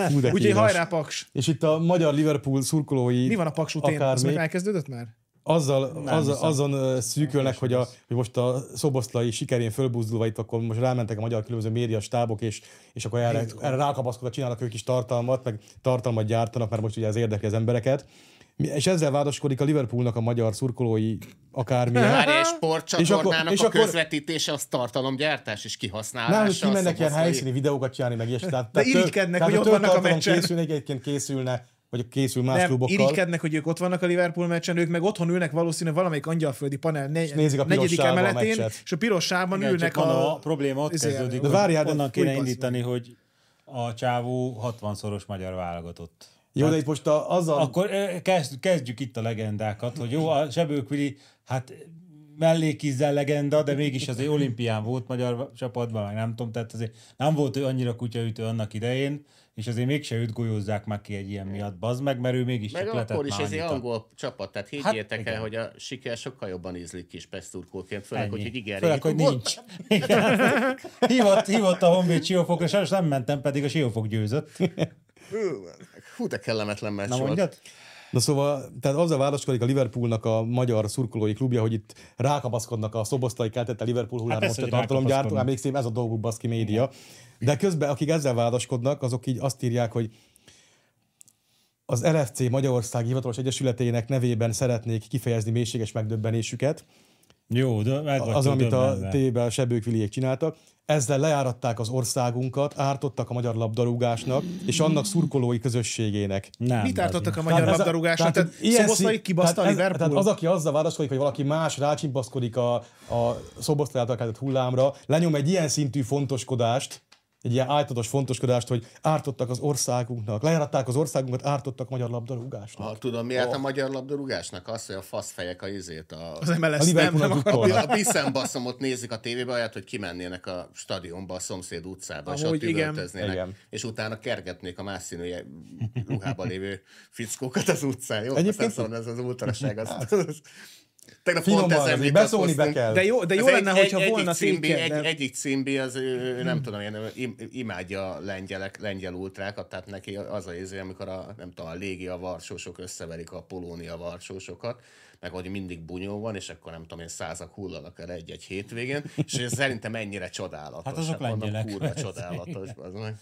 [SPEAKER 1] Hú, de
[SPEAKER 2] Úgyhogy
[SPEAKER 1] kínos.
[SPEAKER 2] hajrá Paks!
[SPEAKER 1] És itt a magyar Liverpool szurkolói
[SPEAKER 2] Mi van a Paks utén?
[SPEAKER 1] akármi,
[SPEAKER 2] Az meg elkezdődött már?
[SPEAKER 1] azzal,
[SPEAKER 3] Nem
[SPEAKER 1] azzal,
[SPEAKER 3] hiszem.
[SPEAKER 1] azon ö, szűkölnek, hogy, a, hogy most a szoboszlai sikerén fölbuzdulva itt akkor most rámentek a magyar különböző média stábok, és, és akkor erre, erre rákapaszkodva csinálnak ők is tartalmat, meg tartalmat gyártanak, mert most ugye ez érdekli az embereket. Mi- És ezzel vádaskodik a Liverpoolnak a magyar szurkolói akármi.
[SPEAKER 4] Várj, és
[SPEAKER 1] És akkor-
[SPEAKER 4] sportcsatornának
[SPEAKER 1] és
[SPEAKER 4] a
[SPEAKER 1] akkor-
[SPEAKER 4] közvetítése az tartalomgyártás és
[SPEAKER 1] Nem,
[SPEAKER 4] kihasználása. szóval
[SPEAKER 1] hogy kimennek ilyen
[SPEAKER 4] szoboszlai-
[SPEAKER 1] helyszíni videókat csinálni, meg ilyesmi. Tehát,
[SPEAKER 2] De
[SPEAKER 1] tehát több-
[SPEAKER 2] irigykednek,
[SPEAKER 1] tehát
[SPEAKER 2] hogy
[SPEAKER 1] ha
[SPEAKER 2] ott
[SPEAKER 1] több
[SPEAKER 2] vannak a
[SPEAKER 1] tartalom
[SPEAKER 2] meccsen.
[SPEAKER 1] Készülne, egyébként készülne, vagy készül más
[SPEAKER 2] Nem,
[SPEAKER 1] klubokkal.
[SPEAKER 2] irigykednek, hogy ők ott vannak a Liverpool meccsen, ők meg otthon ülnek valószínűleg valamelyik angyalföldi panel negy,
[SPEAKER 1] nézik a piros
[SPEAKER 2] negyedik
[SPEAKER 1] sávban a
[SPEAKER 2] emeletén,
[SPEAKER 1] meccset.
[SPEAKER 2] és a piros sávban
[SPEAKER 3] Igen,
[SPEAKER 2] ülnek
[SPEAKER 3] csak a,
[SPEAKER 2] a...
[SPEAKER 3] a probléma ott
[SPEAKER 2] izé-
[SPEAKER 3] kezdődik,
[SPEAKER 2] De
[SPEAKER 3] hogy
[SPEAKER 1] várjál, de-
[SPEAKER 3] onnan kéne
[SPEAKER 2] Új passz.
[SPEAKER 3] indítani, hogy a csávó 60-szoros magyar válogatott.
[SPEAKER 1] Jó, de itt most a, azzal...
[SPEAKER 3] Akkor ö, kezd, kezdjük itt a legendákat, hogy jó, a Zsebőkvili, hát mellékízzel legenda, de mégis azért olimpián volt magyar csapatban, meg nem tudom, tehát azért nem volt ő annyira kutyaütő annak idején, és azért mégse őt golyózzák már ki egy ilyen miatt, bazd meg, mert ő mégis
[SPEAKER 4] Meg
[SPEAKER 3] csak letett
[SPEAKER 4] akkor is
[SPEAKER 3] már
[SPEAKER 4] ez egy
[SPEAKER 3] annyit a-
[SPEAKER 4] angol csapat, tehát higgyétek hát, el, hogy a siker sokkal jobban ízlik kis peszturkóként, főleg, hogy egy igen
[SPEAKER 3] Főleg, hogy
[SPEAKER 4] régi klubot.
[SPEAKER 3] nincs. Igen. hát, hívott, hívott a Honvéd Siófokra, sajnos nem mentem, pedig a Siófok győzött.
[SPEAKER 4] Hú, de kellemetlen meccs
[SPEAKER 3] Na
[SPEAKER 4] volt.
[SPEAKER 3] mondjad?
[SPEAKER 1] Na szóval, tehát azzal válaszkodik a Liverpoolnak a magyar szurkolói klubja, hogy itt rákapaszkodnak a szobosztai keltett a Liverpool hullámos
[SPEAKER 3] persze,
[SPEAKER 1] hát
[SPEAKER 3] hogy
[SPEAKER 1] tartalomgyártó,
[SPEAKER 3] rákapaszkodnak.
[SPEAKER 1] hát még szép ez a dolguk baszki média. De közben, akik ezzel vádaskodnak, azok így azt írják, hogy az LFC Magyarország Hivatalos Egyesületének nevében szeretnék kifejezni mélységes megdöbbenésüket,
[SPEAKER 3] Jó, de meg vagy
[SPEAKER 1] az, amit a
[SPEAKER 3] döbbenve.
[SPEAKER 1] tében sebőkviliek csináltak. Ezzel lejáratták az országunkat, ártottak a magyar labdarúgásnak és annak szurkolói közösségének.
[SPEAKER 3] Nem,
[SPEAKER 2] Mit ártottak a
[SPEAKER 3] bazd
[SPEAKER 2] magyar
[SPEAKER 1] ez a-
[SPEAKER 2] labdarúgásra? Tehát
[SPEAKER 1] ilyen
[SPEAKER 2] Szoboszlai
[SPEAKER 1] szín-
[SPEAKER 2] kibaszta a
[SPEAKER 1] tehát ez- Tehát az,
[SPEAKER 2] Liverpool.
[SPEAKER 1] aki azzal válaszkodik, hogy valaki más rácsimpaszkodik a, a szoboszlai által keltett hullámra, lenyom egy ilyen szintű fontoskodást, egy ilyen áltatos fontoskodást, hogy ártottak az országunknak, lejáratták az országunkat, ártottak a magyar labdarúgásnak.
[SPEAKER 4] Ha tudom, miért
[SPEAKER 1] Oh.
[SPEAKER 4] a magyar labdarúgásnak? Az, hogy a faszfejek a izét, a,
[SPEAKER 2] Az MLS
[SPEAKER 1] A
[SPEAKER 2] nem,
[SPEAKER 1] Liverpoolnak
[SPEAKER 2] nem akar.
[SPEAKER 1] drukkolnak.
[SPEAKER 4] a biszembaszomot nézik a tévébe, olyat, hogy kimennének a stadionba, a szomszéd utcába, és
[SPEAKER 2] Amúgy
[SPEAKER 4] ott
[SPEAKER 2] igen.
[SPEAKER 4] üvöltöznének,
[SPEAKER 1] Igen.
[SPEAKER 4] és utána kergetnék a más színű ilyen ruhában lévő fickókat az utcán. Jó,
[SPEAKER 1] Egyébként-
[SPEAKER 4] Egyébként... szóval ez az
[SPEAKER 1] [LAUGHS]
[SPEAKER 4] ultraság. Az, az, Tegnap
[SPEAKER 1] Finoman,
[SPEAKER 4] pont ezen
[SPEAKER 1] azért beszólni be
[SPEAKER 4] vitatkoztunk.
[SPEAKER 1] kell.
[SPEAKER 2] De jó, de jó
[SPEAKER 4] Ez
[SPEAKER 2] lenne, hogyha volna Hmm.
[SPEAKER 4] egyik címbi, egy,
[SPEAKER 2] tékednek.
[SPEAKER 4] egyik címbi, az ő, ő nem tudom, én ő im, imádja a lengyelek, lengyel ultrákat, tehát neki az a érzé, amikor a, nem tudom, a légia varsósok összeverik a polónia varsósokat, meg hogy mindig bunyó van, és akkor nem tudom én százak hullanak el egy-egy hétvégén, és ez szerintem ennyire csodálatos.
[SPEAKER 3] Hát azok
[SPEAKER 4] mondom,
[SPEAKER 3] lengyelek.
[SPEAKER 4] Kurva csodálatos. Az meg.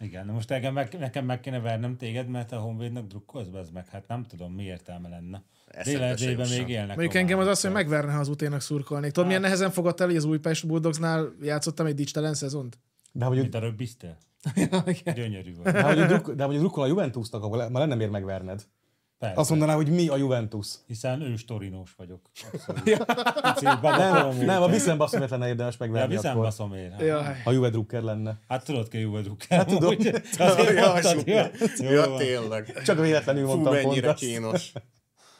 [SPEAKER 3] Igen, na most nekem meg, nekem meg kéne vernem téged, mert a Honvédnak drukkolsz, bazd meg. Hát nem tudom, mi értelme lenne.
[SPEAKER 4] Eszembe se
[SPEAKER 3] Dél-Erdélyben
[SPEAKER 4] jut
[SPEAKER 3] még
[SPEAKER 4] sem.
[SPEAKER 3] élnek.
[SPEAKER 2] Mondjuk
[SPEAKER 3] románok,
[SPEAKER 2] engem az az, hogy
[SPEAKER 3] tehát-
[SPEAKER 2] megverne, ha az uténak szurkolnék. Tudod, milyen nehezen fogadta el, hogy az Újpest Bulldogsnál játszottam egy dicstelen szezont?
[SPEAKER 1] De hogy
[SPEAKER 3] Mint a rögbizte? Gyönyörű vagy.
[SPEAKER 1] de hogy druk- de hogy drukkol a Juventusnak, akkor le- már lenne miért megverned.
[SPEAKER 3] Persze.
[SPEAKER 1] Azt mondaná, hogy mi a Juventus.
[SPEAKER 3] Hiszen ős torinós vagyok. Abszolút. Picit
[SPEAKER 1] Nem,
[SPEAKER 3] babakoromú.
[SPEAKER 1] nem a Viszent Basszomért lenne érdemes
[SPEAKER 3] Ja,
[SPEAKER 1] megverni
[SPEAKER 3] viszem
[SPEAKER 1] akkor.
[SPEAKER 3] baszom én.
[SPEAKER 2] Jaj.
[SPEAKER 1] Ha Juve Drucker lenne.
[SPEAKER 3] Hát tudod, ki jó vagyok. Hát
[SPEAKER 1] tudom.
[SPEAKER 3] Azért
[SPEAKER 4] [LAUGHS] Ja,
[SPEAKER 3] mondtad,
[SPEAKER 4] ja,
[SPEAKER 3] ja.
[SPEAKER 4] ja, tényleg.
[SPEAKER 1] Csak véletlenül
[SPEAKER 4] Fú,
[SPEAKER 1] mondtam pont
[SPEAKER 4] mennyire
[SPEAKER 1] azt.
[SPEAKER 4] kínos.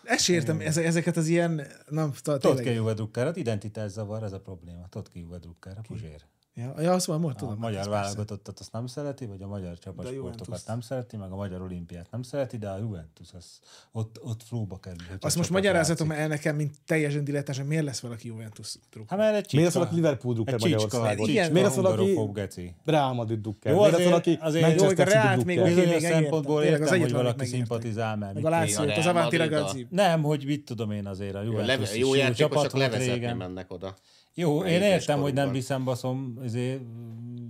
[SPEAKER 2] Ezt értem, ezeket az ilyen... Nem, t-
[SPEAKER 3] Tudod, ki
[SPEAKER 2] tényleg.
[SPEAKER 3] jó drukkárat, hát identitás zavar, ez a probléma. Tudod, ki jó drukkárat, Puzsér.
[SPEAKER 2] Ja, ja, azt mondom, most
[SPEAKER 3] A
[SPEAKER 2] tudom.
[SPEAKER 3] magyar válogatottat azt nem szereti, vagy a magyar csapatsportokat nem szereti, meg a magyar olimpiát nem szereti, de a Juventus az ott, ott flóba kerül. hogy a
[SPEAKER 2] Azt most
[SPEAKER 3] csapat
[SPEAKER 2] magyarázhatom
[SPEAKER 3] játszik.
[SPEAKER 2] el nekem, mint teljesen dilettásan, miért lesz valaki Juventus druk?
[SPEAKER 3] Hát mert egy
[SPEAKER 1] Miért
[SPEAKER 3] csicska.
[SPEAKER 1] szól, aki Liverpool drukker
[SPEAKER 3] Egy csicska, egy
[SPEAKER 1] Magyarországon?
[SPEAKER 2] Igen.
[SPEAKER 3] csicska
[SPEAKER 1] Miért szól, aki
[SPEAKER 3] hungarofób geci.
[SPEAKER 1] Real Madrid drukker?
[SPEAKER 3] Jó,
[SPEAKER 1] Miért
[SPEAKER 3] azért-
[SPEAKER 1] szól, aki
[SPEAKER 3] azért- jó,
[SPEAKER 1] Manchester
[SPEAKER 2] hogy a Reált
[SPEAKER 1] City
[SPEAKER 2] még
[SPEAKER 1] drukker?
[SPEAKER 2] oké.
[SPEAKER 3] Bizonyos
[SPEAKER 2] megértem.
[SPEAKER 3] szempontból
[SPEAKER 2] Tényleg, az
[SPEAKER 3] értem, hogy
[SPEAKER 2] egyet valamit
[SPEAKER 3] valaki
[SPEAKER 2] megértem.
[SPEAKER 3] szimpatizál, mert
[SPEAKER 2] Meg a
[SPEAKER 3] mit
[SPEAKER 2] Lációt,
[SPEAKER 4] Real
[SPEAKER 2] az Avanti
[SPEAKER 4] Madrid-a.
[SPEAKER 2] Ragazzi.
[SPEAKER 3] Nem, hogy mit tudom én azért a
[SPEAKER 4] Leve,
[SPEAKER 3] Juventus is
[SPEAKER 4] jó játékosok
[SPEAKER 3] csapat volt
[SPEAKER 4] levezetni
[SPEAKER 3] régen.
[SPEAKER 4] mennek oda.
[SPEAKER 3] Jó, én
[SPEAKER 4] Négyes
[SPEAKER 3] értem, hogy nem
[SPEAKER 4] korunkban.
[SPEAKER 3] viszem baszom ezért, mm,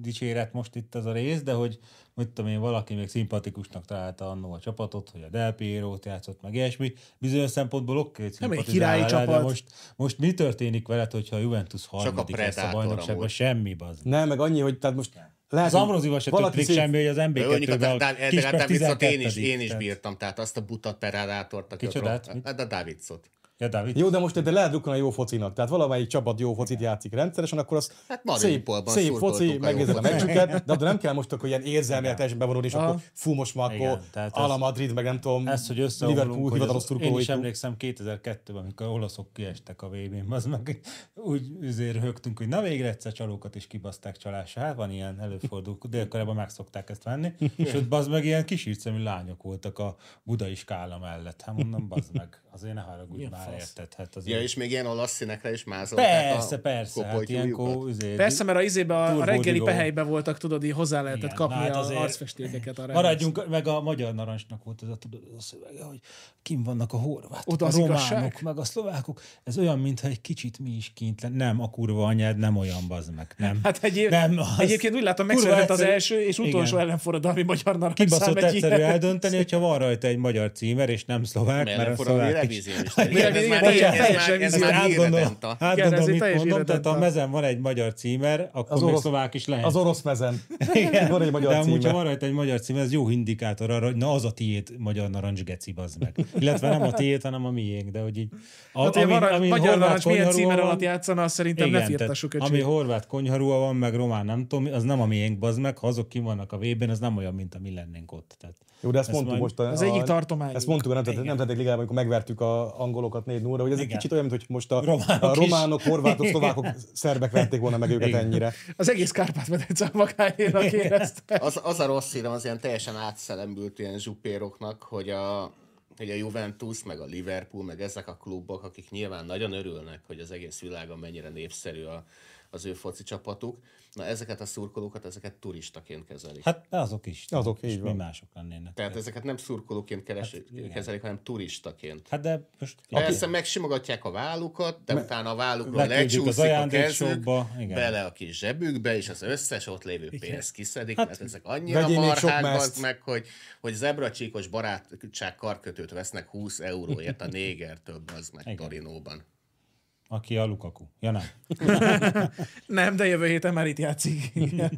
[SPEAKER 3] dicséret most itt az a rész, de hogy mit tudom én, valaki még szimpatikusnak találta annó a csapatot, hogy a Del Piero-t játszott, meg ilyesmi. Bizonyos szempontból oké, hogy
[SPEAKER 2] Nem egy
[SPEAKER 3] szimpatizál
[SPEAKER 2] királyi
[SPEAKER 3] vele, de
[SPEAKER 2] csapat.
[SPEAKER 3] Most, most mi történik veled, hogyha a Juventus harmadik lesz a
[SPEAKER 4] Predator
[SPEAKER 3] bajnokságban?
[SPEAKER 4] amúgy.
[SPEAKER 3] Semmi, bazd.
[SPEAKER 1] Nem, meg annyi, hogy tehát most lehet,
[SPEAKER 3] Az Ambrózival se
[SPEAKER 1] Hát, valaki
[SPEAKER 3] tudnék
[SPEAKER 1] szép-
[SPEAKER 3] semmi, hogy az
[SPEAKER 4] De Mondjuk a
[SPEAKER 3] MB2-ben
[SPEAKER 4] Dávidszot viszont hát én is, én is
[SPEAKER 3] tehát-
[SPEAKER 4] bírtam, tehát azt a buta perádátort, aki
[SPEAKER 3] Kicsodát?
[SPEAKER 4] ott- Hát a Dávidszot.
[SPEAKER 3] Ja, Dávid,
[SPEAKER 1] Jó, de most de lehet drukkolni a jó focinak. Tehát valamelyik csapat jó focit játszik rendszeresen, akkor az
[SPEAKER 4] Hát
[SPEAKER 1] szép,
[SPEAKER 4] Mariupolban
[SPEAKER 1] szép
[SPEAKER 4] szurkoltunk a
[SPEAKER 1] foci,
[SPEAKER 4] jó
[SPEAKER 1] megnézed a
[SPEAKER 4] focinak.
[SPEAKER 1] meccsüket, de oda nem kell most akkor ilyen érzelmileg teljesen bevonulni, és akkor fú, most már
[SPEAKER 3] Igen,
[SPEAKER 1] akkor
[SPEAKER 3] tehát ez-
[SPEAKER 1] Ala Madrid, meg nem
[SPEAKER 2] Mm.
[SPEAKER 1] tudom,
[SPEAKER 3] Ez, hogy
[SPEAKER 1] Liverpool
[SPEAKER 3] összeomlunk, hogy
[SPEAKER 1] hivatalos
[SPEAKER 3] az, én
[SPEAKER 1] szurkolói.
[SPEAKER 3] is emlékszem 2002-ben, amikor a olaszok kiestek a vb n az meg úgy üzér högtünk, hogy na végre egyszer csalókat is kibaszták csalásra. Hát van ilyen, előfordul, délkorában meg szokták ezt venni, és ott bazd meg ilyen kisírt szemű lányok voltak a budai skála mellett. Hát mondom, bazd meg, azért ne haragudj
[SPEAKER 2] Milyen
[SPEAKER 3] már,
[SPEAKER 2] fasz.
[SPEAKER 3] érted? Hát azért...
[SPEAKER 4] Ja, és még ilyen olasz színekre is mázolták
[SPEAKER 3] persze, persze, hát
[SPEAKER 4] kopoltyújukat.
[SPEAKER 3] ilyenkor üzér,
[SPEAKER 2] Persze, mert a izébe a, a reggeli
[SPEAKER 3] Turbodigó.
[SPEAKER 2] pehelybe voltak, tudod, így hozzá lehetett
[SPEAKER 3] Igen,
[SPEAKER 2] kapni
[SPEAKER 3] na hát
[SPEAKER 2] hát az
[SPEAKER 3] azért-
[SPEAKER 2] arcfestékeket. Arra
[SPEAKER 3] Maradjunk, meg a Magyar Narancsnak volt ez a, tudod, az a szövege, hogy kim vannak a horvátok,
[SPEAKER 2] Oda
[SPEAKER 3] a
[SPEAKER 2] az
[SPEAKER 3] románok,
[SPEAKER 2] igazság?
[SPEAKER 3] meg a szlovákok. Ez olyan, mintha egy kicsit mi is kint lenn. Nem, a kurva anyád nem olyan, bazd meg. Nem.
[SPEAKER 2] Hát egyéb,
[SPEAKER 3] nem,
[SPEAKER 2] nem,
[SPEAKER 3] az-
[SPEAKER 2] egyébként úgy látom,
[SPEAKER 3] kurva
[SPEAKER 2] megszületett az
[SPEAKER 3] egyszerű.
[SPEAKER 2] első és utolsó
[SPEAKER 3] Igen.
[SPEAKER 2] ellenforradalmi magyar narancs
[SPEAKER 3] Kibaszott egyszerű
[SPEAKER 2] [LAUGHS]
[SPEAKER 3] eldönteni, hogyha van rajta egy magyar címer, és nem szlovák,
[SPEAKER 4] Mert
[SPEAKER 3] Hát mert a
[SPEAKER 4] akkor a
[SPEAKER 3] szlovák is.
[SPEAKER 4] revízió is. Ez
[SPEAKER 2] Igen,
[SPEAKER 4] már- ez
[SPEAKER 2] igen,
[SPEAKER 4] már-
[SPEAKER 2] bocsánat,
[SPEAKER 4] ez
[SPEAKER 2] teljesen
[SPEAKER 4] már
[SPEAKER 3] Hát átgondolom,
[SPEAKER 4] hírredenta.
[SPEAKER 2] Igen, ez
[SPEAKER 3] átgondolom,
[SPEAKER 2] egy
[SPEAKER 3] mit
[SPEAKER 2] teljes
[SPEAKER 3] mondom, tehát ha
[SPEAKER 2] irredenta.
[SPEAKER 3] mezen van egy magyar címer,
[SPEAKER 1] Az
[SPEAKER 3] akkor még
[SPEAKER 1] orosz-
[SPEAKER 3] szlovák is lehet.
[SPEAKER 1] Az orosz mezen.
[SPEAKER 3] Igen,
[SPEAKER 1] Van egy magyar
[SPEAKER 3] de amúgy,
[SPEAKER 1] címe.
[SPEAKER 3] ha van rajta egy magyar cím, ez jó indikátor arra, hogy na az a tiéd, magyar narancs geci, bazd meg. Illetve nem a tiéd, hanem a miénk, de hogy így... A,
[SPEAKER 2] Hát, amin,
[SPEAKER 3] amin-
[SPEAKER 2] a
[SPEAKER 3] amin
[SPEAKER 2] magyar
[SPEAKER 3] horvát
[SPEAKER 2] narancs milyen
[SPEAKER 3] konyharúval
[SPEAKER 2] címer
[SPEAKER 3] van-
[SPEAKER 2] alatt játszana, azt szerintem ne
[SPEAKER 3] tehát
[SPEAKER 2] firtassuk
[SPEAKER 3] Ami
[SPEAKER 2] öcsém.
[SPEAKER 3] horvát konyharúa van, meg román nem tudom, az nem a miénk, bazd meg, ha azok kim vannak a vében, az nem olyan, mint a mi lennénk ott. Tehát
[SPEAKER 1] Jó, de ezt,
[SPEAKER 3] Ez
[SPEAKER 1] mondtuk
[SPEAKER 3] majd-
[SPEAKER 1] most. A,
[SPEAKER 2] Az
[SPEAKER 1] a-
[SPEAKER 2] egyik tartomány.
[SPEAKER 1] Ezt mondtuk a Nemzet- Nemzetek Ligában, amikor megvertük a angolokat 4 0 hogy ez egy
[SPEAKER 3] Igen.
[SPEAKER 1] kicsit olyan, mint hogy most a
[SPEAKER 3] Románok
[SPEAKER 1] románok, a románok horvátok, szlovákok, szerbek verték volna meg őket
[SPEAKER 3] Igen.
[SPEAKER 1] ennyire.
[SPEAKER 2] Az egész Kárpát-medence a magáénak érezte.
[SPEAKER 4] Az, az a rossz hírem az ilyen teljesen átszelembült ilyen zsupéroknak, hogy a, hogy a Juventus, meg a Liverpool, meg ezek a klubok, akik nyilván nagyon örülnek, hogy az egész világon mennyire népszerű a, az ő foci csapatuk, na ezeket a szurkolókat, ezeket turistaként kezelik.
[SPEAKER 3] Hát azok is.
[SPEAKER 1] Azok,
[SPEAKER 3] és
[SPEAKER 1] így
[SPEAKER 3] mi
[SPEAKER 1] van.
[SPEAKER 3] mások lennének.
[SPEAKER 4] Tehát ezeket nem szurkolóként keres, kezelik, hanem turistaként.
[SPEAKER 3] Hát de most...
[SPEAKER 4] Persze megsimogatják a vállukat, de utána a vállukról
[SPEAKER 3] leküldjük az
[SPEAKER 4] lecsúszik a kezük,
[SPEAKER 3] ajándékshopba, igen.
[SPEAKER 4] bele a kis zsebükbe, és az összes ott lévő pénzt kiszedik,
[SPEAKER 3] Hát,
[SPEAKER 4] hát, mert ezek annyira
[SPEAKER 1] vegyél még sok
[SPEAKER 4] marhák
[SPEAKER 1] mezt.
[SPEAKER 4] bazd meg, hogy, hogy zebracsíkos barátság karkötőt vesznek 20 euróért a négertől, az meg Torinóban.
[SPEAKER 3] Aki a Lukaku. Ja nem.
[SPEAKER 2] Nem, de jövő héten már itt játszik.
[SPEAKER 3] [LAUGHS]
[SPEAKER 2] Igen.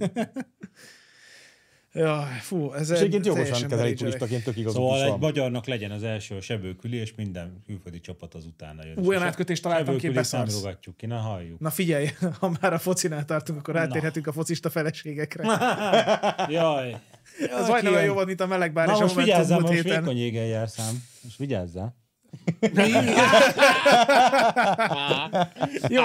[SPEAKER 2] Jaj, fú, ez
[SPEAKER 1] És egyébként jogosan
[SPEAKER 2] teljesen
[SPEAKER 1] kezelik
[SPEAKER 2] menedzserek.
[SPEAKER 1] turistaként, tök igazuk
[SPEAKER 3] Szóval
[SPEAKER 1] is
[SPEAKER 3] egy
[SPEAKER 1] van.
[SPEAKER 3] magyarnak legyen az első a sebőküli, és minden külföldi csapat az utána jön.
[SPEAKER 2] Olyan
[SPEAKER 3] És a
[SPEAKER 2] átkötést találtam ki,
[SPEAKER 3] sebőkülit
[SPEAKER 2] beszarsz.
[SPEAKER 3] Nem rogatjuk ki, na halljuk.
[SPEAKER 2] Na figyelj, [LAUGHS] ha már a focinál tartunk, akkor rátérhetünk a focista
[SPEAKER 3] [LAUGHS]
[SPEAKER 2] feleségekre.
[SPEAKER 3] Jaj.
[SPEAKER 2] Ez majdnem olyan jó volt, mint a melegbár
[SPEAKER 3] Na
[SPEAKER 2] és a
[SPEAKER 3] most
[SPEAKER 2] Momentum
[SPEAKER 3] vigyázzál,
[SPEAKER 2] múlt
[SPEAKER 3] most
[SPEAKER 2] héten.
[SPEAKER 3] vékony égen járszám. Most vigyázzál.
[SPEAKER 2] Jó,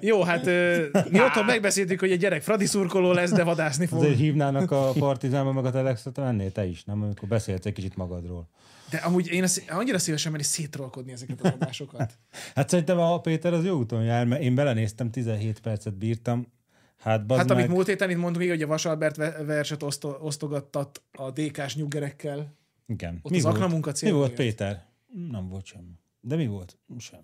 [SPEAKER 2] jó, hát ö, mi otthon megbeszéltük, hogy a gyerek Fradi szurkoló lesz, de vadászni fog.
[SPEAKER 3] Azért hívnának a partizánba meg a telexet, mennél te is, nem? Amikor beszélsz egy kicsit magadról.
[SPEAKER 2] De amúgy én ezt, annyira szívesen menni szétrolkodni ezeket az adásokat.
[SPEAKER 3] [LAUGHS] Hát szerintem a Péter az jó úton jár, mert én belenéztem, 17 percet bírtam. Hát, bazd
[SPEAKER 2] Hát
[SPEAKER 3] meg,
[SPEAKER 2] amit múlt héten itt mondtunk, így, hogy a Vasalbert ve- verset oszto, osztogattat a DK-s nyuggerekkel.
[SPEAKER 3] Igen.
[SPEAKER 2] Ott az aknamunka
[SPEAKER 3] Mi
[SPEAKER 2] célja
[SPEAKER 3] volt
[SPEAKER 2] miatt.
[SPEAKER 3] Péter? Nem volt semmi. De mi volt? Semmi.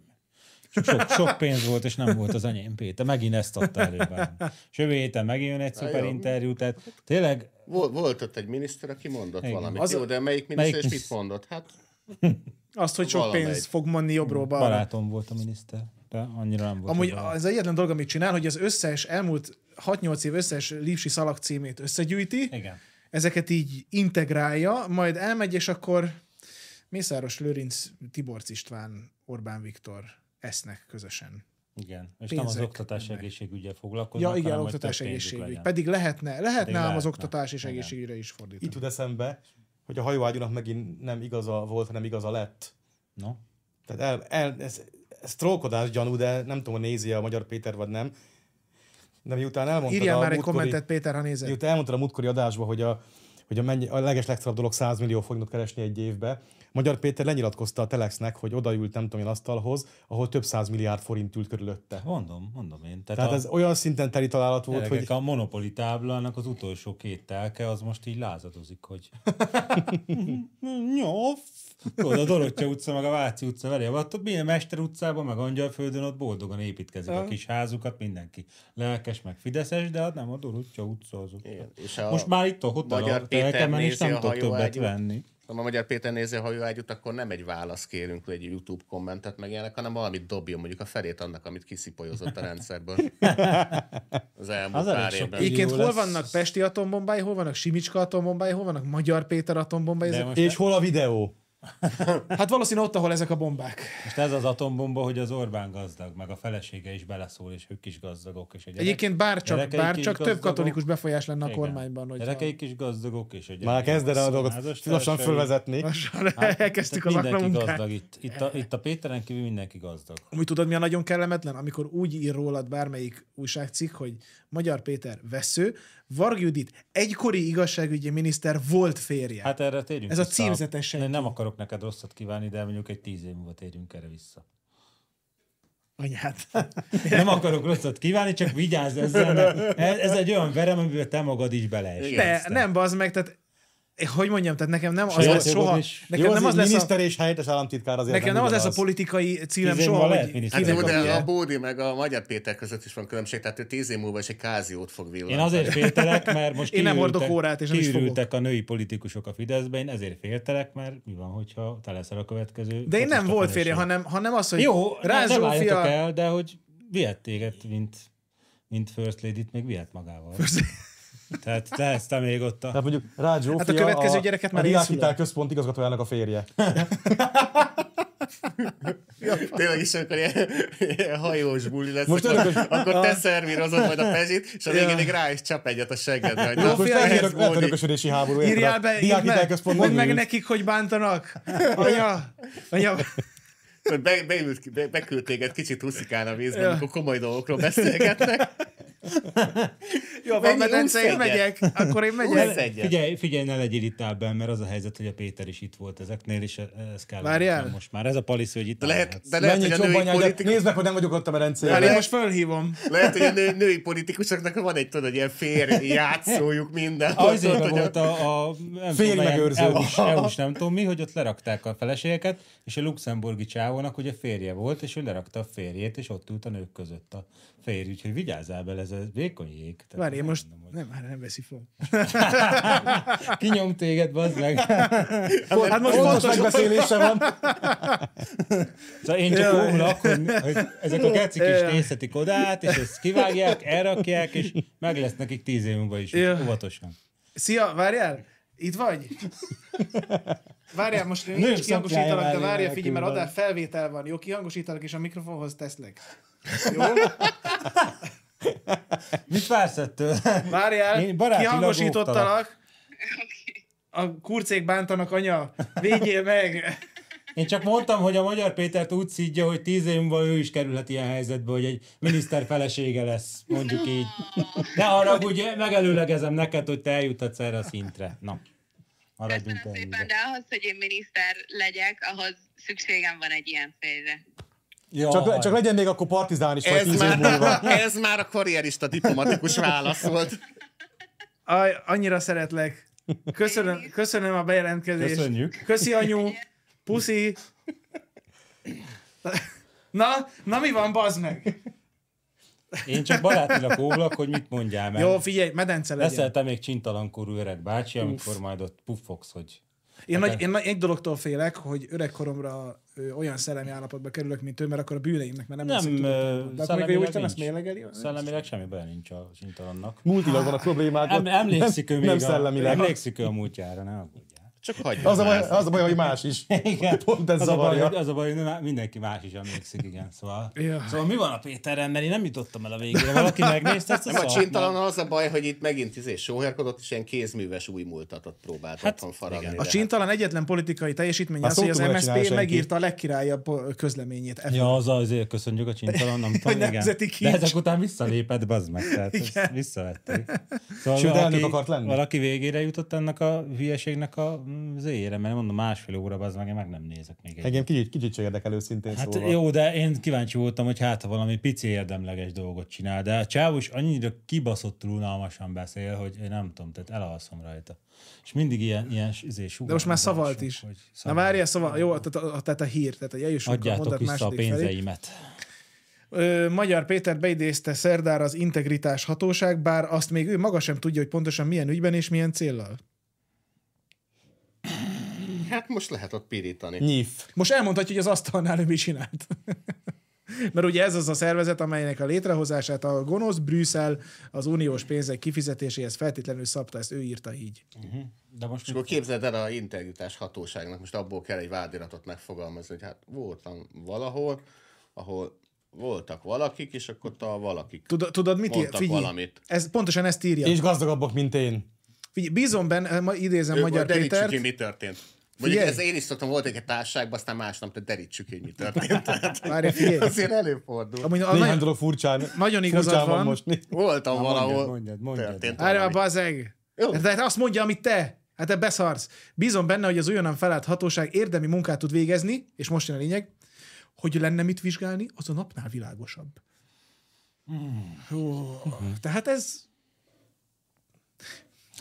[SPEAKER 3] Sok, sok pénz volt, és nem volt az enyém Péter. Megint ezt adta elő. bárom. És jövő héten megjön egy szuper
[SPEAKER 4] jó.
[SPEAKER 3] interjú, tehát tényleg
[SPEAKER 4] Volt, volt ott egy miniszter, aki mondott
[SPEAKER 3] Igen.
[SPEAKER 4] valamit.
[SPEAKER 2] Az-
[SPEAKER 4] Az Jó, de melyik miniszter és mit
[SPEAKER 3] miniszter?
[SPEAKER 4] mondott? Hát
[SPEAKER 2] Azt, hogy sok
[SPEAKER 4] Valamelyik.
[SPEAKER 2] pénz fog menni
[SPEAKER 3] Mm,
[SPEAKER 2] jobbról balra.
[SPEAKER 3] barátom volt a miniszter, de annyira nem volt.
[SPEAKER 2] Amúgy
[SPEAKER 3] a barát.
[SPEAKER 2] az egyetlen dolog, amit csinál, hogy az összes elmúlt 6-8 év összes Lipsi szalag címét összegyűjti,
[SPEAKER 3] Igen.
[SPEAKER 2] ezeket így integrálja, majd elmegy, és akkor Mészáros Lőrinc, Tiborc István, Orbán Viktor esznek közösen.
[SPEAKER 3] Igen. És nem
[SPEAKER 2] pénzek
[SPEAKER 3] az oktatás
[SPEAKER 2] mennek.
[SPEAKER 3] egészségügyel
[SPEAKER 2] Ja,
[SPEAKER 3] foglalkoznak.
[SPEAKER 2] igen,
[SPEAKER 3] hanem, hogy
[SPEAKER 2] oktatás
[SPEAKER 3] több pénzük
[SPEAKER 2] egészségügy.
[SPEAKER 3] legyen.
[SPEAKER 2] Pedig lehetne, lehetne
[SPEAKER 3] Pedig
[SPEAKER 2] ám az
[SPEAKER 3] lehetne.
[SPEAKER 2] oktatás és
[SPEAKER 3] Igen.
[SPEAKER 2] egészségügyre is
[SPEAKER 1] Itt
[SPEAKER 2] fordítani.
[SPEAKER 1] tud eszembe, hogy a hajóágyúnak megint nem igaza volt, hanem igaza lett.
[SPEAKER 3] No?
[SPEAKER 1] Tehát el, el, ez, ez trollkodás gyanú, de nem tudom, hogy nézi a magyar Péter vagy nem. De miután elmondtad
[SPEAKER 2] Írjál
[SPEAKER 1] a
[SPEAKER 2] már egy
[SPEAKER 1] múltkori-
[SPEAKER 2] kommentet, Péter, ha nézed.
[SPEAKER 1] Miután elmondtad a múltkori adásba, hogy a, hogy a, mennyi, a leges legszarabb dolog 100 millió forintot keresni egy évbe. Magyar Péter lenyilatkozta a Telexnek, hogy odaült nem tudom én asztalhoz, ahol több száz milliárd forint ült körülötte.
[SPEAKER 3] Mondom, mondom én. Tehát,
[SPEAKER 1] Tehát
[SPEAKER 3] a,
[SPEAKER 1] ez olyan szinten teli találat volt,
[SPEAKER 3] gyerekek,
[SPEAKER 1] hogy
[SPEAKER 3] a monopoli táblának az utolsó két telke, az most így lázadozik,
[SPEAKER 2] [LAUGHS]
[SPEAKER 3] hogy nyof. Tudod, a Dorottya utca, meg a Váci utca velé, ott milyen Mester utcában, meg Angyalföldön, ott boldogan építkezik a kis házukat, mindenki lelkes, meg fideszes, de hát nem a Dorottya utca az ott.
[SPEAKER 4] Igen, És a,
[SPEAKER 3] Most már itt a hotel
[SPEAKER 4] Magyar
[SPEAKER 3] a
[SPEAKER 4] Péter
[SPEAKER 3] telkemen, és
[SPEAKER 4] nézi
[SPEAKER 3] nem
[SPEAKER 4] a
[SPEAKER 3] tudok többet
[SPEAKER 4] hajóágyút.
[SPEAKER 3] venni.
[SPEAKER 4] ha a Magyar Péter nézi a hajóágyút, akkor nem egy választ kérünk, vagy egy YouTube kommentet meg ilyenek, hanem valamit dobjon, mondjuk a felét annak, amit kiszipolyozott a
[SPEAKER 3] [LAUGHS]
[SPEAKER 4] rendszerből. Az elmúlt az
[SPEAKER 3] Az elég
[SPEAKER 4] pár
[SPEAKER 3] sok
[SPEAKER 4] évben.
[SPEAKER 3] így-
[SPEAKER 2] Egyébként
[SPEAKER 3] jó
[SPEAKER 2] hol
[SPEAKER 3] lesz.
[SPEAKER 2] vannak Pesti atombombái, hol vannak Simicska atombombái, hol vannak Magyar Péter atombombái?
[SPEAKER 3] De
[SPEAKER 2] Ezek...
[SPEAKER 3] most,
[SPEAKER 1] és hol a videó?
[SPEAKER 2] Hát valószínűleg ott, ahol ezek a bombák.
[SPEAKER 3] most ez az atombomba, hogy az Orbán gazdag, meg a felesége is beleszól, és ők is gazdagok. És a gyerek-
[SPEAKER 2] Egyébként bárcsak,
[SPEAKER 3] gyerekeik is
[SPEAKER 2] bárcsak több
[SPEAKER 3] gazdagok.
[SPEAKER 2] katolikus befolyás lenne a
[SPEAKER 3] Igen.
[SPEAKER 2] kormányban. Hogy
[SPEAKER 3] Gyerekeik is gazdagok, és a
[SPEAKER 1] Már kezd el a dolgot lassan fölvezetni.
[SPEAKER 2] [LAUGHS] ha... elkezdtük az
[SPEAKER 3] Hát, Mindenki
[SPEAKER 2] akramunkát.
[SPEAKER 3] gazdag itt. Itt a, itt a Péteren kívül mindenki gazdag.
[SPEAKER 2] Amúgy tudod, mi a nagyon kellemetlen? Amikor úgy ír rólad bármelyik újságcikk, hogy Magyar Péter vesző, Varg Judit egykori igazságügyi miniszter volt férje. Hát,
[SPEAKER 3] Hát erre térjünk
[SPEAKER 2] Ez a
[SPEAKER 3] vissza.
[SPEAKER 2] címzetes senki.
[SPEAKER 3] Én Nem akarok neked rosszat kívánni, de mondjuk egy tíz év múlva térjünk erre vissza.
[SPEAKER 2] Anyát.
[SPEAKER 3] Nem akarok rosszat kívánni, csak vigyázz ezzel, mert ez, ez egy olyan verem, amiben te magad is beleesel.
[SPEAKER 2] Ne, nem bazd meg, tehát eh, hogy mondjam, tehát nekem nem az
[SPEAKER 3] Saját
[SPEAKER 2] lesz
[SPEAKER 3] jogod
[SPEAKER 2] soha,
[SPEAKER 3] is.
[SPEAKER 2] nekem
[SPEAKER 1] Jó,
[SPEAKER 2] nem az lesz a,
[SPEAKER 1] miniszter és helyettes államtitkár azért
[SPEAKER 2] Nekem nem az lesz a
[SPEAKER 1] ugyanaz.
[SPEAKER 2] politikai cílem
[SPEAKER 3] Tíz év
[SPEAKER 2] soha,
[SPEAKER 3] múlva
[SPEAKER 2] hogy
[SPEAKER 3] lehet miniszter.
[SPEAKER 4] Hát
[SPEAKER 2] kinek
[SPEAKER 4] jó,
[SPEAKER 2] a
[SPEAKER 4] de
[SPEAKER 2] milyen.
[SPEAKER 4] a Bódi meg a Magyar Péter között is van különbség, tehát ő tíz év múlva is egy káziót fog villani.
[SPEAKER 3] Én azért féltelek, mert most
[SPEAKER 2] Én nem
[SPEAKER 3] kiürültek-
[SPEAKER 2] hordok órát, és nem is fogok.
[SPEAKER 3] kiürültek a női politikusok a Fideszbe, én ezért féltelek, mert mi van, hogyha te leszel a következő.
[SPEAKER 2] De én nem
[SPEAKER 3] focista
[SPEAKER 2] volt férje,
[SPEAKER 3] feleség.
[SPEAKER 2] hanem, hanem az, hogy
[SPEAKER 3] Jó,
[SPEAKER 2] Ráz
[SPEAKER 3] ne, ne
[SPEAKER 2] Zsófia-
[SPEAKER 3] váljatok el, de hogy vihet téged, mint, mint First Lady-t, még vihet magával. Tehát te ezt te még ott a...
[SPEAKER 1] Tehát mondjuk Rád Zsófia,
[SPEAKER 2] Hát a következő gyereket már
[SPEAKER 1] a
[SPEAKER 2] én
[SPEAKER 1] Diákhitel
[SPEAKER 2] szülök.
[SPEAKER 1] központ igazgatójának a férje.
[SPEAKER 4] Tényleg is, amikor ilyen, ilyen hajós buli lesz,
[SPEAKER 1] Most
[SPEAKER 4] Most akkor,
[SPEAKER 1] örökös-
[SPEAKER 4] akkor te szervírozod majd a pezsit, és a végén még rá is csap egyet a seggedre. hogy na,
[SPEAKER 1] Most
[SPEAKER 4] ez
[SPEAKER 1] lehet örök- lehet
[SPEAKER 4] Bódi.
[SPEAKER 1] örökösödési háború. érted?
[SPEAKER 2] írjál
[SPEAKER 1] A
[SPEAKER 2] be, írd
[SPEAKER 1] Diákhitel
[SPEAKER 2] meg,
[SPEAKER 1] központ
[SPEAKER 2] mondd meg
[SPEAKER 1] megőrült.
[SPEAKER 2] nekik, hogy bántanak. Anya, anya,
[SPEAKER 4] Hogy Be, beült, ki- be, beküld téged kicsit huszikán a vízben, amikor komoly dolgokról beszélgetnek.
[SPEAKER 2] [LAUGHS] jó, van
[SPEAKER 4] Mennyi?
[SPEAKER 2] medence, én
[SPEAKER 4] Húsz egyet?
[SPEAKER 2] megyek, akkor én
[SPEAKER 4] Húsz
[SPEAKER 2] megyek.
[SPEAKER 4] egyet.
[SPEAKER 3] Figyelj, figyelj, ne legyél itt ábben, mert az a helyzet, hogy a Péter is itt volt ezeknél, és e- ez kell.
[SPEAKER 2] Várjál.
[SPEAKER 3] látnom Most már ez a palisz, hogy itt
[SPEAKER 4] De lehet, de lehet,
[SPEAKER 1] Menjél
[SPEAKER 4] hogy a női,
[SPEAKER 1] csobbanj egyet,
[SPEAKER 4] politik,
[SPEAKER 1] nézd meg, hogy nem vagyok ott a merencéjében.
[SPEAKER 2] Én most fölhívom.
[SPEAKER 4] lehet, hogy a nő, női politikusoknak van egy, tudod, ilyen fér játszójuk minden.
[SPEAKER 3] Ah, Azért
[SPEAKER 4] hogy
[SPEAKER 3] volt a, a nem
[SPEAKER 1] Fél
[SPEAKER 3] tudom, melyik
[SPEAKER 1] megőrző.
[SPEAKER 3] EU-s, EU-s nem tudom mi, hogy ott lerakták a feleségeket, és a luxemburgi csávónak ugye férje volt, és ő lerakta a férjét, és ott ült a nők között a férj. Úgyhogy vigyázzál bele, ez a vékony jég. Tehát
[SPEAKER 2] Várj, én
[SPEAKER 3] nem
[SPEAKER 2] most...
[SPEAKER 3] mondom, hogy-
[SPEAKER 2] Nem, hát nem veszi fel.
[SPEAKER 3] Kinyom téged, bazd meg.
[SPEAKER 2] Hát
[SPEAKER 1] Fontos
[SPEAKER 2] most fontos,
[SPEAKER 1] megbeszélése
[SPEAKER 3] [LAUGHS]
[SPEAKER 1] van.
[SPEAKER 3] Szóval én csak rómlak, hogy, hogy ezek a gecik is nézhetik odát, és ezt kivágják, elrakják, és meg lesz nekik tíz év múlva is.
[SPEAKER 2] Ja.
[SPEAKER 3] Óvatosan.
[SPEAKER 2] Szia, várjál? Itt vagy? Várjál, most én
[SPEAKER 3] Nőm
[SPEAKER 2] is kihangosítalak, de
[SPEAKER 3] szakmája
[SPEAKER 2] várjál,
[SPEAKER 3] várja
[SPEAKER 2] figyelj, mert
[SPEAKER 3] külön.
[SPEAKER 2] adás felvétel van. Jó, kihangosítalak, és a mikrofonhoz teszlek. Jó?
[SPEAKER 3] Mit vársz ettől?
[SPEAKER 2] Várjál,
[SPEAKER 3] Én barátilag
[SPEAKER 2] kihangosítottalak. A kurcék bántanak, anya. Védjél meg.
[SPEAKER 3] Én csak mondtam, hogy a Magyar Pétert úgy szídja, hogy tíz év múlva ő is kerülhet ilyen helyzetbe, hogy egy miniszter felesége lesz, mondjuk így. Ne haragudj, megelőlegezem neked, hogy te eljuthatsz erre a szintre. Na, maradjunk
[SPEAKER 5] Köszönöm szépen,
[SPEAKER 3] ennyire.
[SPEAKER 5] de ahhoz, hogy én miniszter legyek, ahhoz szükségem van egy ilyen férjre.
[SPEAKER 3] Jaj.
[SPEAKER 1] Csak, csak legyen még akkor partizán is, vagy
[SPEAKER 4] ez,
[SPEAKER 1] tíz év múlva.
[SPEAKER 4] már, ez már a karrierista diplomatikus válasz volt.
[SPEAKER 2] Aj, annyira szeretlek. Köszönöm, köszönöm a bejelentkezést.
[SPEAKER 3] Köszönjük.
[SPEAKER 2] Köszi, anyu. Puszi. Na, na mi van, bazd meg?
[SPEAKER 3] Én csak barátilag óvlak, hogy mit mondjál meg.
[SPEAKER 2] Jó, figyelj, medence legyen.
[SPEAKER 3] Leszel te még csintalankorú öreg bácsi, amikor majd ott puffogsz, hogy
[SPEAKER 2] Én, nagy, én nagy, egy dologtól félek, hogy öregkoromra ö, olyan szellemi állapotba kerülök, mint ő, mert akkor a bűneimnek már nem,
[SPEAKER 3] nem,
[SPEAKER 2] leszek tudatában.
[SPEAKER 3] ö,
[SPEAKER 2] De akkor még a
[SPEAKER 3] szellemileg
[SPEAKER 2] Jóisten ezt
[SPEAKER 3] nincs.
[SPEAKER 2] mélegeli?
[SPEAKER 3] Szellemileg semmi baj nincs a csintalannak. Hát
[SPEAKER 1] Múltilag van a problémád.
[SPEAKER 3] Em,
[SPEAKER 1] ott
[SPEAKER 3] emlékszik ő
[SPEAKER 1] hát nem,
[SPEAKER 3] még
[SPEAKER 1] nem
[SPEAKER 3] a,
[SPEAKER 1] szellemileg.
[SPEAKER 3] Emlékszik ő a múltjára, nem aggódjál.
[SPEAKER 4] Csak hagyjuk
[SPEAKER 1] Az a, baj,
[SPEAKER 4] már.
[SPEAKER 1] az a baj, hogy más is.
[SPEAKER 3] [LAUGHS] Igen.
[SPEAKER 1] Pont ez
[SPEAKER 3] az a, baj,
[SPEAKER 1] zavarja.
[SPEAKER 3] hogy, az a baj, hogy nem- mindenki más is emlékszik, igen. Szóval,
[SPEAKER 2] Ja.
[SPEAKER 3] szóval mi van a Péterrel, mert én nem jutottam el a végére. Valaki megnézte ezt a
[SPEAKER 4] Nem a
[SPEAKER 3] szart?
[SPEAKER 4] csintalan az a baj, hogy itt megint izé sóherkodott, és ilyen kézműves új múltatot próbált hát, otthon faragni. de
[SPEAKER 2] A
[SPEAKER 4] hát-
[SPEAKER 2] csintalan egyetlen politikai teljesítmény
[SPEAKER 1] Már
[SPEAKER 2] az, hogy az
[SPEAKER 1] szótól ne csinál
[SPEAKER 2] MSZP
[SPEAKER 1] senki.
[SPEAKER 2] megírta a legkirályabb po- közleményét. e
[SPEAKER 3] Ja, az azért köszönjük a csintalan, nem
[SPEAKER 2] Hogy
[SPEAKER 3] tudom, igen.
[SPEAKER 2] nemzeti
[SPEAKER 3] De
[SPEAKER 2] kincs.
[SPEAKER 3] ezek után visszalépett, bazd meg, tehát ezt visszavették. Szóval
[SPEAKER 1] Sőt, elnök akart lenni.
[SPEAKER 3] Valaki végére jutott ennek a hülyeségnek a mm, az éjére, mert mondom, másfél óra, bazd meg, én meg nem nézek még egy.
[SPEAKER 1] Engem kicsit, kicsit se érdekel őszintén
[SPEAKER 3] Hát
[SPEAKER 1] szóval.
[SPEAKER 3] jó, de én kíváncsi voltam, hogy hát ha valami pici érdemleges dolgot csinál, de a csávó is annyira kibaszottul unalmasan beszél, hogy én nem tudom, tehát elalszom rajta. És mindig ilyen, ilyen izé,
[SPEAKER 2] De most már szavalt
[SPEAKER 3] sugárzások,
[SPEAKER 2] is.
[SPEAKER 3] hogy
[SPEAKER 2] Na
[SPEAKER 3] szavalt.
[SPEAKER 2] várjál, szaval, jó, tehát a, tehát a hír, tehát hogy eljussunk
[SPEAKER 3] Adjátok
[SPEAKER 2] mondat
[SPEAKER 3] vissza a
[SPEAKER 2] második felé.
[SPEAKER 3] pénzeimet.
[SPEAKER 2] Ö, Magyar Péter beidézte szerdára az integritás hatóság, bár azt még ő maga sem tudja, hogy pontosan milyen ügyben és milyen céllal.
[SPEAKER 4] Hát most lehet ott pirítani.
[SPEAKER 1] Nyif.
[SPEAKER 2] Most elmondhatja, hogy az asztalnál ő mit csinált. [LAUGHS] Mert ugye ez az a szervezet, amelynek a létrehozását a gonosz Brüsszel az uniós pénzek kifizetéséhez feltétlenül szabta, ezt ő írta így.
[SPEAKER 3] De most
[SPEAKER 4] És akkor képzeld el a integritás hatóságnak, most abból kell egy vádiratot megfogalmazni, hogy hát voltam valahol, ahol voltak valakik, és akkor ott a valakik
[SPEAKER 2] Tudod, tudod mit ír?
[SPEAKER 4] mondtak
[SPEAKER 2] Figyelj,
[SPEAKER 4] valamit.
[SPEAKER 2] ez, pontosan ezt írja.
[SPEAKER 1] És gazdagabbak, mint én.
[SPEAKER 2] Figyelj, bízom benne, ma idézem
[SPEAKER 4] Ő-
[SPEAKER 2] Magyar
[SPEAKER 4] derítsük
[SPEAKER 2] Pétert.
[SPEAKER 4] ki, mi történt. Mondjuk
[SPEAKER 2] Figyelj!
[SPEAKER 4] ez én is szoktam, volt egy társágban, aztán másnap, de derítsük
[SPEAKER 3] [LAUGHS]
[SPEAKER 4] ki, hogy mi történt. Tehát,
[SPEAKER 2] Várj,
[SPEAKER 4] [LAUGHS]
[SPEAKER 2] figyelj.
[SPEAKER 4] Azért előfordul.
[SPEAKER 2] Amúgy a
[SPEAKER 1] Néhány
[SPEAKER 2] nagyon,
[SPEAKER 1] dolog furcsán,
[SPEAKER 2] nagyon igazad
[SPEAKER 1] furcsán van.
[SPEAKER 2] van.
[SPEAKER 1] most.
[SPEAKER 4] Voltam
[SPEAKER 3] mondjad,
[SPEAKER 4] valahol,
[SPEAKER 3] mondjad, mondjad. Hát,
[SPEAKER 4] történt
[SPEAKER 2] Várj már,
[SPEAKER 4] valami.
[SPEAKER 2] bazeg!
[SPEAKER 4] Jó.
[SPEAKER 2] De hát azt mondja, amit te! Hát te beszarsz. Bízom benne, hogy az újonnan felállt hatóság érdemi munkát tud végezni, és most jön a lényeg, hogy lenne mit vizsgálni, az a napnál világosabb. Hú, tehát ez...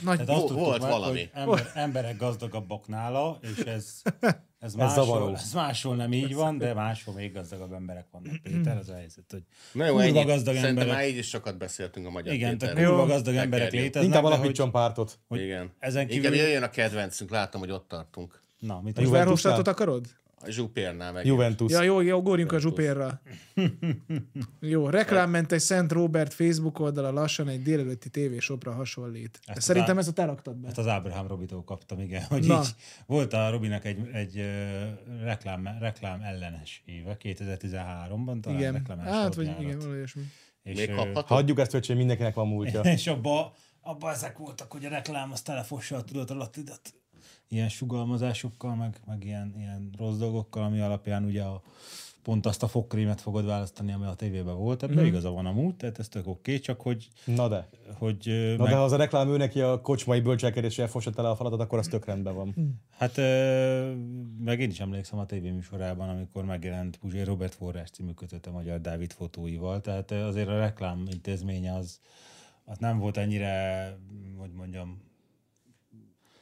[SPEAKER 2] Nagy...
[SPEAKER 3] Tehát azt
[SPEAKER 4] Vo-
[SPEAKER 3] tudtuk
[SPEAKER 4] volt
[SPEAKER 3] már,
[SPEAKER 4] valami.
[SPEAKER 3] hogy Ember, emberek gazdagabbak nála, és ez, ez,
[SPEAKER 1] zavaró.
[SPEAKER 3] máshol, ez máshol nem így van, de máshol még gazdagabb emberek vannak. Péter, az a helyzet, hogy
[SPEAKER 4] Na jó,
[SPEAKER 3] kurva
[SPEAKER 4] ennyi.
[SPEAKER 3] gazdag
[SPEAKER 4] Szerintem
[SPEAKER 3] emberek.
[SPEAKER 4] már így is sokat beszéltünk a magyar
[SPEAKER 3] igen, tehát
[SPEAKER 4] Péterről.
[SPEAKER 3] kurva gazdag
[SPEAKER 4] Jó.
[SPEAKER 3] emberek
[SPEAKER 4] Tekerjük.
[SPEAKER 3] léteznek.
[SPEAKER 1] Inkább
[SPEAKER 3] de
[SPEAKER 1] alapítson pártot.
[SPEAKER 3] hogy
[SPEAKER 4] Igen.
[SPEAKER 3] Ezen kívül...
[SPEAKER 4] Inkább jöjjön a kedvencünk, látom, hogy ott tartunk.
[SPEAKER 3] Na, mit
[SPEAKER 1] Jó,
[SPEAKER 3] most
[SPEAKER 2] Verhofstadtot akarod?
[SPEAKER 4] A Zsupérnál meg.
[SPEAKER 1] Juventus.
[SPEAKER 2] Ja, jó, jó, górjunk a zsupérra. Jó, reklámmentes Szent Robert Facebook oldala lassan egy délelőtti tévésopra hasonlít. Szerintem
[SPEAKER 3] rá-
[SPEAKER 2] ezt a te raktad be.
[SPEAKER 3] Ezt hát az Ábrahám Robitól kaptam, igen. Hogy
[SPEAKER 2] Na.
[SPEAKER 3] így volt a Robinak egy, egy ö, reklám, reklám ellenes éve, 2013-ban talán igen.
[SPEAKER 2] Igen.
[SPEAKER 3] reklám ellenes
[SPEAKER 2] Hát,
[SPEAKER 3] volt
[SPEAKER 2] vagy
[SPEAKER 3] nálad.
[SPEAKER 2] igen, valami ilyesmi.
[SPEAKER 3] És,
[SPEAKER 4] Még
[SPEAKER 3] ö,
[SPEAKER 4] kapható?
[SPEAKER 1] Hagyjuk ezt, hogy mindenkinek van
[SPEAKER 3] [LAUGHS]
[SPEAKER 1] múltja.
[SPEAKER 3] És abba, abba ezek voltak, hogy a reklám az telefossal tudod alattidat. hát Ilyen sugalmazásokkal, meg, meg ilyen, ilyen rossz dolgokkal, ami alapján ugye a, pont azt a fogkrémet fogod választani, ami a tévében volt. Ebben mm. igaza van amúgy, tehát ez tök oké, csak hogy,
[SPEAKER 1] Na de.
[SPEAKER 3] hogy ö,
[SPEAKER 1] Na
[SPEAKER 3] meg,
[SPEAKER 1] de ha az a reklám ő neki a kocsmai bölcselkedéssel fosadt el a faladat, akkor az tök rendben van.
[SPEAKER 3] Hát ö, meg én is emlékszem a tévéműsorában, amikor megjelent Puzsé Robert Forrás című kötött a Magyar Dávid fotóival, tehát ö, azért a reklám intézménye az, az nem volt ennyire, hogy mondjam,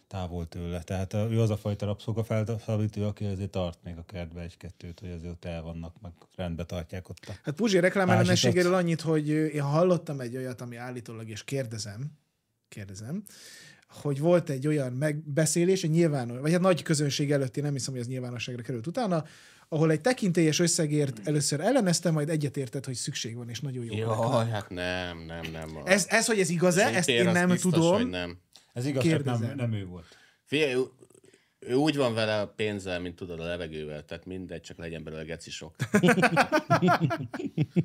[SPEAKER 3] távol tőle. Tehát ö, ő az a fajta rabszolgafelszabítő, aki azért tart még a kertbe egy-kettőt, hogy azért ott el vannak, meg rendbe tartják ott a
[SPEAKER 2] Hát Puzsi reklámellenességéről
[SPEAKER 3] Pázsitot.
[SPEAKER 2] annyit, hogy ö, én hallottam egy olyat, ami állítólag, és kérdezem, kérdezem, hogy volt egy olyan megbeszélés, egy nyilvános, vagy hát nagy közönség előtt, én nem hiszem, hogy ez nyilvánosságra került utána, ahol egy tekintélyes összegért először ellenezte, majd egyetértett, hogy szükség van, és nagyon jó.
[SPEAKER 4] Jaj, hát nem, nem, nem.
[SPEAKER 2] Ez, ez, hogy ez igaz-e,
[SPEAKER 4] Zsupér
[SPEAKER 2] ezt
[SPEAKER 4] az
[SPEAKER 2] én nem
[SPEAKER 4] biztos,
[SPEAKER 2] tudom.
[SPEAKER 4] Hogy nem.
[SPEAKER 3] Ez igaz, csak nem,
[SPEAKER 2] Kérdezem.
[SPEAKER 3] nem ő volt.
[SPEAKER 4] Figyelj, ő, ő úgy van vele a pénzzel, mint tudod a levegővel, tehát mindegy, csak legyen belőle geci sok.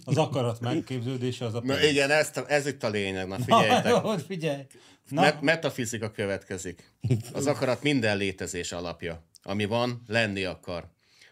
[SPEAKER 3] Az akarat megképződése az a...
[SPEAKER 4] Na
[SPEAKER 3] pénz.
[SPEAKER 4] igen, ez, ez itt a lényeg, na
[SPEAKER 3] [LAUGHS] Na,
[SPEAKER 4] figyeljetek.
[SPEAKER 3] jó, figyelj! Na,
[SPEAKER 4] Met- metafizika következik. Az akarat minden létezés alapja. Ami van, lenni akar.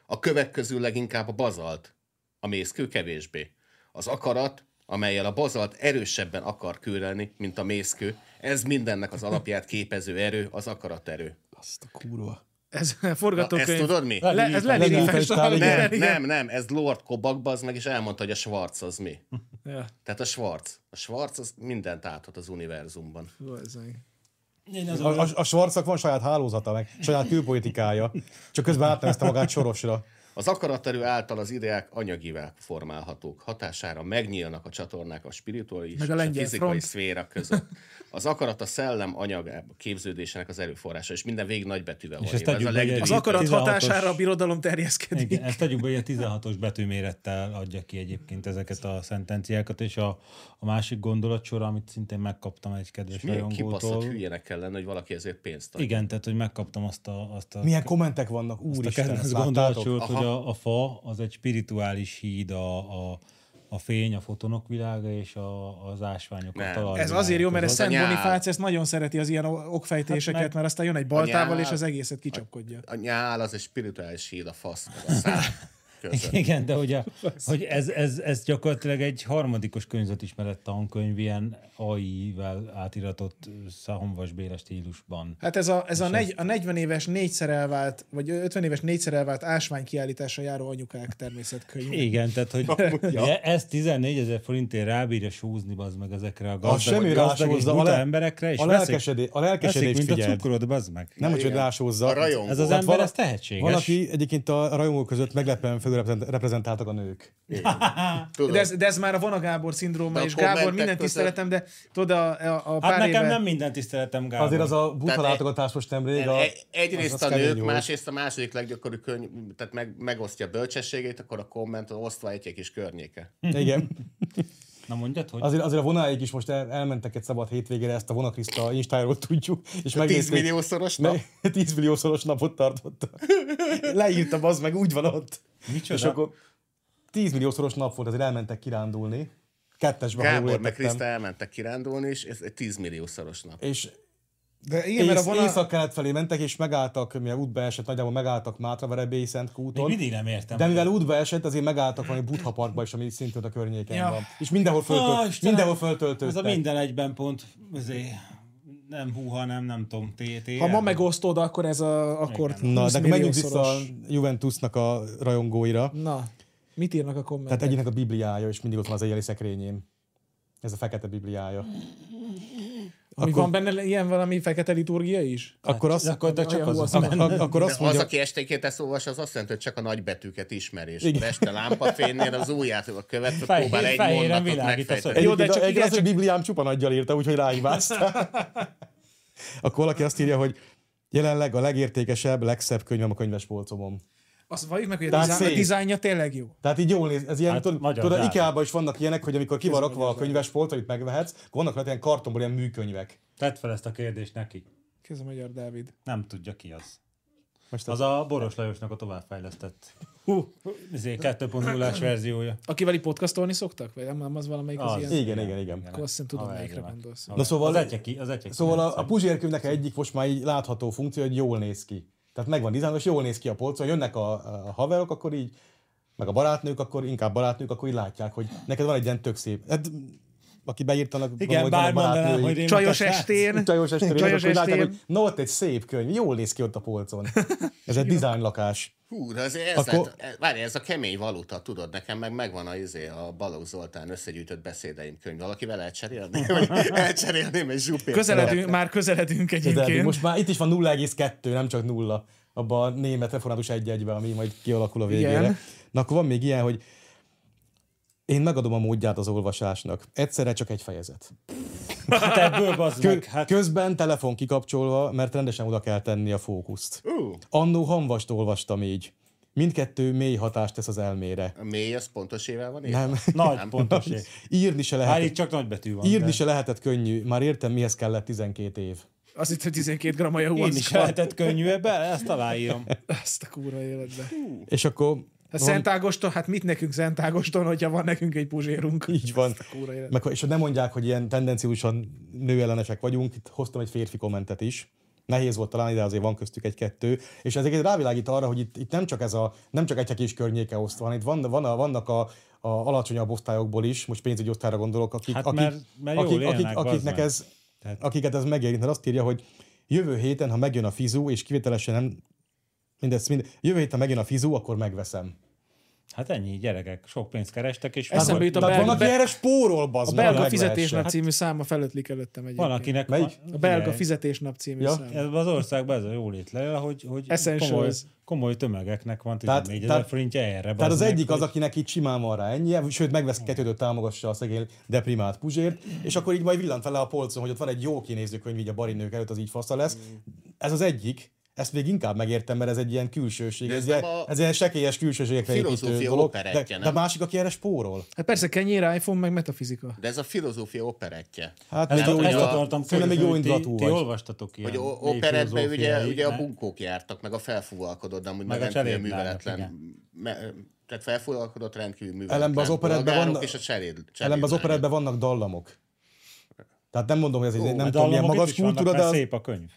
[SPEAKER 4] A kövek közül leginkább a bazalt, a mészkő kevésbé. Az akarat, amelyel a bazalt erősebben akar kőrelni, mint a mészkő, ez mindennek az alapját képező erő, az akaraterő.
[SPEAKER 1] Azt a kurva.
[SPEAKER 2] Ez
[SPEAKER 4] Na, ezt
[SPEAKER 2] forgatókönyv.
[SPEAKER 4] tudod mi?
[SPEAKER 2] Le, ez
[SPEAKER 3] Lenin
[SPEAKER 2] Lenin
[SPEAKER 1] Festál,
[SPEAKER 2] festál,
[SPEAKER 4] Nem,
[SPEAKER 2] Hát, igen, igen.
[SPEAKER 4] nem, nem, ez Lord Kobak bazd meg, és elmondta, hogy a Schwarz az mi.
[SPEAKER 2] Ja,
[SPEAKER 4] Tehát a Schwarz. A Schwarz az mindent áthat az univerzumban.
[SPEAKER 2] jó, ez meg.
[SPEAKER 3] én az
[SPEAKER 1] A, a, a Schwarzak van saját hálózata meg, saját külpolitikája. Csak közben átnevezte magát Sorosra.
[SPEAKER 4] Az akaraterő által az ideák anyagivá formálhatók. Hatására megnyílnak a csatornák a spirituális
[SPEAKER 2] Meg a
[SPEAKER 4] és a
[SPEAKER 2] lengyel
[SPEAKER 4] fizikai
[SPEAKER 2] front.
[SPEAKER 4] szféra között. Az akarat a szellem anyagába képződésének az erőforrása, és minden végig nagybetűvel van
[SPEAKER 3] ezt
[SPEAKER 4] írva. Ez
[SPEAKER 3] tegyük
[SPEAKER 4] a
[SPEAKER 3] be, hogy
[SPEAKER 4] leggyűjtőbb.
[SPEAKER 2] Az akarat
[SPEAKER 3] 16-os
[SPEAKER 2] hatására a birodalom terjeszkedik.
[SPEAKER 3] Igen, ezt tegyük be, hogy a 16-os betűmérettel adja ki egyébként ezeket a szentenciákat, és a, a másik gondolatsor, amit szintén megkaptam egy kedves
[SPEAKER 4] Milyen kibaszott
[SPEAKER 3] rajongótól.
[SPEAKER 4] hülyének kell lenni, hogy valaki ezért pénzt ad.
[SPEAKER 3] Igen, tehát, hogy megkaptam azt a, azt a
[SPEAKER 1] Milyen kommentek vannak,
[SPEAKER 3] Azt a
[SPEAKER 1] úristen,
[SPEAKER 3] kedvenc
[SPEAKER 1] ezt láttátok?
[SPEAKER 3] gondolatsort, hogy a, a fa az egy spirituális híd a, a, a fény, a fotonok világa és a, az ásványok.
[SPEAKER 4] Nem.
[SPEAKER 3] a talaj
[SPEAKER 2] Ez
[SPEAKER 3] világa
[SPEAKER 2] azért jó, mert ez
[SPEAKER 3] között.
[SPEAKER 2] Szent
[SPEAKER 4] nyál.
[SPEAKER 2] Bonifác ezt nagyon szereti az ilyen okfejtéseket,
[SPEAKER 3] Hát meg-
[SPEAKER 2] mert aztán jön egy baltával,
[SPEAKER 4] nyál.
[SPEAKER 2] és az egészet kicsapkodja.
[SPEAKER 4] A nyál az egy spirituális híd a fasz, meg a szám között.
[SPEAKER 3] Igen, de hogy,
[SPEAKER 1] [LAUGHS]
[SPEAKER 3] a, hogy ez, ez, ez gyakorlatilag egy harmadikos környezetismeret tankönyv, ilyen AI-vel átiratott Szahomvas Béla stílusban.
[SPEAKER 2] Hát ez a, ez a, negy, a 40 éves négyszer elvált, vagy 50 éves négyszer elvált ásvány kiállításra járó anyukák természetkönyv.
[SPEAKER 3] Igen, tehát
[SPEAKER 1] [LAUGHS]
[SPEAKER 3] hogy ja. ez 14 ezer forintért rábírja súzni bazd meg ezekre a gazdag,
[SPEAKER 1] semmi
[SPEAKER 3] gazdag és
[SPEAKER 1] rásózza, a
[SPEAKER 3] buta
[SPEAKER 1] le-
[SPEAKER 3] emberekre, és
[SPEAKER 1] a
[SPEAKER 3] veszik-
[SPEAKER 1] lelkesedé- a
[SPEAKER 3] veszik,
[SPEAKER 1] lelkesedést
[SPEAKER 3] mint a
[SPEAKER 1] figyeld.
[SPEAKER 3] cukrod, bazd meg.
[SPEAKER 1] Nem, hogy
[SPEAKER 4] Igen.
[SPEAKER 1] rásózza.
[SPEAKER 4] A rajongó.
[SPEAKER 3] Ez az
[SPEAKER 1] Tehát
[SPEAKER 3] ember,
[SPEAKER 1] vala-
[SPEAKER 3] ez tehetséges.
[SPEAKER 1] Valaki egyébként a rajongók között meglepően felreprezentáltak a nők.
[SPEAKER 4] Tudod,
[SPEAKER 2] De ez, de ez már a Vona Gábor szindróma,
[SPEAKER 4] De a
[SPEAKER 2] és Gábor
[SPEAKER 4] kommentek
[SPEAKER 2] minden
[SPEAKER 4] között-
[SPEAKER 2] tiszteletem, de tudod, a, a, a pár
[SPEAKER 3] Hát nekem
[SPEAKER 2] éve...
[SPEAKER 3] nem minden tiszteletem, Gábor.
[SPEAKER 1] Azért az a buta
[SPEAKER 4] Tehát egy-
[SPEAKER 1] látogatás most nemrég.
[SPEAKER 4] nem,
[SPEAKER 1] a-
[SPEAKER 4] egy- E- egyrészt
[SPEAKER 1] az-
[SPEAKER 4] a
[SPEAKER 1] az
[SPEAKER 4] nők,
[SPEAKER 1] kemény volt.
[SPEAKER 4] másrészt a második leggyakoribb könyv, tehát meg, megosztja bölcsességét, akkor a komment az osztva egy kis környéke.
[SPEAKER 1] Igen.
[SPEAKER 3] Na mondjad, hogy...
[SPEAKER 1] Azért, azért a vonáig is most el, elmentek egy szabad hétvégére, ezt a vonakriszta instájáról tudjuk. És
[SPEAKER 4] 10
[SPEAKER 1] megnézték-
[SPEAKER 4] milliószoros nap.
[SPEAKER 1] [LAUGHS] Me- 10 milliószoros napot tartotta.
[SPEAKER 4] [LAUGHS]
[SPEAKER 1] Leírtam, az meg úgy van ott.
[SPEAKER 3] Micsoda?
[SPEAKER 1] És akkor 10 milliószoros nap volt, azért elmentek kirándulni. Kettesbe, ha jól
[SPEAKER 4] Gábor meg
[SPEAKER 1] értettem.
[SPEAKER 4] Kriszta elmentek kirándulni, és ez egy 10 milliószoros nap.
[SPEAKER 1] És
[SPEAKER 2] De igen, mert a
[SPEAKER 1] ész,
[SPEAKER 2] Vona...
[SPEAKER 1] észak-kelet felé mentek, és megálltak, mivel útba esett, nagyjából megálltak Mátra Verebélyi Szent
[SPEAKER 3] Még
[SPEAKER 1] kúton.
[SPEAKER 3] mindig nem értem.
[SPEAKER 1] De mivel útba esett, azért megálltak valami Buddha parkba is, ami szintén ott a környéken
[SPEAKER 2] Ja.
[SPEAKER 1] van. És mindenhol, föltölt,
[SPEAKER 3] Á, Istenem!
[SPEAKER 1] mindenhol
[SPEAKER 3] Ez a
[SPEAKER 1] föltöltődtek.
[SPEAKER 3] minden egyben pont, azért nem hú, hanem nem tudom, TT.
[SPEAKER 2] Ha ma megosztod, akkor ez a... Akkor
[SPEAKER 1] Na,
[SPEAKER 2] 20
[SPEAKER 1] de akkor menjünk vissza a
[SPEAKER 2] milliószoros.
[SPEAKER 1] Juventusnak a rajongóira.
[SPEAKER 2] Na, mit írnak a kommentek?
[SPEAKER 1] Tehát egyének a bibliája, és mindig ott van az éjjeli szekrényén. Ez a fekete bibliája.
[SPEAKER 3] Hát,
[SPEAKER 2] Ami van benne ilyen valami fekete liturgia is? Hát,
[SPEAKER 1] Akkor azt,
[SPEAKER 3] Akkor de csak
[SPEAKER 2] Olyan
[SPEAKER 3] az,
[SPEAKER 2] hú,
[SPEAKER 3] az,
[SPEAKER 2] azt
[SPEAKER 1] ak- ak- akkor azt
[SPEAKER 4] De az,
[SPEAKER 1] mondja,
[SPEAKER 4] aki esténként ezt olvas, az azt jelenti, hogy csak a nagybetűket ismeri, és este lámpafénynél az ujját a
[SPEAKER 1] [LAUGHS]
[SPEAKER 4] követve
[SPEAKER 3] Fehér-
[SPEAKER 4] próbál egy
[SPEAKER 3] fehéren
[SPEAKER 4] mondatot
[SPEAKER 3] világít a
[SPEAKER 4] megfejteni.
[SPEAKER 1] Jó, de
[SPEAKER 2] Egyébként
[SPEAKER 1] csak
[SPEAKER 2] a-
[SPEAKER 1] egy
[SPEAKER 2] igen,
[SPEAKER 1] az, hogy Bibliám csupa nagyjal írta, úgyhogy ráhibáztál. [LAUGHS] Akkor valaki azt írja, hogy jelenleg a legértékesebb, legszebb könyvem a könyvespolcomon.
[SPEAKER 2] Azt valljuk meg, hogy a,
[SPEAKER 1] Tehát
[SPEAKER 2] dizájn, a
[SPEAKER 1] szép.
[SPEAKER 2] dizájnja tényleg jó.
[SPEAKER 1] Tehát így jól néz, ez ilyen, hát,
[SPEAKER 3] Hát,
[SPEAKER 1] tudod,
[SPEAKER 3] magyar
[SPEAKER 1] tudod
[SPEAKER 3] drága.
[SPEAKER 1] ikea is vannak ilyenek, hogy amikor ki van rakva a könyvespolt, amit megvehetsz, akkor vannak rajta ilyen kartonból ilyen műkönyvek.
[SPEAKER 3] Tedd fel ezt a kérdést neki.
[SPEAKER 2] Ki ez a magyar Dávid?
[SPEAKER 3] Nem tudja ki az.
[SPEAKER 1] Most
[SPEAKER 3] Az a Boros Lajosnak a továbbfejlesztett. Szóval- Hú, ezért 2.0-ás verziója.
[SPEAKER 2] Akivel így podcastolni szoktak? Vagy nem, nem az valamelyik az,
[SPEAKER 3] Az.
[SPEAKER 2] ilyen?
[SPEAKER 1] Igen, igen, igen.
[SPEAKER 2] Akkor azt hiszem tudom,
[SPEAKER 3] Haverjai
[SPEAKER 2] melyikre
[SPEAKER 3] meg.
[SPEAKER 2] gondolsz.
[SPEAKER 1] Na
[SPEAKER 3] Az
[SPEAKER 1] szóval,
[SPEAKER 3] egyeki, az egyeki.
[SPEAKER 1] szóval a, a puzsérkőnek egyik most már így látható funkció, hogy jól néz ki. Tehát megvan dizájnos, jól néz ki a polcon, jönnek a, a haverok, akkor így, meg a barátnők, akkor inkább barátnők, akkor így látják, hogy neked van egy ilyen tök szép. Hát, aki beírtanak,
[SPEAKER 3] Igen,
[SPEAKER 1] hogy
[SPEAKER 3] bár
[SPEAKER 1] vannak
[SPEAKER 3] mondanám,
[SPEAKER 1] barátnői.
[SPEAKER 3] hogy én
[SPEAKER 2] Csajos
[SPEAKER 3] mit tettem.
[SPEAKER 2] estén.
[SPEAKER 1] Csajos estén,
[SPEAKER 2] Csajos
[SPEAKER 1] Csajos estén. Látják,
[SPEAKER 2] estén.
[SPEAKER 1] hogy na ott egy szép könyv, jól néz ki ott a polcon. Ez egy dizájnlakás.
[SPEAKER 4] Hú, de azért ez,
[SPEAKER 1] Akkor-
[SPEAKER 4] Akkor... lett, várj, ez a kemény valuta, tudod, nekem meg megvan a, izé, a Balogh Zoltán összegyűjtött beszédeim könyv. Valakivel
[SPEAKER 1] [LAUGHS]
[SPEAKER 4] elcserélném, vagy elcserélném egy zsupért.
[SPEAKER 2] Közeledünk, már közeledünk
[SPEAKER 1] De
[SPEAKER 2] egyébként.
[SPEAKER 1] most már itt is van 0,2, nem csak nulla abban a német református egy egybe, ami majd kialakul a végére.
[SPEAKER 2] Igen.
[SPEAKER 1] Igen. Na akkor van még ilyen, hogy én megadom a módját az olvasásnak. Egyszerre csak egy fejezet.
[SPEAKER 3] Hát ebből bazd meg.
[SPEAKER 1] Kö-
[SPEAKER 3] Hát
[SPEAKER 1] Közben telefon kikapcsolva, mert rendesen oda kell tenni a fókuszt.
[SPEAKER 4] Ú,
[SPEAKER 1] Annó hamvast olvastam így. Mindkettő mély hatást tesz az elmére.
[SPEAKER 4] a mély az pontosével van írva?
[SPEAKER 1] Nem.
[SPEAKER 3] nagy pontoség.
[SPEAKER 1] Írni se
[SPEAKER 3] Hát
[SPEAKER 1] lehet.
[SPEAKER 3] itt csak nagy betű van.
[SPEAKER 1] Írni
[SPEAKER 3] de-
[SPEAKER 1] se lehetett könnyű, már értem, mihez kellett 12 év.
[SPEAKER 2] Azt hittem, hogy 12 gram a jó
[SPEAKER 3] Én is
[SPEAKER 1] hát.
[SPEAKER 3] lehetett könnyű ebbe, ezt aláírom.
[SPEAKER 2] Ezt a kúra életbe.
[SPEAKER 1] És akkor...
[SPEAKER 2] Hát Szent Ágoston, hát mit nekünk Szent Ágoston, hogyha van nekünk egy puzsérunk?
[SPEAKER 1] Így van.
[SPEAKER 2] Ezt a kúra életbe.
[SPEAKER 1] Meg, és nem mondják, hogy ilyen tendenciósan nőellenesek vagyunk, itt hoztam egy férfi kommentet is. Nehéz volt találni, de azért van köztük egy-kettő. És ez egyébként rávilágít arra, hogy itt, itt nem csak ez a, nem csak egy kis környéke osztva, hanem itt van, van a, vannak a, a alacsonyabb osztályokból is, most pénzügyi osztályra gondolok, akik,
[SPEAKER 3] Hát
[SPEAKER 1] akik,
[SPEAKER 3] mert- mert jól
[SPEAKER 1] akik,
[SPEAKER 3] élnek,
[SPEAKER 1] akik,
[SPEAKER 3] bazd
[SPEAKER 1] akiknek
[SPEAKER 3] meg.
[SPEAKER 1] ez,
[SPEAKER 3] Tehát-
[SPEAKER 1] akiket ez megérint. Hát azt írja, hogy jövő héten, ha megjön a fizu, és kivételesen nem, mindez, mind, jövő héten megjön a fizu, akkor megveszem.
[SPEAKER 3] Hát ennyi, gyerekek, sok pénzt kerestek, és
[SPEAKER 2] Eszembe
[SPEAKER 3] volt-
[SPEAKER 2] jut a
[SPEAKER 1] Tehát
[SPEAKER 2] belga-
[SPEAKER 1] van, aki
[SPEAKER 2] be-
[SPEAKER 1] erre spórol,
[SPEAKER 2] A
[SPEAKER 1] bazd meg,
[SPEAKER 2] belga
[SPEAKER 1] hogy
[SPEAKER 2] fizetésnap
[SPEAKER 1] megvehesse.
[SPEAKER 2] című száma felötlik előttem egyébként.
[SPEAKER 3] van, akinek...
[SPEAKER 1] Melyik?
[SPEAKER 2] A belga
[SPEAKER 3] Figyelj,
[SPEAKER 2] fizetésnap című
[SPEAKER 1] Ja.
[SPEAKER 2] szám.
[SPEAKER 3] ez az országban ez a jólét le, hogy, hogy
[SPEAKER 2] Essentials.
[SPEAKER 3] komoly, komoly, tömegeknek van
[SPEAKER 1] Tehát-
[SPEAKER 3] 14 ezer
[SPEAKER 1] tehát-
[SPEAKER 3] forintja erre.
[SPEAKER 1] Tehát
[SPEAKER 3] bazd
[SPEAKER 1] az
[SPEAKER 3] meg,
[SPEAKER 1] egyik
[SPEAKER 3] hogy-
[SPEAKER 1] az, akinek így simán van rá ennyi, sőt megvesz
[SPEAKER 4] Mm.
[SPEAKER 1] kettőt, támogassa a szegény deprimált Puzsért, és akkor így majd villant fel a polcon, hogy ott van egy jó kinéző könyv így a barinők előtt, az így fasza lesz.
[SPEAKER 4] Mm.
[SPEAKER 1] Ez az egyik, ezt még inkább megértem, mert ez egy ilyen külsőség,
[SPEAKER 4] De
[SPEAKER 1] ez,
[SPEAKER 4] ez
[SPEAKER 1] ilyen,
[SPEAKER 4] nem a
[SPEAKER 1] ez ilyen sekélyes külsőségekre építő
[SPEAKER 4] filozófia
[SPEAKER 1] dolog, de,
[SPEAKER 4] operettje,
[SPEAKER 1] de
[SPEAKER 4] nem?
[SPEAKER 1] másik, aki erre spórol.
[SPEAKER 2] Hát persze, kenyér, iPhone, meg metafizika.
[SPEAKER 4] De ez a filozófia operettje.
[SPEAKER 1] Hát még
[SPEAKER 3] Ezt, ezt,
[SPEAKER 1] jó,
[SPEAKER 3] ezt
[SPEAKER 4] hogy a-
[SPEAKER 3] akartam
[SPEAKER 1] szerintem még
[SPEAKER 3] kérdezni,
[SPEAKER 1] jó
[SPEAKER 3] hogy ti-
[SPEAKER 1] indulatú
[SPEAKER 3] hát, Ti
[SPEAKER 1] vagy.
[SPEAKER 3] olvastatok ilyen Hát,
[SPEAKER 4] Hogy o-
[SPEAKER 3] mély
[SPEAKER 4] operetben ugye,
[SPEAKER 3] filozófiai-
[SPEAKER 4] ugye a
[SPEAKER 3] ne?
[SPEAKER 4] bunkók jártak, meg a felfúvalkodott, de amúgy
[SPEAKER 3] Meg
[SPEAKER 4] meg,
[SPEAKER 3] a
[SPEAKER 4] rendkívül
[SPEAKER 3] cselédlányok,
[SPEAKER 4] műveletlen. Me, tehát felfúvalkodott rendkívül műveletlen.
[SPEAKER 1] Ellenben az operettben
[SPEAKER 4] polgárok
[SPEAKER 1] vannak-
[SPEAKER 4] és a cseléd, cseléd
[SPEAKER 1] Ellenben az operetben vannak dallamok. Tehát nem mondom, hogy ez egy, nem
[SPEAKER 3] A
[SPEAKER 1] tudom, milyen
[SPEAKER 3] hát dallamok itt
[SPEAKER 1] magas
[SPEAKER 3] is vannak,
[SPEAKER 1] kultúra, de,
[SPEAKER 3] mert
[SPEAKER 1] az,
[SPEAKER 3] szép a könyv.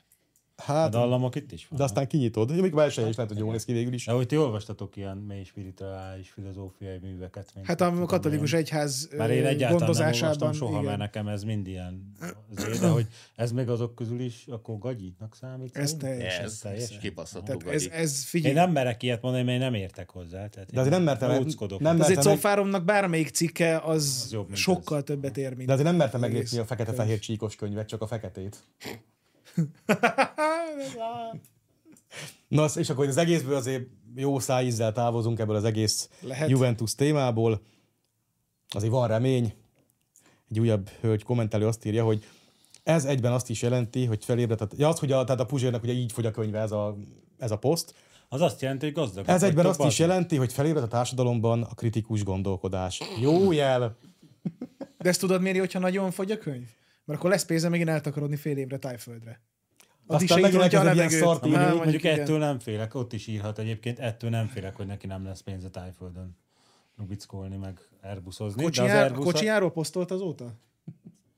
[SPEAKER 3] A
[SPEAKER 1] hát,
[SPEAKER 3] dallamok itt is
[SPEAKER 1] de
[SPEAKER 3] vannak.
[SPEAKER 1] aztán kinyitod. Még belső is lehet, hogy jól néz ki végül is.
[SPEAKER 3] De hogy ti olvastatok ilyen mély spirituális, filozófiai műveket? Mint
[SPEAKER 2] Hát
[SPEAKER 3] mit tudom
[SPEAKER 2] a katolikus egyház
[SPEAKER 3] Már
[SPEAKER 2] ö,
[SPEAKER 3] én egyáltalán nem olvastam
[SPEAKER 2] gondozásában.
[SPEAKER 3] soha,
[SPEAKER 2] igen.
[SPEAKER 3] mert nekem ez mind ilyen azért, de hogy ez még azok közül is, akkor gagyinak számít.
[SPEAKER 2] Ez
[SPEAKER 3] szerintem?
[SPEAKER 2] teljesen.
[SPEAKER 4] Ez,
[SPEAKER 3] teljesen.
[SPEAKER 4] és kibaszott
[SPEAKER 2] Tehát
[SPEAKER 4] dugadi.
[SPEAKER 2] ez, ez figyelj.
[SPEAKER 3] Én nem merek ilyet mondani, mert én nem értek hozzá. Tehát
[SPEAKER 1] De azért nem mertem,
[SPEAKER 3] el.
[SPEAKER 1] el-
[SPEAKER 3] Óckodok.
[SPEAKER 1] nem
[SPEAKER 3] Nem,
[SPEAKER 2] Azért
[SPEAKER 1] mertem, meg,
[SPEAKER 2] Cofáromnak bármelyik cikke az,
[SPEAKER 3] jobb, mint
[SPEAKER 2] sokkal többet ér, mint
[SPEAKER 1] de azért nem mertem meglépni
[SPEAKER 2] egész
[SPEAKER 1] a fekete-fehér csíkos könyvet, csak a feketét. Na, az- és akkor az egészből azért jó szájízzel távozunk ebből az egész
[SPEAKER 2] Lehet.
[SPEAKER 1] Lehet. Juventus témából. Azért van remény. Egy újabb hölgy kommentelő azt írja, hogy ez egyben azt is jelenti, hogy felébredt. Ja, az, hogy a, tehát a Puzsérnek ugye így fogy a könyve ez a, ez a poszt.
[SPEAKER 3] az azt jelenti, hogy gazdag.
[SPEAKER 1] Ez egyben azt is jelenti, hogy felébredt a társadalomban a kritikus gondolkodás. Jó jel!
[SPEAKER 2] De ezt tudod mérni, hogyha nagyon fogy a könyv? Mert akkor lesz pénze megint eltakarodni fél évre Tájföldre.
[SPEAKER 1] Aztán
[SPEAKER 2] is se
[SPEAKER 1] megint
[SPEAKER 2] írogatja a
[SPEAKER 1] elkezded ilyen
[SPEAKER 2] levegőt.
[SPEAKER 1] szart írni,
[SPEAKER 2] Már
[SPEAKER 1] így
[SPEAKER 3] Mondjuk
[SPEAKER 2] igen.
[SPEAKER 3] ettől nem félek, ott is írhat egyébként, ettől nem félek, hogy neki nem lesz pénze tájföldön rubickolni, meg airbuszozni. de az
[SPEAKER 2] Kocsijár,
[SPEAKER 3] Airbus-
[SPEAKER 2] kocsijáról posztolt azóta?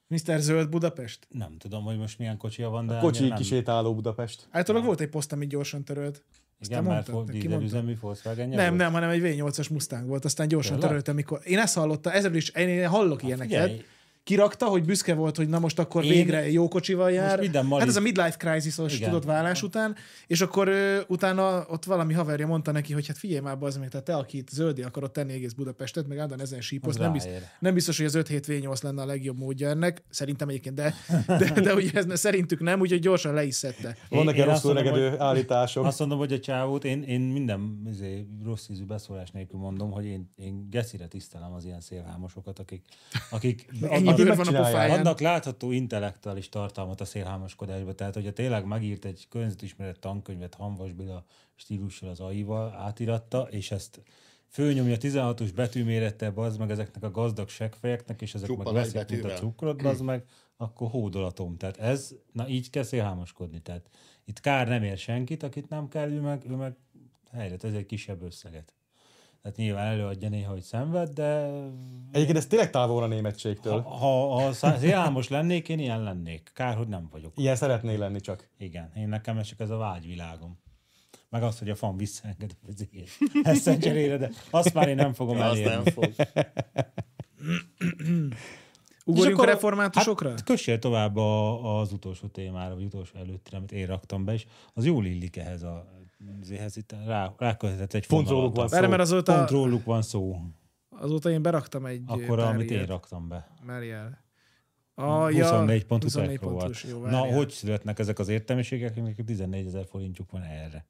[SPEAKER 2] Mr. Zöld Budapest?
[SPEAKER 3] Nem tudom, hogy most milyen kocsia van, de... annyira
[SPEAKER 1] Kocsi
[SPEAKER 3] nem.
[SPEAKER 1] kisétáló Budapest.
[SPEAKER 2] Általában volt egy poszt, amit gyorsan törölt.
[SPEAKER 3] Igen,
[SPEAKER 2] te
[SPEAKER 3] már
[SPEAKER 2] mondtad, te ki
[SPEAKER 3] dízelüzemű Volkswagen
[SPEAKER 2] Nem, nem, hanem egy V8-as Mustang volt, aztán gyorsan
[SPEAKER 3] Tényleg?
[SPEAKER 2] töröltem, mikor... Én ezt hallottam, ezzel is én hallok ilyeneket.
[SPEAKER 3] figyelj.
[SPEAKER 2] Kirakta, hogy büszke volt, hogy na most akkor
[SPEAKER 3] Én-
[SPEAKER 2] végre jó kocsival jár.
[SPEAKER 3] minden mali-
[SPEAKER 2] Hát ez a midlife crisis-os
[SPEAKER 3] Igen.
[SPEAKER 2] tudott vállás után, és akkor ö, utána ott valami haverja mondta neki, hogy hát figyelj már az még, tehát te, aki itt zöldé akarod tenni egész Budapestet, meg állandóan ezen sípolsz,
[SPEAKER 3] Az
[SPEAKER 2] nem, biztos,
[SPEAKER 3] ráér.
[SPEAKER 2] nem biztos, hogy az 5 7 V8 lenne a legjobb módja ennek, szerintem egyébként, de, de, de ugye ez szerintük nem, úgyhogy gyorsan le is szedte.
[SPEAKER 1] Vannak
[SPEAKER 3] én
[SPEAKER 1] ilyen
[SPEAKER 3] azt
[SPEAKER 1] rosszul
[SPEAKER 3] mondom,
[SPEAKER 1] regedő
[SPEAKER 3] hogy-
[SPEAKER 1] állítások.
[SPEAKER 3] Azt mondom, hogy a csávót, én, én minden izé, rossz ízű beszólás nélkül mondom, hogy én, én gecire tisztelem az ilyen szélhámosokat, akik, akik
[SPEAKER 2] Ennyi
[SPEAKER 1] Aki
[SPEAKER 2] bőr van a
[SPEAKER 1] megcsinálja.
[SPEAKER 2] pofáján.
[SPEAKER 3] Annak látható intellektuális tartalmat a szélhámoskodásba, tehát hogyha tényleg megírt egy környezetismeret tankönyvet Hanvas Béla stílussal az AI-val, átiratta, és ezt főnyomja 16-os betűmérete, az meg ezeknek a gazdag seggfejeknek, és ezek
[SPEAKER 4] Csupa
[SPEAKER 3] meg
[SPEAKER 4] nagy
[SPEAKER 3] veszik, mint a
[SPEAKER 4] betűvel.
[SPEAKER 3] cukrot, az meg, akkor hódolatom. Tehát ez, na így kell szélhámoskodni. Tehát itt kár nem ér senkit, akit nem kell, ő meg, ő meg helyre, ez egy kisebb összeget. Tehát nyilván előadja néha, hogy szenved, de
[SPEAKER 1] Egyébként ez tényleg távol a németségtől.
[SPEAKER 3] ha, ha, ha szá- szélhámos lennék, én ilyen lennék. Kár, hogy nem vagyok.
[SPEAKER 1] Ilyen szeretnél lenni csak.
[SPEAKER 3] Igen, én nekem ez csak ez a vágyvilágom. Meg az, hogy a fan visszaenged az egész. Ezt cserére, de azt már én nem fogom
[SPEAKER 4] Azt nem
[SPEAKER 3] elérni.
[SPEAKER 4] fog.
[SPEAKER 2] Ugorjunk a
[SPEAKER 3] akkor-
[SPEAKER 2] reformátusokra?
[SPEAKER 3] Hát kössél tovább a, az utolsó témára, vagy utolsó előttire, amit én raktam be, és az jól illik ehhez a ezéhez itt rá, rákövetett egy
[SPEAKER 1] Pont róluk van
[SPEAKER 3] fonalat.
[SPEAKER 1] szó.
[SPEAKER 2] Erre, mert azóta,
[SPEAKER 3] Pont róluk van szó.
[SPEAKER 2] azóta én beraktam egy
[SPEAKER 3] Akkor, amit én
[SPEAKER 2] párját.
[SPEAKER 3] raktam be.
[SPEAKER 2] Merjel. A, ja,
[SPEAKER 3] 24
[SPEAKER 2] 24
[SPEAKER 3] pontú 24 volt.
[SPEAKER 2] pontos, jó,
[SPEAKER 3] Na,
[SPEAKER 2] várjál.
[SPEAKER 3] hogy születnek ezek az értelmiségek, amikor 14 ezer forintjuk van erre?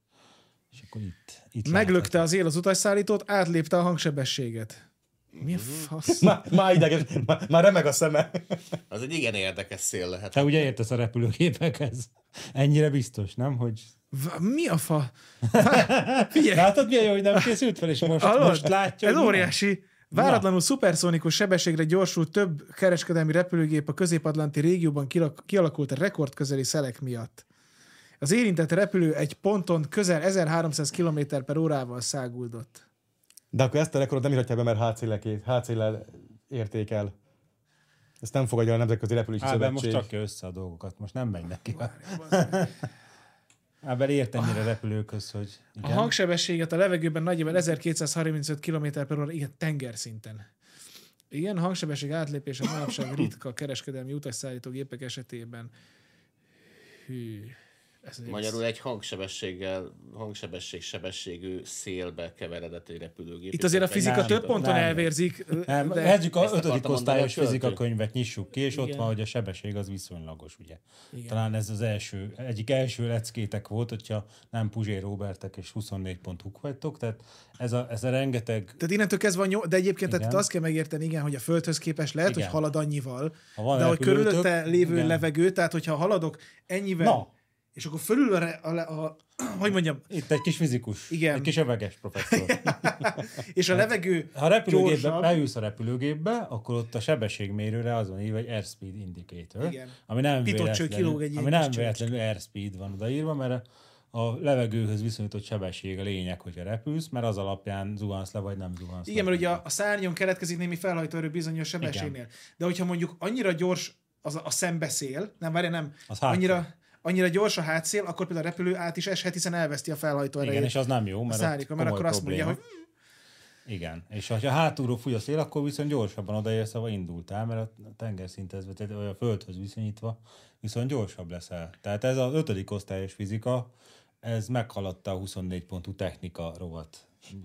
[SPEAKER 3] És akkor itt, itt látható.
[SPEAKER 2] Meglökte az él az utasszállítót, átlépte a hangsebességet.
[SPEAKER 3] Mhm.
[SPEAKER 2] Mi a fasz?
[SPEAKER 1] Már, már ideges, már, már remeg a szeme.
[SPEAKER 4] Az egy igen érdekes szél lehet.
[SPEAKER 3] Te Hát ugye értesz a repülőgépekhez? Ennyire biztos, nem? Hogy...
[SPEAKER 2] V- Mi a fa? Vá-
[SPEAKER 3] [LAUGHS]
[SPEAKER 2] Figyelj,
[SPEAKER 3] Látod, milyen jó, hogy nem készült fel, és most,
[SPEAKER 2] hallod?
[SPEAKER 3] most látja.
[SPEAKER 2] Ez
[SPEAKER 3] hogy nem.
[SPEAKER 2] óriási. Váratlanul szuperszonikus sebességre gyorsult több kereskedelmi repülőgép a közép-atlanti régióban kilak- kialakult rekordközeli szelek miatt. Az érintett repülő egy ponton közel 1300 km per órával száguldott.
[SPEAKER 1] De akkor ezt a rekordot nem írhatják be, mert HC-lel HC-lel értékel. Ezt nem fogadja el a Nemzetközi Repülési
[SPEAKER 3] Ábel most
[SPEAKER 1] Szövetség.
[SPEAKER 3] csak össze a dolgokat, most nem megy neki. [LAUGHS] Ábel ért ennyire repülőköz, hogy...
[SPEAKER 2] A
[SPEAKER 3] Igen.
[SPEAKER 2] hangsebességet a levegőben nagyjából 1235 km per óra, igen, tengerszinten. Ilyen hangsebesség átlépése manapság ritka a kereskedelmi utasszállító gépek esetében. Hű. Ez egy-
[SPEAKER 4] Magyarul egy hangsebességgel, hangsebesség sebességű szélbe keveredett egy repülőgép.
[SPEAKER 2] Itt azért a
[SPEAKER 4] Meg-
[SPEAKER 2] fizika
[SPEAKER 3] Nem,
[SPEAKER 2] több ponton
[SPEAKER 3] nem.
[SPEAKER 2] elvérzik.
[SPEAKER 3] Nem,
[SPEAKER 2] de-
[SPEAKER 3] vegyük a
[SPEAKER 4] Ezt
[SPEAKER 3] ötödik
[SPEAKER 4] akartam mondani,
[SPEAKER 3] osztályos
[SPEAKER 4] hogy
[SPEAKER 3] fizika
[SPEAKER 4] költő.
[SPEAKER 3] könyvet nyissuk ki, és ott
[SPEAKER 2] Igen.
[SPEAKER 3] van, hogy a sebesség az viszonylagos, ugye.
[SPEAKER 2] Igen.
[SPEAKER 3] Igen. Talán ez az első, egyik első leckétek volt, hogyha nem Puzsé Robertek és 24 pont huk vagytok, tehát ez a, ez a rengeteg,
[SPEAKER 2] Tehát innentől kezdve, a nyol... de egyébként tehát
[SPEAKER 3] Igen.
[SPEAKER 2] itt azt kell megérteni, igen, hogy a Földhöz képest lehet,
[SPEAKER 3] Igen.
[SPEAKER 2] hogy halad annyival,
[SPEAKER 3] Ha van
[SPEAKER 2] de hogy
[SPEAKER 3] repülőtök,
[SPEAKER 2] körülötte lévő
[SPEAKER 3] igen.
[SPEAKER 2] levegő, tehát hogyha haladok ennyivel,
[SPEAKER 3] Na.
[SPEAKER 2] és akkor fölül a, re- a, le- a, [CLEARS THROAT] hogy mondjam,
[SPEAKER 3] itt egy kis fizikus,
[SPEAKER 2] Igen.
[SPEAKER 3] egy kis öveges professzor.
[SPEAKER 2] és a levegő
[SPEAKER 3] Hát, Ha a repülőgépbe,
[SPEAKER 2] gyorsabb,
[SPEAKER 3] beülsz a repülőgépbe, akkor ott a sebességmérőre az van írva, hogy airspeed indicator,
[SPEAKER 2] Igen.
[SPEAKER 3] ami nem
[SPEAKER 2] Pitot cső kilóg
[SPEAKER 3] véletlenül,
[SPEAKER 2] egy ilyen kis
[SPEAKER 3] ami nem
[SPEAKER 2] csőcske.
[SPEAKER 3] véletlenül airspeed van odaírva, mert a a levegőhöz viszonyított sebesség a lényeg, hogyha repülsz, mert az alapján zuhansz le, vagy nem zuhansz
[SPEAKER 2] igen,
[SPEAKER 3] le.
[SPEAKER 2] mert ugye a, a szárnyon keletkezik némi felhajtóerő bizonyos sebességnél. De hogyha mondjuk annyira gyors az a, a szembeszél, nem, várja, nem,
[SPEAKER 3] Az hátszél.
[SPEAKER 2] annyira, annyira gyors a hátszél, akkor például a repülő át is eshet, hiszen elveszti a felhajtóerejét.
[SPEAKER 3] Igen, és az nem jó, mert,
[SPEAKER 2] szárnyéka, mert
[SPEAKER 3] komoly
[SPEAKER 2] akkor azt mondja,
[SPEAKER 3] probléma. Igen, és ha hátulról fúj a szél, akkor viszont gyorsabban odaérsz, ahova indultál, mert a tengerszinthez, vagy tehát a földhöz viszonyítva viszont gyorsabb leszel. Tehát ez az ötödik osztályos fizika, ez meghaladta a 24 pontú technika rovat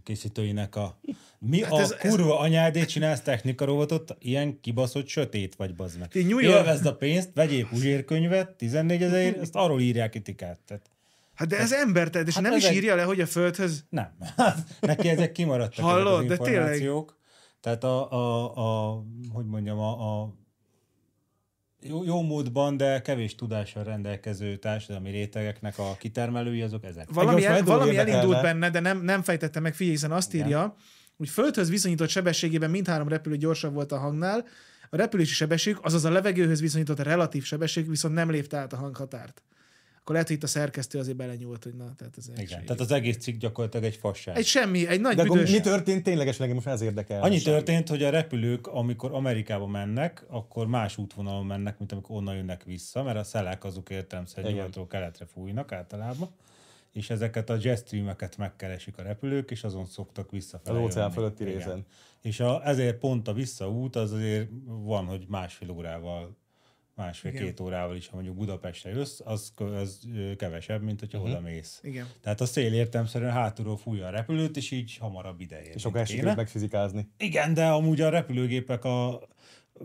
[SPEAKER 3] készítőinek a... Mi hát a
[SPEAKER 2] ez-
[SPEAKER 3] ez,
[SPEAKER 2] ez-
[SPEAKER 3] kurva anyádét csinálsz technika rovatot, ilyen kibaszott sötét vagy bazd meg.
[SPEAKER 2] Ti nyújjal-
[SPEAKER 3] Élvezd a pénzt, vegyél Puzsérkönyvet, 14 ezerért, ezt arról írják kritikát. Tehát
[SPEAKER 2] Hát de ez ember, tehát, és
[SPEAKER 3] Hát
[SPEAKER 2] nem
[SPEAKER 3] ez
[SPEAKER 2] is
[SPEAKER 3] egy-
[SPEAKER 2] írja le, hogy a földhöz...
[SPEAKER 3] nem. [LAUGHS] Hát, Neki ezek kimaradtak
[SPEAKER 2] Hallod,
[SPEAKER 3] ezek az
[SPEAKER 2] de tényleg.
[SPEAKER 3] információk. Tehát a, a, a hogy mondjam, a, a jó, jó módban, de kevés tudással rendelkező társadalmi rétegeknek a kitermelői azok ezek.
[SPEAKER 2] Valami,
[SPEAKER 1] most már
[SPEAKER 2] el,
[SPEAKER 1] egy dolog
[SPEAKER 2] valami
[SPEAKER 1] érdekelne.
[SPEAKER 2] elindult benne, de nem, nem fejtette meg, figyelj, hiszen azt írja, hogy földhöz viszonyított sebességében mindhárom repülő gyorsabb volt a hangnál, a repülési sebesség, azaz a levegőhöz viszonyított a relatív sebesség viszont nem lépte át a hanghatárt. Akkor lehet, hogy itt a szerkesztő azért belenyúlt, hogy na, tehát ez egy-
[SPEAKER 3] Igen. Tehát az egész cikk gyakorlatilag egy fasság.
[SPEAKER 2] egy semmi, egy nagy
[SPEAKER 1] De akkor
[SPEAKER 2] büdös.
[SPEAKER 1] mi történt ténylegesen, engem most ez érdekel.
[SPEAKER 3] Annyi történt, hogy a repülők, amikor Amerikába mennek, akkor más útvonalon mennek, mint amikor onnan jönnek vissza, mert a szelek azok értelemszerűen
[SPEAKER 1] Igen.
[SPEAKER 3] nyugatról keletre fújnak általában, és ezeket a jetstreameket megkeresik a repülők, és azon szoktak visszafelé
[SPEAKER 1] Az óceán
[SPEAKER 3] jönni.
[SPEAKER 1] fölötti
[SPEAKER 3] Igen.
[SPEAKER 1] részen.
[SPEAKER 3] És a, ezért pont a visszaút az azért van, hogy másfél órával másfél-két órával is, ha mondjuk Budapestre jössz, az, kö- az ö, kevesebb, mint hogyha
[SPEAKER 1] Mhm.
[SPEAKER 3] uh-huh. oda mész.
[SPEAKER 2] Igen.
[SPEAKER 3] Tehát a szél értelmszerűen hátulról fújja a repülőt, és így hamarabb
[SPEAKER 1] És
[SPEAKER 3] ideér. mint
[SPEAKER 1] akkor ezt
[SPEAKER 3] kéne.
[SPEAKER 1] sikerült megfizikázni.
[SPEAKER 3] Igen, de amúgy a repülőgépek a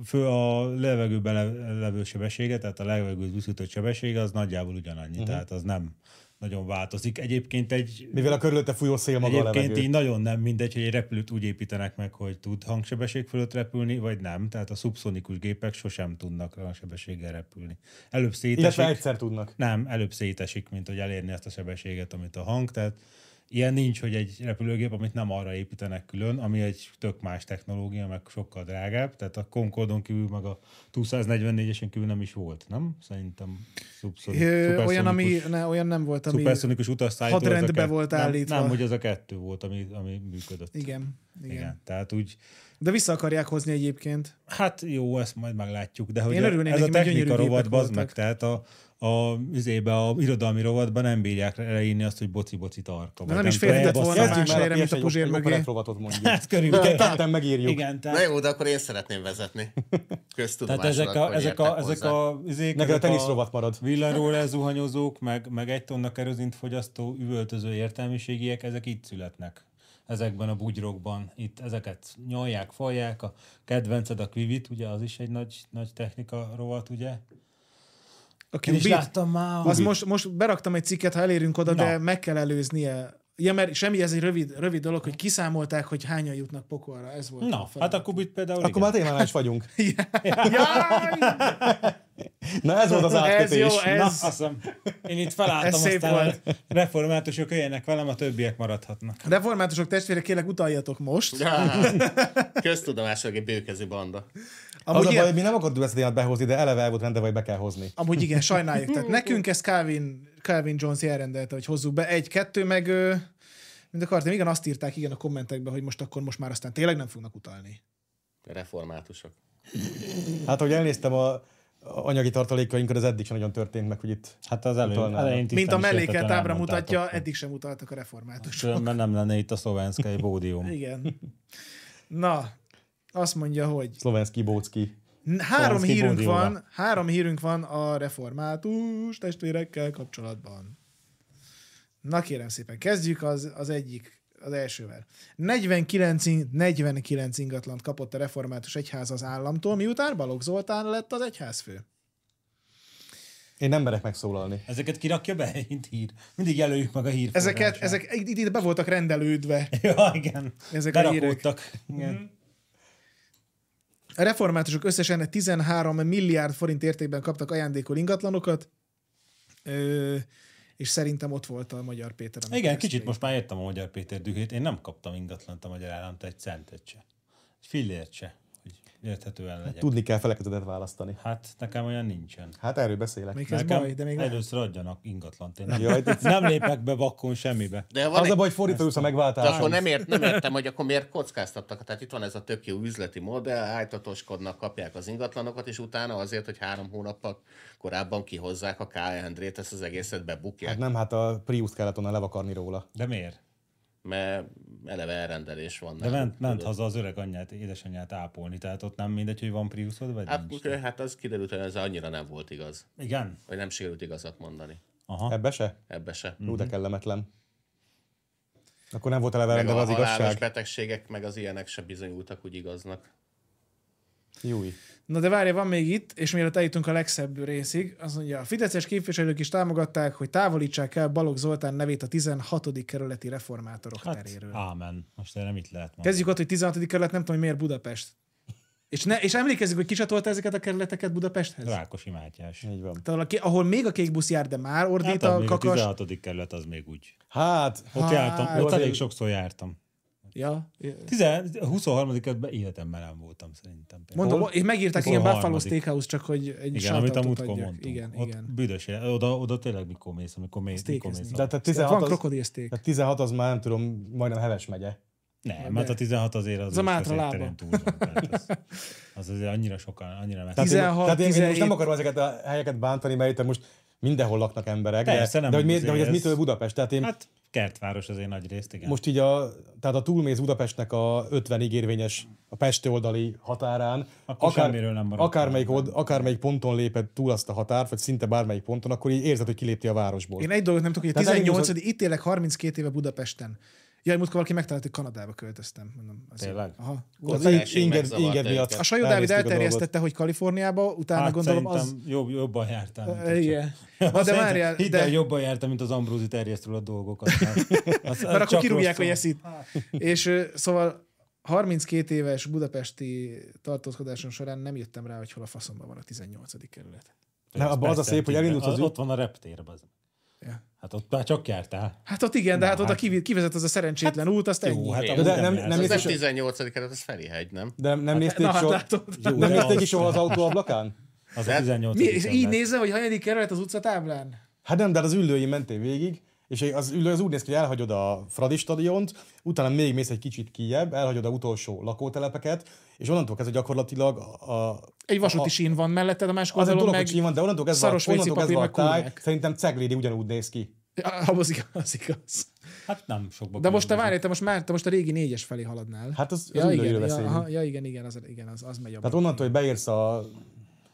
[SPEAKER 3] fő a levegőben le- levő sebessége, tehát a levegőt viszított sebessége az nagyjából ugyanannyi,
[SPEAKER 1] Mhm.
[SPEAKER 3] uh-huh. tehát az nem nagyon változik. Egyébként egy
[SPEAKER 1] Mivel a körülötte fújó szél maga a
[SPEAKER 3] Egyébként
[SPEAKER 1] levegő.
[SPEAKER 3] így nagyon nem mindegy, hogy egy repülőt úgy építenek meg, hogy tud hangsebesség fölött repülni, vagy nem. Tehát a szubszonikus gépek sosem tudnak hangsebességgel repülni. Előbb
[SPEAKER 1] Illetve
[SPEAKER 3] szétesik,
[SPEAKER 1] egyszer tudnak.
[SPEAKER 3] nem, előbb szétesik, mint hogy elérni azt a sebességet, amit a hang, tehát ilyen nincs, hogy egy repülőgép, amit nem arra építenek külön, ami egy tök más technológia, meg sokkal drágább, tehát a Concordon kívül, meg a 244-esen kívül nem is volt, nem? Szerintem szubszonikus.
[SPEAKER 2] Ö, olyan, ami, ne, olyan nem volt, ami...
[SPEAKER 3] Szuperszonikus utasszállító. ez a
[SPEAKER 2] hadrendbe
[SPEAKER 3] kett-
[SPEAKER 2] volt állítva.
[SPEAKER 3] Nem, nem, hogy az a kettő volt, ami, ami működött.
[SPEAKER 2] Igen, igen.
[SPEAKER 3] Igen.
[SPEAKER 2] igen.
[SPEAKER 3] Igen. Tehát úgy,
[SPEAKER 2] De vissza akarják hozni egyébként.
[SPEAKER 3] hát jó, ezt majd meglátjuk, de hogy
[SPEAKER 2] Én örülnék
[SPEAKER 3] ez a
[SPEAKER 2] neki, mert
[SPEAKER 3] technika
[SPEAKER 2] gyönyörű
[SPEAKER 3] rovat,
[SPEAKER 2] gépek
[SPEAKER 3] bazd
[SPEAKER 2] voltak.
[SPEAKER 3] meg, tehát a, a, üzébe, a irodalmi rovatban nem bírják leírni azt, hogy boci-boci tarka.
[SPEAKER 2] nem is
[SPEAKER 3] tudom,
[SPEAKER 2] férhetett
[SPEAKER 3] elbasszák.
[SPEAKER 2] volna
[SPEAKER 1] Kezdjünk
[SPEAKER 2] más
[SPEAKER 1] már
[SPEAKER 2] helyre, mint a
[SPEAKER 1] PS1
[SPEAKER 2] Puzsér mögé.
[SPEAKER 1] operetrovatot mondjuk.
[SPEAKER 3] Hát körülbelül.
[SPEAKER 1] Ketten megírjuk.
[SPEAKER 3] Igen,
[SPEAKER 4] Na
[SPEAKER 3] tehát,
[SPEAKER 4] jó, de akkor én szeretném vezetni.
[SPEAKER 3] [LAUGHS] tehát
[SPEAKER 4] Köztudomásodat,
[SPEAKER 3] ezek a,
[SPEAKER 4] hogy
[SPEAKER 3] ezek a,
[SPEAKER 4] értek
[SPEAKER 3] ezek
[SPEAKER 4] hozzá.
[SPEAKER 3] a, izék,
[SPEAKER 1] Neked a
[SPEAKER 3] ezek
[SPEAKER 1] teniszrovat marad.
[SPEAKER 3] Villanyról zuhanyozók, meg, meg egy tonna kerozint fogyasztó, üvöltöző értelmiségiek, ezek itt születnek. Ezekben a bugyrokban. Itt ezeket nyolják, falják. A kedvenced a Quivit, ugye az is egy nagy, nagy technika rovat, ugye?
[SPEAKER 2] A
[SPEAKER 3] Én is
[SPEAKER 2] Qubit?
[SPEAKER 3] láttam már.
[SPEAKER 1] Mhm.
[SPEAKER 2] Az most, most beraktam egy cikket, ha elérünk oda, Na.
[SPEAKER 3] Na.
[SPEAKER 2] de meg kell előznie. Ja, mert semmi, ez egy rövid, rövid dolog, hogy kiszámolták, hogy hányan jutnak pokolra. Ez volt.
[SPEAKER 3] Na, hát a Kubit például
[SPEAKER 1] Akkor már
[SPEAKER 3] [LAUGHS] igen.
[SPEAKER 1] témánál is vagyunk. hát
[SPEAKER 2] Jaj!
[SPEAKER 1] Na ez volt az
[SPEAKER 2] Ez jó,
[SPEAKER 1] átkötés.
[SPEAKER 3] Na,
[SPEAKER 2] ez...
[SPEAKER 3] azt hiszem, én itt felálltam,
[SPEAKER 2] Ez szép
[SPEAKER 3] aztán
[SPEAKER 2] volt.
[SPEAKER 3] a reformátusok jöjjenek velem, a többiek maradhatnak.
[SPEAKER 2] Reformátusok testvérek, kérlek utaljatok most.
[SPEAKER 4] Ja, [LAUGHS] Köztudomások egy bőkezű banda.
[SPEAKER 1] Az a
[SPEAKER 2] Amúgy,
[SPEAKER 1] baj, hogy
[SPEAKER 2] ilyen,
[SPEAKER 1] mi nem akartuk ezt a témát behozni, de eleve el volt rendben, hogy be kell hozni.
[SPEAKER 2] amúgy igen, sajnáljuk. Tehát nekünk ez Calvin, Calvin Jones elrendelte, hogy hozzuk be. Egy, kettő, meg ö, mind akartam. Igen, azt írták igen a kommentekben, hogy most akkor most már aztán tényleg nem fognak utalni.
[SPEAKER 4] Reformátusok.
[SPEAKER 1] Hát, ahogy elnéztem a a anyagi tartalékainkat, az eddig sem nagyon történt meg, hogy itt
[SPEAKER 3] Hát az elő,
[SPEAKER 1] Utalnának.
[SPEAKER 3] elején tisztán
[SPEAKER 2] Mint a
[SPEAKER 3] is
[SPEAKER 2] mellékelt
[SPEAKER 3] értetlen
[SPEAKER 2] ábra mutatja,
[SPEAKER 3] elmondtátok.
[SPEAKER 2] eddig sem utaltak a
[SPEAKER 1] [LAUGHS]
[SPEAKER 2] reformátusok.
[SPEAKER 3] Különben nem lenne itt a
[SPEAKER 2] [LAUGHS]
[SPEAKER 3] szlovenszkai bódium.
[SPEAKER 2] Igen. Na, azt mondja, hogy
[SPEAKER 1] Szlovenszki, Bócki.
[SPEAKER 2] N- Három
[SPEAKER 3] Szanszki
[SPEAKER 2] hírünk
[SPEAKER 3] Bondióra.
[SPEAKER 2] van, három hírünk van a református testvérekkel kapcsolatban. Na kérem szépen, kezdjük az, az egyik, az elsővel. 49, in- 49 ingatlant kapott a református egyház az államtól, miután Balogh Zoltán lett az egyházfő.
[SPEAKER 1] Én nem merek megszólalni.
[SPEAKER 3] Ezeket kirakja be, mint hír. Mindig jelöljük meg a hír.
[SPEAKER 2] Ezeket,
[SPEAKER 3] forrását.
[SPEAKER 2] ezek itt, itt be voltak rendelődve.
[SPEAKER 3] [LAUGHS] Ja, igen.
[SPEAKER 2] Ezek
[SPEAKER 3] Ezek
[SPEAKER 2] a hírek.
[SPEAKER 3] Berakódtak. Igen.
[SPEAKER 2] A reformátusok összesen 13 milliárd forint értékben kaptak ajándékul ingatlanokat, ö, és szerintem ott volt a Magyar Péter. amikor
[SPEAKER 3] igen,
[SPEAKER 2] ezt
[SPEAKER 3] kicsit
[SPEAKER 2] még-
[SPEAKER 3] most már értem a Magyar Péter dühét. Én nem kaptam ingatlant a Magyar Államtól egy centet se. Egy fillért se, hogy érthetően legyek.
[SPEAKER 1] Tudni kell felekezetet választani.
[SPEAKER 3] Hát nekem olyan nincsen.
[SPEAKER 1] Hát erről beszélek.
[SPEAKER 2] Még ez
[SPEAKER 3] nekem
[SPEAKER 2] baj, de még lehet.
[SPEAKER 3] először adjanak ingatlant. Én nem,
[SPEAKER 1] Jaj,
[SPEAKER 3] Jaj,
[SPEAKER 1] de-
[SPEAKER 3] nem lépek be vakkon semmibe.
[SPEAKER 4] De van
[SPEAKER 1] Az
[SPEAKER 4] egy,
[SPEAKER 1] a baj, hogy fordítva jussz a
[SPEAKER 4] de akkor
[SPEAKER 1] megváltás.
[SPEAKER 4] nem, ért, nem értem, hogy akkor miért kockáztattak. Tehát itt van ez a tök jó üzleti modell, ájtatoskodnak, kapják az ingatlanokat, és utána azért, hogy három hónappal korábban kihozzák a K. Endrét, ezt az egészet bebukják.
[SPEAKER 1] Hát nem, hát a Prius kellett volna levakarni róla.
[SPEAKER 3] De miért?
[SPEAKER 4] mert eleve elrendelés van.
[SPEAKER 3] De
[SPEAKER 4] náluk,
[SPEAKER 3] ment, ment
[SPEAKER 4] tudod.
[SPEAKER 3] haza az öreg anyját, édesanyját ápolni, tehát ott nem mindegy, hogy van Priusod, vagy hát, nincs.
[SPEAKER 4] Hát, hát az kiderült, hogy ez annyira nem volt igaz.
[SPEAKER 3] Igen.
[SPEAKER 4] Vagy nem sikerült igazat mondani.
[SPEAKER 3] Aha.
[SPEAKER 1] Ebbe se?
[SPEAKER 4] Ebbe se.
[SPEAKER 1] Ú,
[SPEAKER 3] Mhm.
[SPEAKER 1] de kellemetlen. Akkor nem volt eleve
[SPEAKER 4] Meg a
[SPEAKER 1] rendben az
[SPEAKER 4] halálos
[SPEAKER 1] igazság.
[SPEAKER 4] betegségek, meg az ilyenek se bizonyultak úgy igaznak.
[SPEAKER 1] Júj.
[SPEAKER 2] Na de várj, van még itt, és mielőtt eljutunk a legszebb részig, azt mondja, a fideszes képviselők is támogatták, hogy távolítsák el Balogh Zoltán nevét a 16. kerületi reformátorok hát,
[SPEAKER 3] Hát,
[SPEAKER 2] teréről.
[SPEAKER 3] ámen. Most erre mit lehet mondani?
[SPEAKER 2] Kezdjük ott, hogy 16. kerület, nem tudom, hogy miért Budapest. És, ne, és emlékezzük, hogy kisatolta ezeket a kerületeket Budapesthez?
[SPEAKER 3] Rákosi Mátyás.
[SPEAKER 1] Így van.
[SPEAKER 2] Tehát, ahol a ké- ahol még a kék busz jár, de már
[SPEAKER 3] Hát,
[SPEAKER 2] ordít
[SPEAKER 3] a
[SPEAKER 2] a kakas.
[SPEAKER 3] 16. kerület az még úgy.
[SPEAKER 1] Hát,
[SPEAKER 3] Ott
[SPEAKER 2] Hát,
[SPEAKER 3] jártam,
[SPEAKER 2] jó,
[SPEAKER 3] ott
[SPEAKER 1] azért-
[SPEAKER 3] elég sokszor jártam.
[SPEAKER 2] Ja.
[SPEAKER 3] 10, a 23. kerületben életemben nem voltam szerintem. például.
[SPEAKER 2] Mondom, és megírták ilyen Buffalo
[SPEAKER 3] 23..
[SPEAKER 2] Steakhouse, csak hogy egy
[SPEAKER 3] igen, amit a
[SPEAKER 2] shoutoutot
[SPEAKER 3] múltkor
[SPEAKER 2] adjak.
[SPEAKER 3] mondtunk.
[SPEAKER 2] Igen,
[SPEAKER 3] ott
[SPEAKER 2] igen.
[SPEAKER 3] Büdös, élet. oda, oda tényleg mikor mész, amikor mész, mikor mész.
[SPEAKER 2] Steakezni.
[SPEAKER 1] de tehát
[SPEAKER 2] Van
[SPEAKER 1] 16 az,
[SPEAKER 2] krokodil steak.
[SPEAKER 1] tehát 16 az már nem tudom, majdnem Heves megye.
[SPEAKER 3] Nem, mert a 16 azért az,
[SPEAKER 2] Hát Az a
[SPEAKER 3] is
[SPEAKER 2] Mátra
[SPEAKER 3] azért
[SPEAKER 2] lába.
[SPEAKER 3] terén túl van, tehát az, az azért annyira sokan, annyira messze.
[SPEAKER 1] Tehát én-
[SPEAKER 2] 16,
[SPEAKER 1] tehát én, én most
[SPEAKER 2] 17.
[SPEAKER 1] nem akarom ezeket a helyeket bántani, mert itt most mindenhol laknak emberek.
[SPEAKER 3] Persze,
[SPEAKER 1] de,
[SPEAKER 3] nem
[SPEAKER 1] de, hogy, mi,
[SPEAKER 3] azért
[SPEAKER 1] de hogy ez
[SPEAKER 3] ez-
[SPEAKER 1] mitől Budapest? Tehát én
[SPEAKER 3] Hát kertváros azért nagy részt, igen.
[SPEAKER 1] most így a, tehát a túlmész Budapestnek a 50 érvényes a Pest oldali határán,
[SPEAKER 3] Akkor semmiről nem maradt.
[SPEAKER 1] akármelyik, od, akármelyik ponton léped túl azt a határt, vagy szinte bármelyik ponton, akkor így érzed, hogy kilépti a városból.
[SPEAKER 2] Én egy dolgot nem tudok, hogy a
[SPEAKER 1] Tehát
[SPEAKER 2] 18
[SPEAKER 1] elindulsz
[SPEAKER 2] itt élek 32 éve Budapesten. Jaj, múltkor valaki megtalált, hogy Kanadába költöztem. Mondom, az
[SPEAKER 3] Tényleg?
[SPEAKER 2] Aha.
[SPEAKER 1] Az
[SPEAKER 4] Az
[SPEAKER 1] ing-
[SPEAKER 4] első
[SPEAKER 1] inged,
[SPEAKER 4] megzavarta
[SPEAKER 1] inged miatt.
[SPEAKER 4] őket.
[SPEAKER 2] A Sajó Dávid
[SPEAKER 1] elvisztük a
[SPEAKER 2] elterjesztette, hogy Kaliforniába, utána
[SPEAKER 3] hát
[SPEAKER 2] gondolom az...
[SPEAKER 3] szerintem jobb, jobban jártam. mint
[SPEAKER 2] Eh,
[SPEAKER 3] ott. [LAUGHS]
[SPEAKER 2] Igen. Na de
[SPEAKER 3] Szerintem-
[SPEAKER 2] várjál,
[SPEAKER 3] hidd el,
[SPEAKER 2] de...
[SPEAKER 3] jobban jártam, mint az Ambrózi terjesztről a dolgok. aztán-
[SPEAKER 2] [LAUGHS]
[SPEAKER 3] az- az
[SPEAKER 2] Mert akkor
[SPEAKER 3] csak
[SPEAKER 2] kirúgják a
[SPEAKER 3] rosszul.
[SPEAKER 2] jeszit. És ö, szóval 32 éves budapesti tartózkodásom során nem jöttem rá, hogy hol a faszomban van a 18. kerület.
[SPEAKER 1] Nem,
[SPEAKER 3] Ez
[SPEAKER 1] abban az a
[SPEAKER 3] persze,
[SPEAKER 1] szép, hogy elindulsz az út-
[SPEAKER 3] Ott van a reptér, az.
[SPEAKER 2] Ja.
[SPEAKER 3] Hát ott már csak jártál.
[SPEAKER 2] Hát ott igen, de
[SPEAKER 3] Na,
[SPEAKER 2] hát oda
[SPEAKER 3] hát-
[SPEAKER 2] kivi- kivezet az a szerencsétlen út, azt
[SPEAKER 3] jó,
[SPEAKER 2] ennyi.
[SPEAKER 3] hát
[SPEAKER 4] Jó,
[SPEAKER 3] amúgy
[SPEAKER 1] de nem-
[SPEAKER 3] jársz.
[SPEAKER 1] nem
[SPEAKER 4] Ez
[SPEAKER 1] is-
[SPEAKER 4] nem
[SPEAKER 1] és-
[SPEAKER 4] 18 hát az Ferihegy, nem?
[SPEAKER 1] De nem nézték
[SPEAKER 2] Na, hát
[SPEAKER 1] soha,
[SPEAKER 2] látod.
[SPEAKER 1] Jó,
[SPEAKER 3] de
[SPEAKER 1] nem nézték
[SPEAKER 3] azt-
[SPEAKER 1] ki soha az autóablakán?
[SPEAKER 3] Az a 18.
[SPEAKER 2] Mi, és így
[SPEAKER 3] kerület.
[SPEAKER 2] nézze, hogy hanyadik kerület az utcatáblán?
[SPEAKER 1] Hát nem, de hát az ülői mentél végig, és az ülő az úgy néz ki, hogy elhagyod a Fradi stadiont, utána még mész egy kicsit kijebb, elhagyod a utolsó lakótelepeket, és onnantól kezdve gyakorlatilag a...
[SPEAKER 2] Egy vasúti
[SPEAKER 1] a-
[SPEAKER 2] sín van mellette, a
[SPEAKER 1] az
[SPEAKER 2] másik
[SPEAKER 1] egy
[SPEAKER 2] oldalon
[SPEAKER 1] dolog,
[SPEAKER 2] meg...
[SPEAKER 1] hogy sín van, de onnantól kezdve,
[SPEAKER 2] szaros WC
[SPEAKER 1] onnantól kezdve a
[SPEAKER 2] papír, meg
[SPEAKER 1] táj,
[SPEAKER 2] kurvák.
[SPEAKER 1] szerintem Ceglédi ugyanúgy néz ki.
[SPEAKER 2] Ja, [LAUGHS] az igaz, az igaz.
[SPEAKER 3] Hát nem sokba.
[SPEAKER 2] De most te
[SPEAKER 3] különbözik.
[SPEAKER 2] várj, te most már te most a régi négyes felé haladnál.
[SPEAKER 1] Hát az- az
[SPEAKER 2] ja,
[SPEAKER 1] ülőiről
[SPEAKER 2] igen, ja,
[SPEAKER 1] beszélünk. Hát
[SPEAKER 2] aha, ja, igen, igen, az, igen, az, az megy abban.
[SPEAKER 1] Tehát onnantól, hogy beérsz a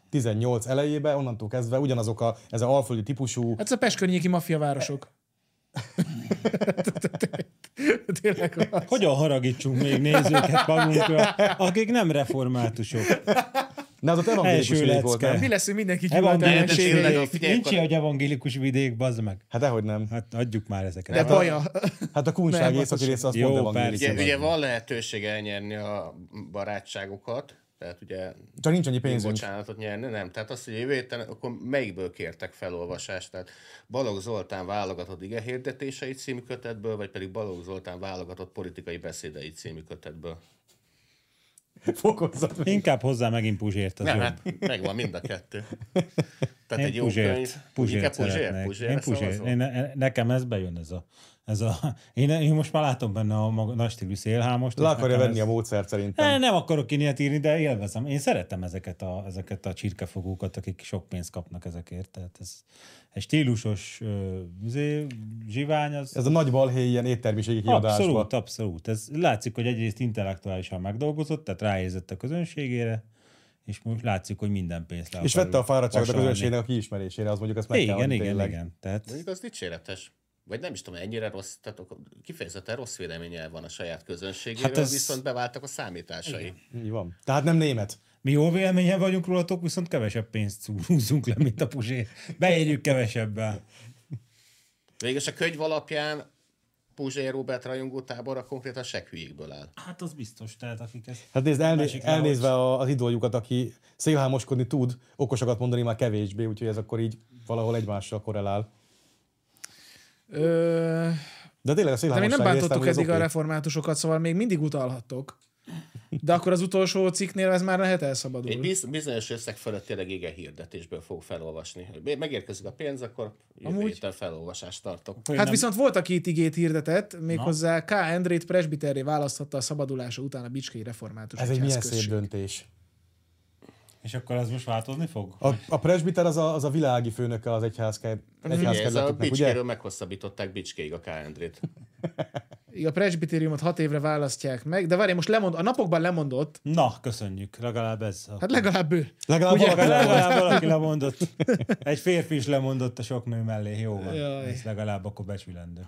[SPEAKER 1] 18 elejébe, onnantól kezdve ugyanazok a, ez a alföldi típusú,
[SPEAKER 2] Hát ez a Pest környéki maffia
[SPEAKER 1] [LAUGHS]
[SPEAKER 2] városok. Tényleg az.
[SPEAKER 3] Hogyan haragítsunk még nézőket magunkra, akik nem reformátusok?
[SPEAKER 1] ne az ott evangélikus
[SPEAKER 3] Első
[SPEAKER 1] lég volt,
[SPEAKER 3] lecke.
[SPEAKER 1] nem?
[SPEAKER 2] Mi leszünk mindenki
[SPEAKER 4] de
[SPEAKER 2] gyümölcsön
[SPEAKER 3] Evangélikus
[SPEAKER 4] tényleg
[SPEAKER 2] sérék.
[SPEAKER 4] a-
[SPEAKER 3] vidék.
[SPEAKER 4] figyelj,
[SPEAKER 3] Nincs
[SPEAKER 4] akkor-
[SPEAKER 3] ilyen, hogy evangélikus vidék, bazd meg.
[SPEAKER 1] Hát dehogy nem.
[SPEAKER 3] Hát adjuk már ezeket.
[SPEAKER 2] De
[SPEAKER 3] Hát a-
[SPEAKER 2] baja.
[SPEAKER 1] Hát a kunság
[SPEAKER 2] Nem,
[SPEAKER 1] északi
[SPEAKER 2] az-
[SPEAKER 1] része azt
[SPEAKER 3] Jó,
[SPEAKER 1] mondta
[SPEAKER 3] persze.
[SPEAKER 1] evangélikus.
[SPEAKER 4] Ugye,
[SPEAKER 3] Szabadon.
[SPEAKER 4] ugye van lehetőség elnyerni a barátságokat, tehát ugye
[SPEAKER 1] Csak nincs annyi pénzünk.
[SPEAKER 4] bocsánatot nyerni, nem. Tehát azt, hogy jövő héten, akkor melyikből kértek felolvasást? Tehát Balogh Zoltán válogatott ige hirdetései című kötetből, vagy pedig Balogh Zoltán válogatott politikai beszédei című kötetből?
[SPEAKER 1] Fokozzat még.
[SPEAKER 3] Inkább hozzá megint Puzsért az
[SPEAKER 4] Nem,
[SPEAKER 3] jobb.
[SPEAKER 4] hát megvan mind a kettő. Tehát
[SPEAKER 3] Én
[SPEAKER 4] egy jó könyv.
[SPEAKER 3] Puzsért, Puzsért
[SPEAKER 4] Inkább Puzsér,
[SPEAKER 3] szeretnék.
[SPEAKER 4] Puzsérre
[SPEAKER 3] Én Puzsért.
[SPEAKER 4] szavazol?
[SPEAKER 3] Én, ne- nekem ez bejön ez a... Ez a én, én most már látom benne a maga, nagy stílű szélhámost.
[SPEAKER 1] Le
[SPEAKER 3] és
[SPEAKER 1] akarja
[SPEAKER 3] nekem
[SPEAKER 1] venni
[SPEAKER 3] ez- Hát-
[SPEAKER 1] a módszert szerintem.
[SPEAKER 3] Ne, nem akarok én ilyet írni, de élvezem. Én szeretem ezeket a, ezeket a csirkefogókat, akik sok pénzt kapnak ezekért. Tehát ez egy stílusos ö, izé, zsivány, az
[SPEAKER 1] Ez a nagy balhé ilyen éttermiségi kiadásba.
[SPEAKER 3] abszolút, abszolút. Ez látszik, hogy egyrészt intellektuálisan megdolgozott, tehát ráérzett a közönségére, és most látszik, hogy minden pénzt le
[SPEAKER 1] És vette a
[SPEAKER 3] akarjuk
[SPEAKER 1] fáradtságot a
[SPEAKER 3] vasalni.
[SPEAKER 1] közönségnek a kiismerésére, az mondjuk azt meg kell
[SPEAKER 3] Igen,
[SPEAKER 1] adni
[SPEAKER 3] igen,
[SPEAKER 1] tényleg.
[SPEAKER 3] igen. Tehát
[SPEAKER 4] Mondjuk az dicséretes. Vagy nem is tudom, ennyire rossz, tehát akkor kifejezetten rossz véleménye van a saját közönségéről,
[SPEAKER 3] Hát
[SPEAKER 4] hát ez...
[SPEAKER 3] ez-
[SPEAKER 4] viszont beváltak a számításai.
[SPEAKER 1] Így van. Tehát nem német.
[SPEAKER 3] mi jó véleményen vagyunk rólatok, viszont kevesebb pénzt [LAUGHS] húzunk le, mint a puzsé. Beérjük kevesebben.
[SPEAKER 4] Végülis a könyv alapján Puzsé Robert rajongó tábor a konkrétan seghülyékből áll.
[SPEAKER 3] Hát az biztos, tehát akik ezt...
[SPEAKER 1] Hát nézd, elné-
[SPEAKER 3] Másik nehogy.
[SPEAKER 1] elnézve a, az idoljukat, aki szélhámoskodni tud, okosakat mondani már kevésbé, úgyhogy ez akkor így valahol egymással korrelál.
[SPEAKER 2] Ö,
[SPEAKER 1] De tényleg a
[SPEAKER 2] de még
[SPEAKER 1] szélhámosság
[SPEAKER 2] nem
[SPEAKER 1] éreztem,
[SPEAKER 2] bántottuk
[SPEAKER 1] hogy
[SPEAKER 2] eddig
[SPEAKER 1] az
[SPEAKER 2] a
[SPEAKER 1] oké.
[SPEAKER 2] reformátusokat, szóval még mindig utalhattok. De akkor az utolsó cikknél ez már lehet
[SPEAKER 4] Egy
[SPEAKER 2] elszabadul.
[SPEAKER 4] biz- bizonyos összeg fölött tényleg igen hirdetésből fog felolvasni. Hogy Megérkezik a pénz, akkor jövő
[SPEAKER 2] Amúgy-
[SPEAKER 4] héten felolvasást tartok.
[SPEAKER 2] Hát viszont volt, aki itt igét hirdetett, méghozzá K. Endrét presbiterré választhatta a szabadulása után a Bicskei Református
[SPEAKER 1] Ez egy milyen
[SPEAKER 2] Egyházközség.
[SPEAKER 1] szép döntés.
[SPEAKER 3] És akkor ez most változni fog?
[SPEAKER 1] A, a presbiter az a, az a világi főnöke az egyházke,
[SPEAKER 4] Ugye, ez a
[SPEAKER 1] egyházkerületüknek, ugye?
[SPEAKER 4] Bicskéről meghosszabbították Bicskéig a Kándrét.
[SPEAKER 2] Igen, A presbitériumot hat évre választják meg, de várj, most lemond, a napokban lemondott,
[SPEAKER 3] Na, köszönjük. Legalább ez. a-
[SPEAKER 2] hát legalább ő.
[SPEAKER 1] Legalább
[SPEAKER 3] Ugye,
[SPEAKER 1] valaki legalább.
[SPEAKER 3] legalább
[SPEAKER 1] [LAUGHS]
[SPEAKER 3] valaki lemondott. Egy férfi is lemondott a sok nő mellé. Jó van.
[SPEAKER 2] Jaj.
[SPEAKER 3] Ez legalább akkor becsülendő.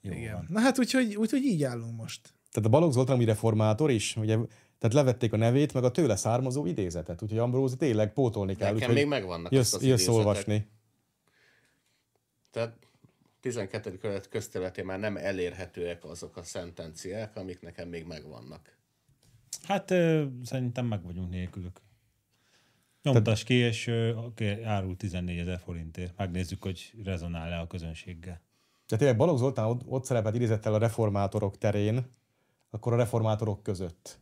[SPEAKER 3] Jó Igen.
[SPEAKER 2] Igen.
[SPEAKER 3] van.
[SPEAKER 2] Na hát úgyhogy, úgyhogy így állunk most.
[SPEAKER 1] Tehát a Balogh Zoltán ami reformátor is, ugye, tehát levették a nevét, meg a tőle származó idézetet, úgyhogy Ambrózi tényleg pótolni kell.
[SPEAKER 4] Nekem
[SPEAKER 1] úgyhogy
[SPEAKER 4] még megvannak
[SPEAKER 1] jössz,
[SPEAKER 4] azok az
[SPEAKER 1] jössz
[SPEAKER 4] idézetek.
[SPEAKER 1] olvasni.
[SPEAKER 4] Tehát 12. kerület közterületén már nem elérhetőek azok a szentenciák, amik nekem még megvannak.
[SPEAKER 3] Hát ö, szerintem meg vagyunk nélkülük. Nyomtas ki, és ö, oké, árul 14 ezer forintért. Megnézzük, hogy rezonál-e a közönséggel.
[SPEAKER 1] De tényleg Balogh Zoltán ott, ott szerepelt idézettel a reformátorok terén, akkor a reformátorok között.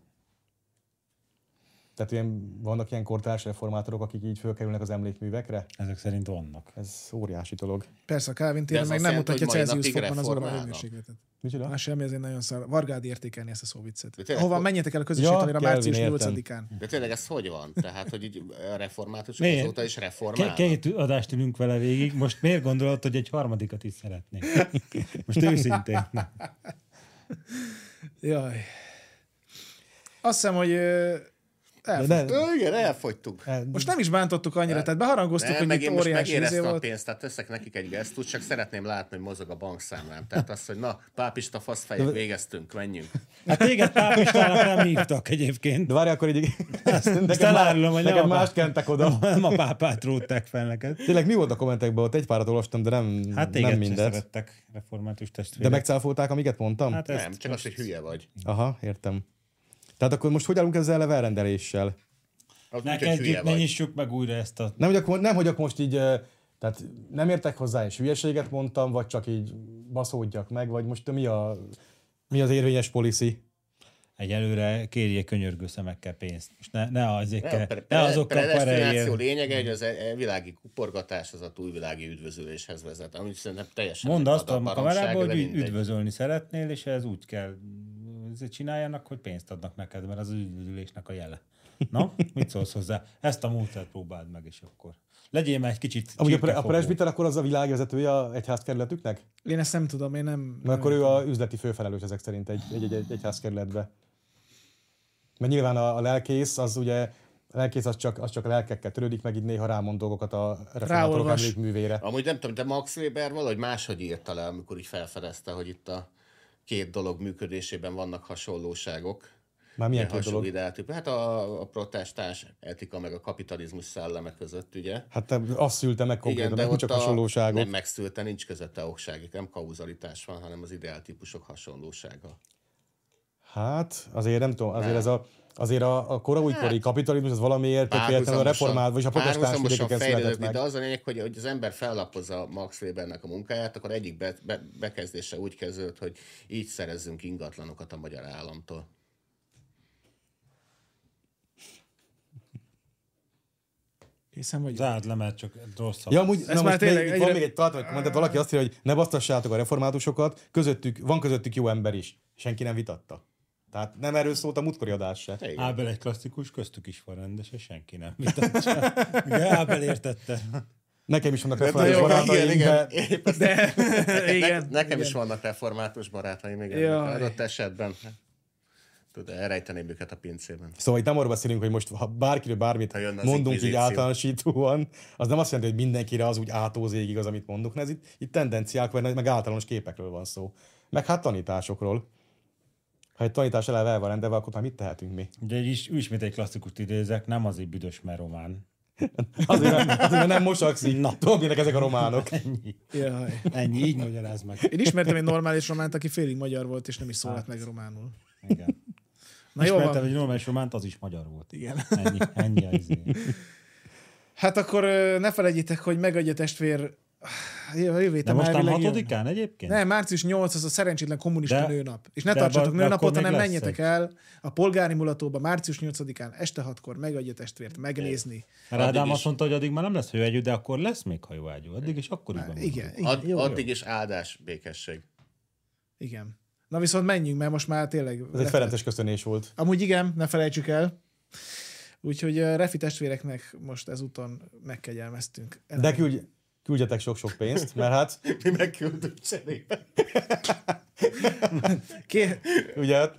[SPEAKER 1] Tehát ilyen, vannak ilyen kortárs reformátorok, akik így fölkerülnek az emlékművekre?
[SPEAKER 3] Ezek szerint vannak.
[SPEAKER 1] Ez óriási dolog.
[SPEAKER 2] Persze a Calvin
[SPEAKER 4] De
[SPEAKER 2] téren
[SPEAKER 4] ez
[SPEAKER 2] meg
[SPEAKER 4] azt
[SPEAKER 2] nem
[SPEAKER 4] jelenti,
[SPEAKER 2] mutatja
[SPEAKER 4] hogy mai
[SPEAKER 2] Celsius
[SPEAKER 4] napig
[SPEAKER 2] fokban az orva
[SPEAKER 4] reformálnak.
[SPEAKER 2] hőmérsékletet.
[SPEAKER 1] Micsoda?
[SPEAKER 2] Más semmi, azért nagyon szar. Vargád értékelni ezt a szóviccet.
[SPEAKER 4] De tényleg,
[SPEAKER 2] Hova
[SPEAKER 4] hogy-
[SPEAKER 2] menjetek el a közösség
[SPEAKER 1] Ja,
[SPEAKER 2] ja, a
[SPEAKER 1] Calvin,
[SPEAKER 2] március
[SPEAKER 1] értem.
[SPEAKER 2] 8-án.
[SPEAKER 4] De tényleg ez hogy van? Tehát, hogy így a reformátusok
[SPEAKER 3] Miért?
[SPEAKER 4] azóta is
[SPEAKER 3] Ke-
[SPEAKER 4] reformálnak.
[SPEAKER 3] két adást ülünk vele végig. Most miért gondolod, hogy egy harmadikat is
[SPEAKER 1] [LAUGHS]
[SPEAKER 3] szeretnék? Most őszintén. Na.
[SPEAKER 2] Jaj. Azt hiszem, hogy ö, elfogy.
[SPEAKER 1] De,
[SPEAKER 4] Ö, igen, elfogytunk.
[SPEAKER 2] most nem is bántottuk annyira, tehát beharangoztuk,
[SPEAKER 4] Nem,
[SPEAKER 2] hogy
[SPEAKER 4] meg
[SPEAKER 2] itt
[SPEAKER 4] én most
[SPEAKER 2] óriási izé
[SPEAKER 4] megéreztem a
[SPEAKER 2] volt.
[SPEAKER 4] pénzt, tehát teszek nekik egy gesztust, csak szeretném látni, hogy mozog a bankszámlám. Tehát azt, hogy na, pápista
[SPEAKER 3] [LAUGHS]
[SPEAKER 4] faszfejek, végeztünk, menjünk.
[SPEAKER 3] Hát téged pápistának nem hívtak egyébként.
[SPEAKER 1] de várj, akkor így...
[SPEAKER 3] [LAUGHS] Ezt
[SPEAKER 1] Nekem, má-
[SPEAKER 3] elárulom, hogy nem
[SPEAKER 1] nekem
[SPEAKER 3] a pá-
[SPEAKER 1] mást kentek oda.
[SPEAKER 3] [LAUGHS] Nem a pápát rótták fel neked.
[SPEAKER 1] Tényleg mi volt a kommentekben? Ott egy párat olvastam, de nem,
[SPEAKER 3] Hát
[SPEAKER 1] nem
[SPEAKER 3] téged nem sem
[SPEAKER 1] mindet.
[SPEAKER 3] szerettek református
[SPEAKER 1] De
[SPEAKER 3] testvérek.
[SPEAKER 1] megcáfolták, amiket mondtam?
[SPEAKER 3] Hát ezt
[SPEAKER 4] Nem, csak az, hogy hülye vagy.
[SPEAKER 1] Aha, értem. Tehát akkor most hogy állunk ezzel a elrendeléssel?
[SPEAKER 4] Az
[SPEAKER 3] ne
[SPEAKER 4] úgy, hogy hülye
[SPEAKER 3] kezdjük, ne
[SPEAKER 4] vagy.
[SPEAKER 3] nyissuk meg újra ezt a...
[SPEAKER 1] Nem, hogy akkor, nem, hogy akkor most így, ö, tehát nem értek hozzá, és hülyeséget mondtam, vagy csak így baszódjak meg, vagy most mi, a, mi az érvényes policy?
[SPEAKER 3] Egyelőre kérje könyörgő szemekkel pénzt. Most ne, ne,
[SPEAKER 4] Ne,
[SPEAKER 3] azokkel,
[SPEAKER 4] a pre-
[SPEAKER 3] ne
[SPEAKER 4] pre-
[SPEAKER 3] azokkal
[SPEAKER 4] predestináció
[SPEAKER 3] pereljél.
[SPEAKER 4] lényege, hogy az e- e- világi kuporgatás az a túlvilági üdvözüléshez vezet, ami szerintem teljesen
[SPEAKER 3] Mondd
[SPEAKER 4] egy
[SPEAKER 3] azt a
[SPEAKER 4] adag
[SPEAKER 3] kamerába,
[SPEAKER 4] baromság, de
[SPEAKER 3] hogy üd-
[SPEAKER 4] mindegy.
[SPEAKER 3] üdvözölni szeretnél, és ez úgy kell mm, ezért csináljanak, hogy pénzt adnak neked, mert az az üdvözülésnek a jele. Na, mit szólsz hozzá? Ezt a módszert próbáld meg, és akkor. Legyél már egy kicsit
[SPEAKER 1] Amúgy a, pre- a
[SPEAKER 3] csirkefogó.
[SPEAKER 1] presbiter akkor az a világvezetője a egyházkerületüknek?
[SPEAKER 2] Én ezt nem tudom, én nem...
[SPEAKER 1] Mert akkor ő a üzleti főfelelős ezek szerint egy, egy, egy, egy egyházkerületbe. Mert nyilván a, a lelkész az ugye, a lelkész az csak, az csak a lelkekkel törődik, meg így néha rámond dolgokat a reformátorok
[SPEAKER 2] Ráolvas.
[SPEAKER 1] emlékművére.
[SPEAKER 4] Amúgy nem tudom, de Max Weber valahogy máshogy írta le, amikor így felfedezte, hogy itt a két dolog működésében vannak hasonlóságok.
[SPEAKER 1] Már milyen két
[SPEAKER 4] hasonló
[SPEAKER 1] dolog?
[SPEAKER 4] Ideáltük. Hát a, a protestáns etika meg a kapitalizmus szelleme között, ugye?
[SPEAKER 1] Hát te azt szülte meg konkrétan, nem csak hasonlóságok.
[SPEAKER 4] nem megszülte, nincs közötte okságig, nem kauzalitás van, hanem az ideáltípusok hasonlósága.
[SPEAKER 1] Hát, azért nem tudom, azért ez a azért a, a kora újkori hát, kapitalizmus az valamiért tökéletlenül a
[SPEAKER 4] Párhuzamosan-
[SPEAKER 1] reformált, vagyis a protestáns
[SPEAKER 4] párhuzamosan
[SPEAKER 1] vidékeken született
[SPEAKER 4] fejlődött,
[SPEAKER 1] meg.
[SPEAKER 4] De az a lényeg, hogy, hogy az ember fellapozza Max Webernek a munkáját, akkor egyik be, be, bekezdése úgy kezdődött, hogy így szerezzünk ingatlanokat a magyar államtól.
[SPEAKER 2] Hiszen vagy.
[SPEAKER 3] Zárd le, mert csak rosszabb.
[SPEAKER 1] Ja, amúgy,
[SPEAKER 2] Ez
[SPEAKER 1] na
[SPEAKER 2] már
[SPEAKER 1] most még,
[SPEAKER 2] tényleg
[SPEAKER 1] itt van
[SPEAKER 2] egyre-
[SPEAKER 1] még egy tartalmi komment, tehát valaki azt írja, hogy ne basztassátok a reformátusokat, közöttük, van közöttük jó ember is. Senki nem vitatta. Tehát nem erről szólt a múltkori adás se.
[SPEAKER 4] Igen.
[SPEAKER 3] Ábel egy klasszikus, köztük is van rendes, és senki nem vitatja. Ugye Ábel
[SPEAKER 1] [LAUGHS]
[SPEAKER 3] értette.
[SPEAKER 1] Nekem is vannak református
[SPEAKER 2] jó,
[SPEAKER 1] barátaim, de
[SPEAKER 4] Épp ezt-
[SPEAKER 2] De,
[SPEAKER 4] [LAUGHS] ne-
[SPEAKER 2] igen.
[SPEAKER 4] nekem is vannak református barátaim, igen.
[SPEAKER 2] Jaj.
[SPEAKER 4] Adott esetben. Tudod, elrejteném őket a pincében.
[SPEAKER 1] Szóval itt nem arról beszélünk, hogy most ha bárkiről bármit
[SPEAKER 4] Ha jönne az
[SPEAKER 1] mondunk így
[SPEAKER 4] inkvizíció.
[SPEAKER 1] általánosítóan, az nem azt jelenti, hogy mindenkire az úgy átózéig igaz, amit mondunk, mert ez itt, itt tendenciák, vagy meg általános képekről van szó. Meg hát tanításokról. Ha egy tanítás eleve el van rendelve, akkor már mit tehetünk mi?
[SPEAKER 3] Ugye egy is, ismét egy klasszikust idézek, nem azért büdös, mert román.
[SPEAKER 1] Azért, nem- azért mert nem mosakszik. Na. Tudom, minek ezek a románok.
[SPEAKER 3] Ennyi.
[SPEAKER 2] Jaj.
[SPEAKER 3] Ennyi, így magyaráz meg.
[SPEAKER 2] Én ismertem egy normális románt, aki félig magyar volt, és nem is szólalt
[SPEAKER 4] Hát.
[SPEAKER 2] meg románul.
[SPEAKER 3] Igen.
[SPEAKER 2] Na jó
[SPEAKER 3] Ismertem
[SPEAKER 2] van.
[SPEAKER 3] egy normális románt, az is magyar volt.
[SPEAKER 2] Igen.
[SPEAKER 3] Ennyi, ennyi az izé.
[SPEAKER 2] Hát akkor ö, ne felejtjétek, hogy megadja testvér Ah, jövő
[SPEAKER 3] De
[SPEAKER 2] héten
[SPEAKER 3] most
[SPEAKER 2] már
[SPEAKER 3] nem
[SPEAKER 2] elvileg jön.
[SPEAKER 3] hatodikán egyébként?
[SPEAKER 2] Nem, március 8 az a szerencsétlen kommunista
[SPEAKER 3] De-
[SPEAKER 2] nőnap. És ne
[SPEAKER 3] de
[SPEAKER 2] tartsatok
[SPEAKER 3] abban-
[SPEAKER 2] nőnapot,
[SPEAKER 3] akkor még
[SPEAKER 2] hanem
[SPEAKER 3] lesz
[SPEAKER 2] menjetek
[SPEAKER 3] egy.
[SPEAKER 2] el a polgári mulatóba március 8-án este 6-kor megadja testvért megnézni.
[SPEAKER 3] Rádám
[SPEAKER 4] Addig is.
[SPEAKER 3] azt mondta, hogy addig már nem lesz hőágyú, de akkor lesz még hajóágyú. Addig és akkor is bemondom.
[SPEAKER 2] Igen, igen,
[SPEAKER 4] Ad,
[SPEAKER 2] jó,
[SPEAKER 4] addig is áldás, békesség. [LAUGHS]
[SPEAKER 2] igen. Na viszont menjünk, mert most már tényleg...
[SPEAKER 1] Ez egy Ferences köszönés volt.
[SPEAKER 2] Amúgy igen, ne felejtsük el. Úgyhogy a refi testvéreknek most ezúton megkegyelmeztünk.
[SPEAKER 1] De küldj, küldjetek sok-sok pénzt, mert hát
[SPEAKER 4] Mi megküldünk cserébe.
[SPEAKER 2] Ké...
[SPEAKER 1] ugye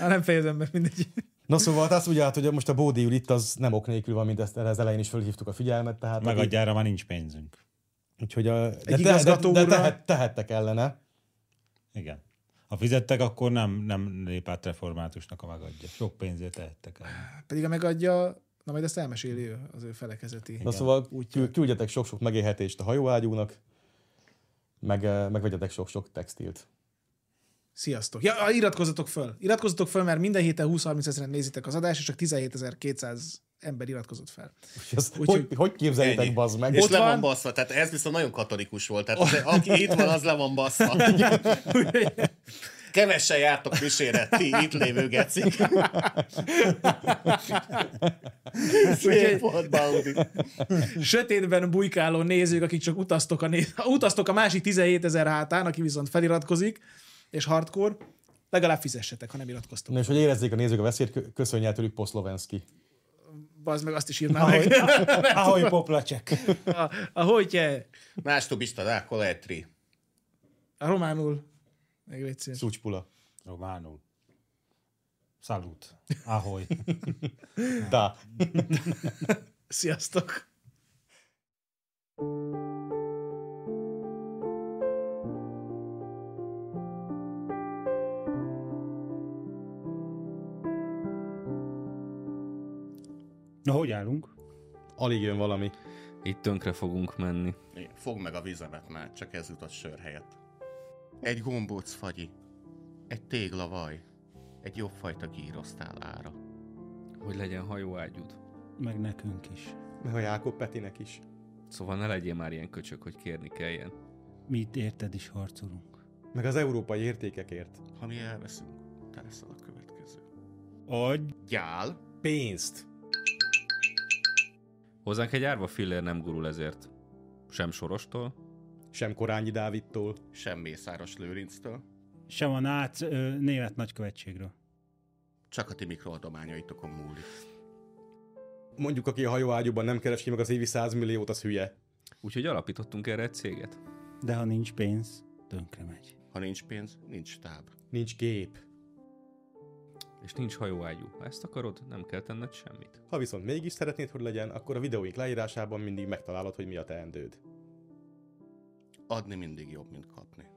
[SPEAKER 2] Á, nem fejezem be, mindegy.
[SPEAKER 1] Na szóval, hát azt ugye hát, hogy most a Bódi ül itt, az nem ok nélkül van, mint ezt erre az elején is fölhívtuk a figyelmet, tehát Aki,
[SPEAKER 3] Megadjára már nincs pénzünk.
[SPEAKER 1] úgyhogy a, de, te, de,
[SPEAKER 2] igazgató
[SPEAKER 1] de
[SPEAKER 2] úrral-
[SPEAKER 1] tehet, tehettek ellene.
[SPEAKER 3] Igen. Ha fizettek, akkor nem, nem lép át reformátusnak a megadja. Sok pénzért tehettek [LAUGHS] el.
[SPEAKER 2] Pedig ha megadja, na majd ezt elmeséli ő, az ő felekezeti.
[SPEAKER 1] Na szóval kü- küldjetek sok-sok megélhetést a hajóágyúnak, meg, eh, meg vegyetek sok-sok textilt.
[SPEAKER 2] Sziasztok! Ja, iratkozzatok föl! Iratkozzatok föl, mert minden héten 20-30 ezeren nézitek az adást, és csak 17.200 ember iratkozott fel.
[SPEAKER 1] És ezt
[SPEAKER 2] Úgyhogy-
[SPEAKER 1] hogy, hogy képzeljétek,
[SPEAKER 4] Ennyi.
[SPEAKER 1] bazd meg?
[SPEAKER 4] És
[SPEAKER 2] Ott
[SPEAKER 4] le van
[SPEAKER 2] van.
[SPEAKER 4] baszva, tehát ez viszont nagyon katolikus volt. Tehát az, aki itt van, az le van baszva.
[SPEAKER 2] [LAUGHS]
[SPEAKER 4] Kevesen jártok misére, ti itt lévő
[SPEAKER 2] [LAUGHS]
[SPEAKER 4] gecik. Szép volt, Baudi.
[SPEAKER 2] Sötétben bujkáló nézők, akik csak utaztok a, néz... utaztok a másik 17 ezer hátán, aki viszont feliratkozik, és hardcore, legalább fizessetek, ha nem iratkoztok.
[SPEAKER 1] Na, és hogy érezzék a nézők a veszélyt, kö- köszönj el tőlük Poszlovenszki.
[SPEAKER 2] Bazd meg, azt is írnám meg. [LAUGHS]
[SPEAKER 3] Ahogy poplacsek.
[SPEAKER 2] A, a hogyje?
[SPEAKER 4] Más tubista, rá, koletri.
[SPEAKER 2] A románul. Meg légy szíves.
[SPEAKER 1] Szucspula.
[SPEAKER 3] Románul. Salut. Ahogy.
[SPEAKER 1] Da.
[SPEAKER 2] Sziasztok!
[SPEAKER 3] Na, hogy állunk?
[SPEAKER 1] Alig jön valami.
[SPEAKER 6] Itt tönkre fogunk menni.
[SPEAKER 4] Fogd meg a vizemet már, csak ez jutott sör helyett. Egy gombóc fagyi, egy téglavaj, egy jobb fajta gírosztál ára.
[SPEAKER 6] Hogy legyen hajóágyúd.
[SPEAKER 3] Meg nekünk is.
[SPEAKER 1] Meg a Jákob Petinek is.
[SPEAKER 6] Szóval ne legyél már ilyen köcsök, hogy kérni kelljen.
[SPEAKER 3] Mi itt érted is harcolunk.
[SPEAKER 1] Meg az európai értékekért.
[SPEAKER 4] Ha mi elveszünk, te leszel a következő.
[SPEAKER 3] Adj.
[SPEAKER 4] Gyál,
[SPEAKER 1] Pénzt.
[SPEAKER 6] Hozzánk egy árva fillér nem gurul ezért. Sem sorostól,
[SPEAKER 1] Sem Korányi Dávidtól.
[SPEAKER 4] sem Mészáros Lőrinctől,
[SPEAKER 7] sem a NÁC ö, német nagykövetségről.
[SPEAKER 4] csak a ti mikroadományaitokon múlik.
[SPEAKER 1] Mondjuk, aki a hajóágyúban nem keres ki meg az évi 100 milliót, az hülye.
[SPEAKER 6] úgyhogy alapítottunk erre egy céget.
[SPEAKER 7] De ha nincs pénz, tönkre megy.
[SPEAKER 4] Ha nincs pénz, nincs táb.
[SPEAKER 1] Nincs gép.
[SPEAKER 6] És nincs hajóágyú. Ha ezt akarod, nem kell tenned semmit.
[SPEAKER 1] Ha viszont mégis szeretnéd, hogy legyen, akkor a videóink leírásában mindig megtalálod, hogy mi a teendőd.
[SPEAKER 4] Adni mindig jobb, mint kapni.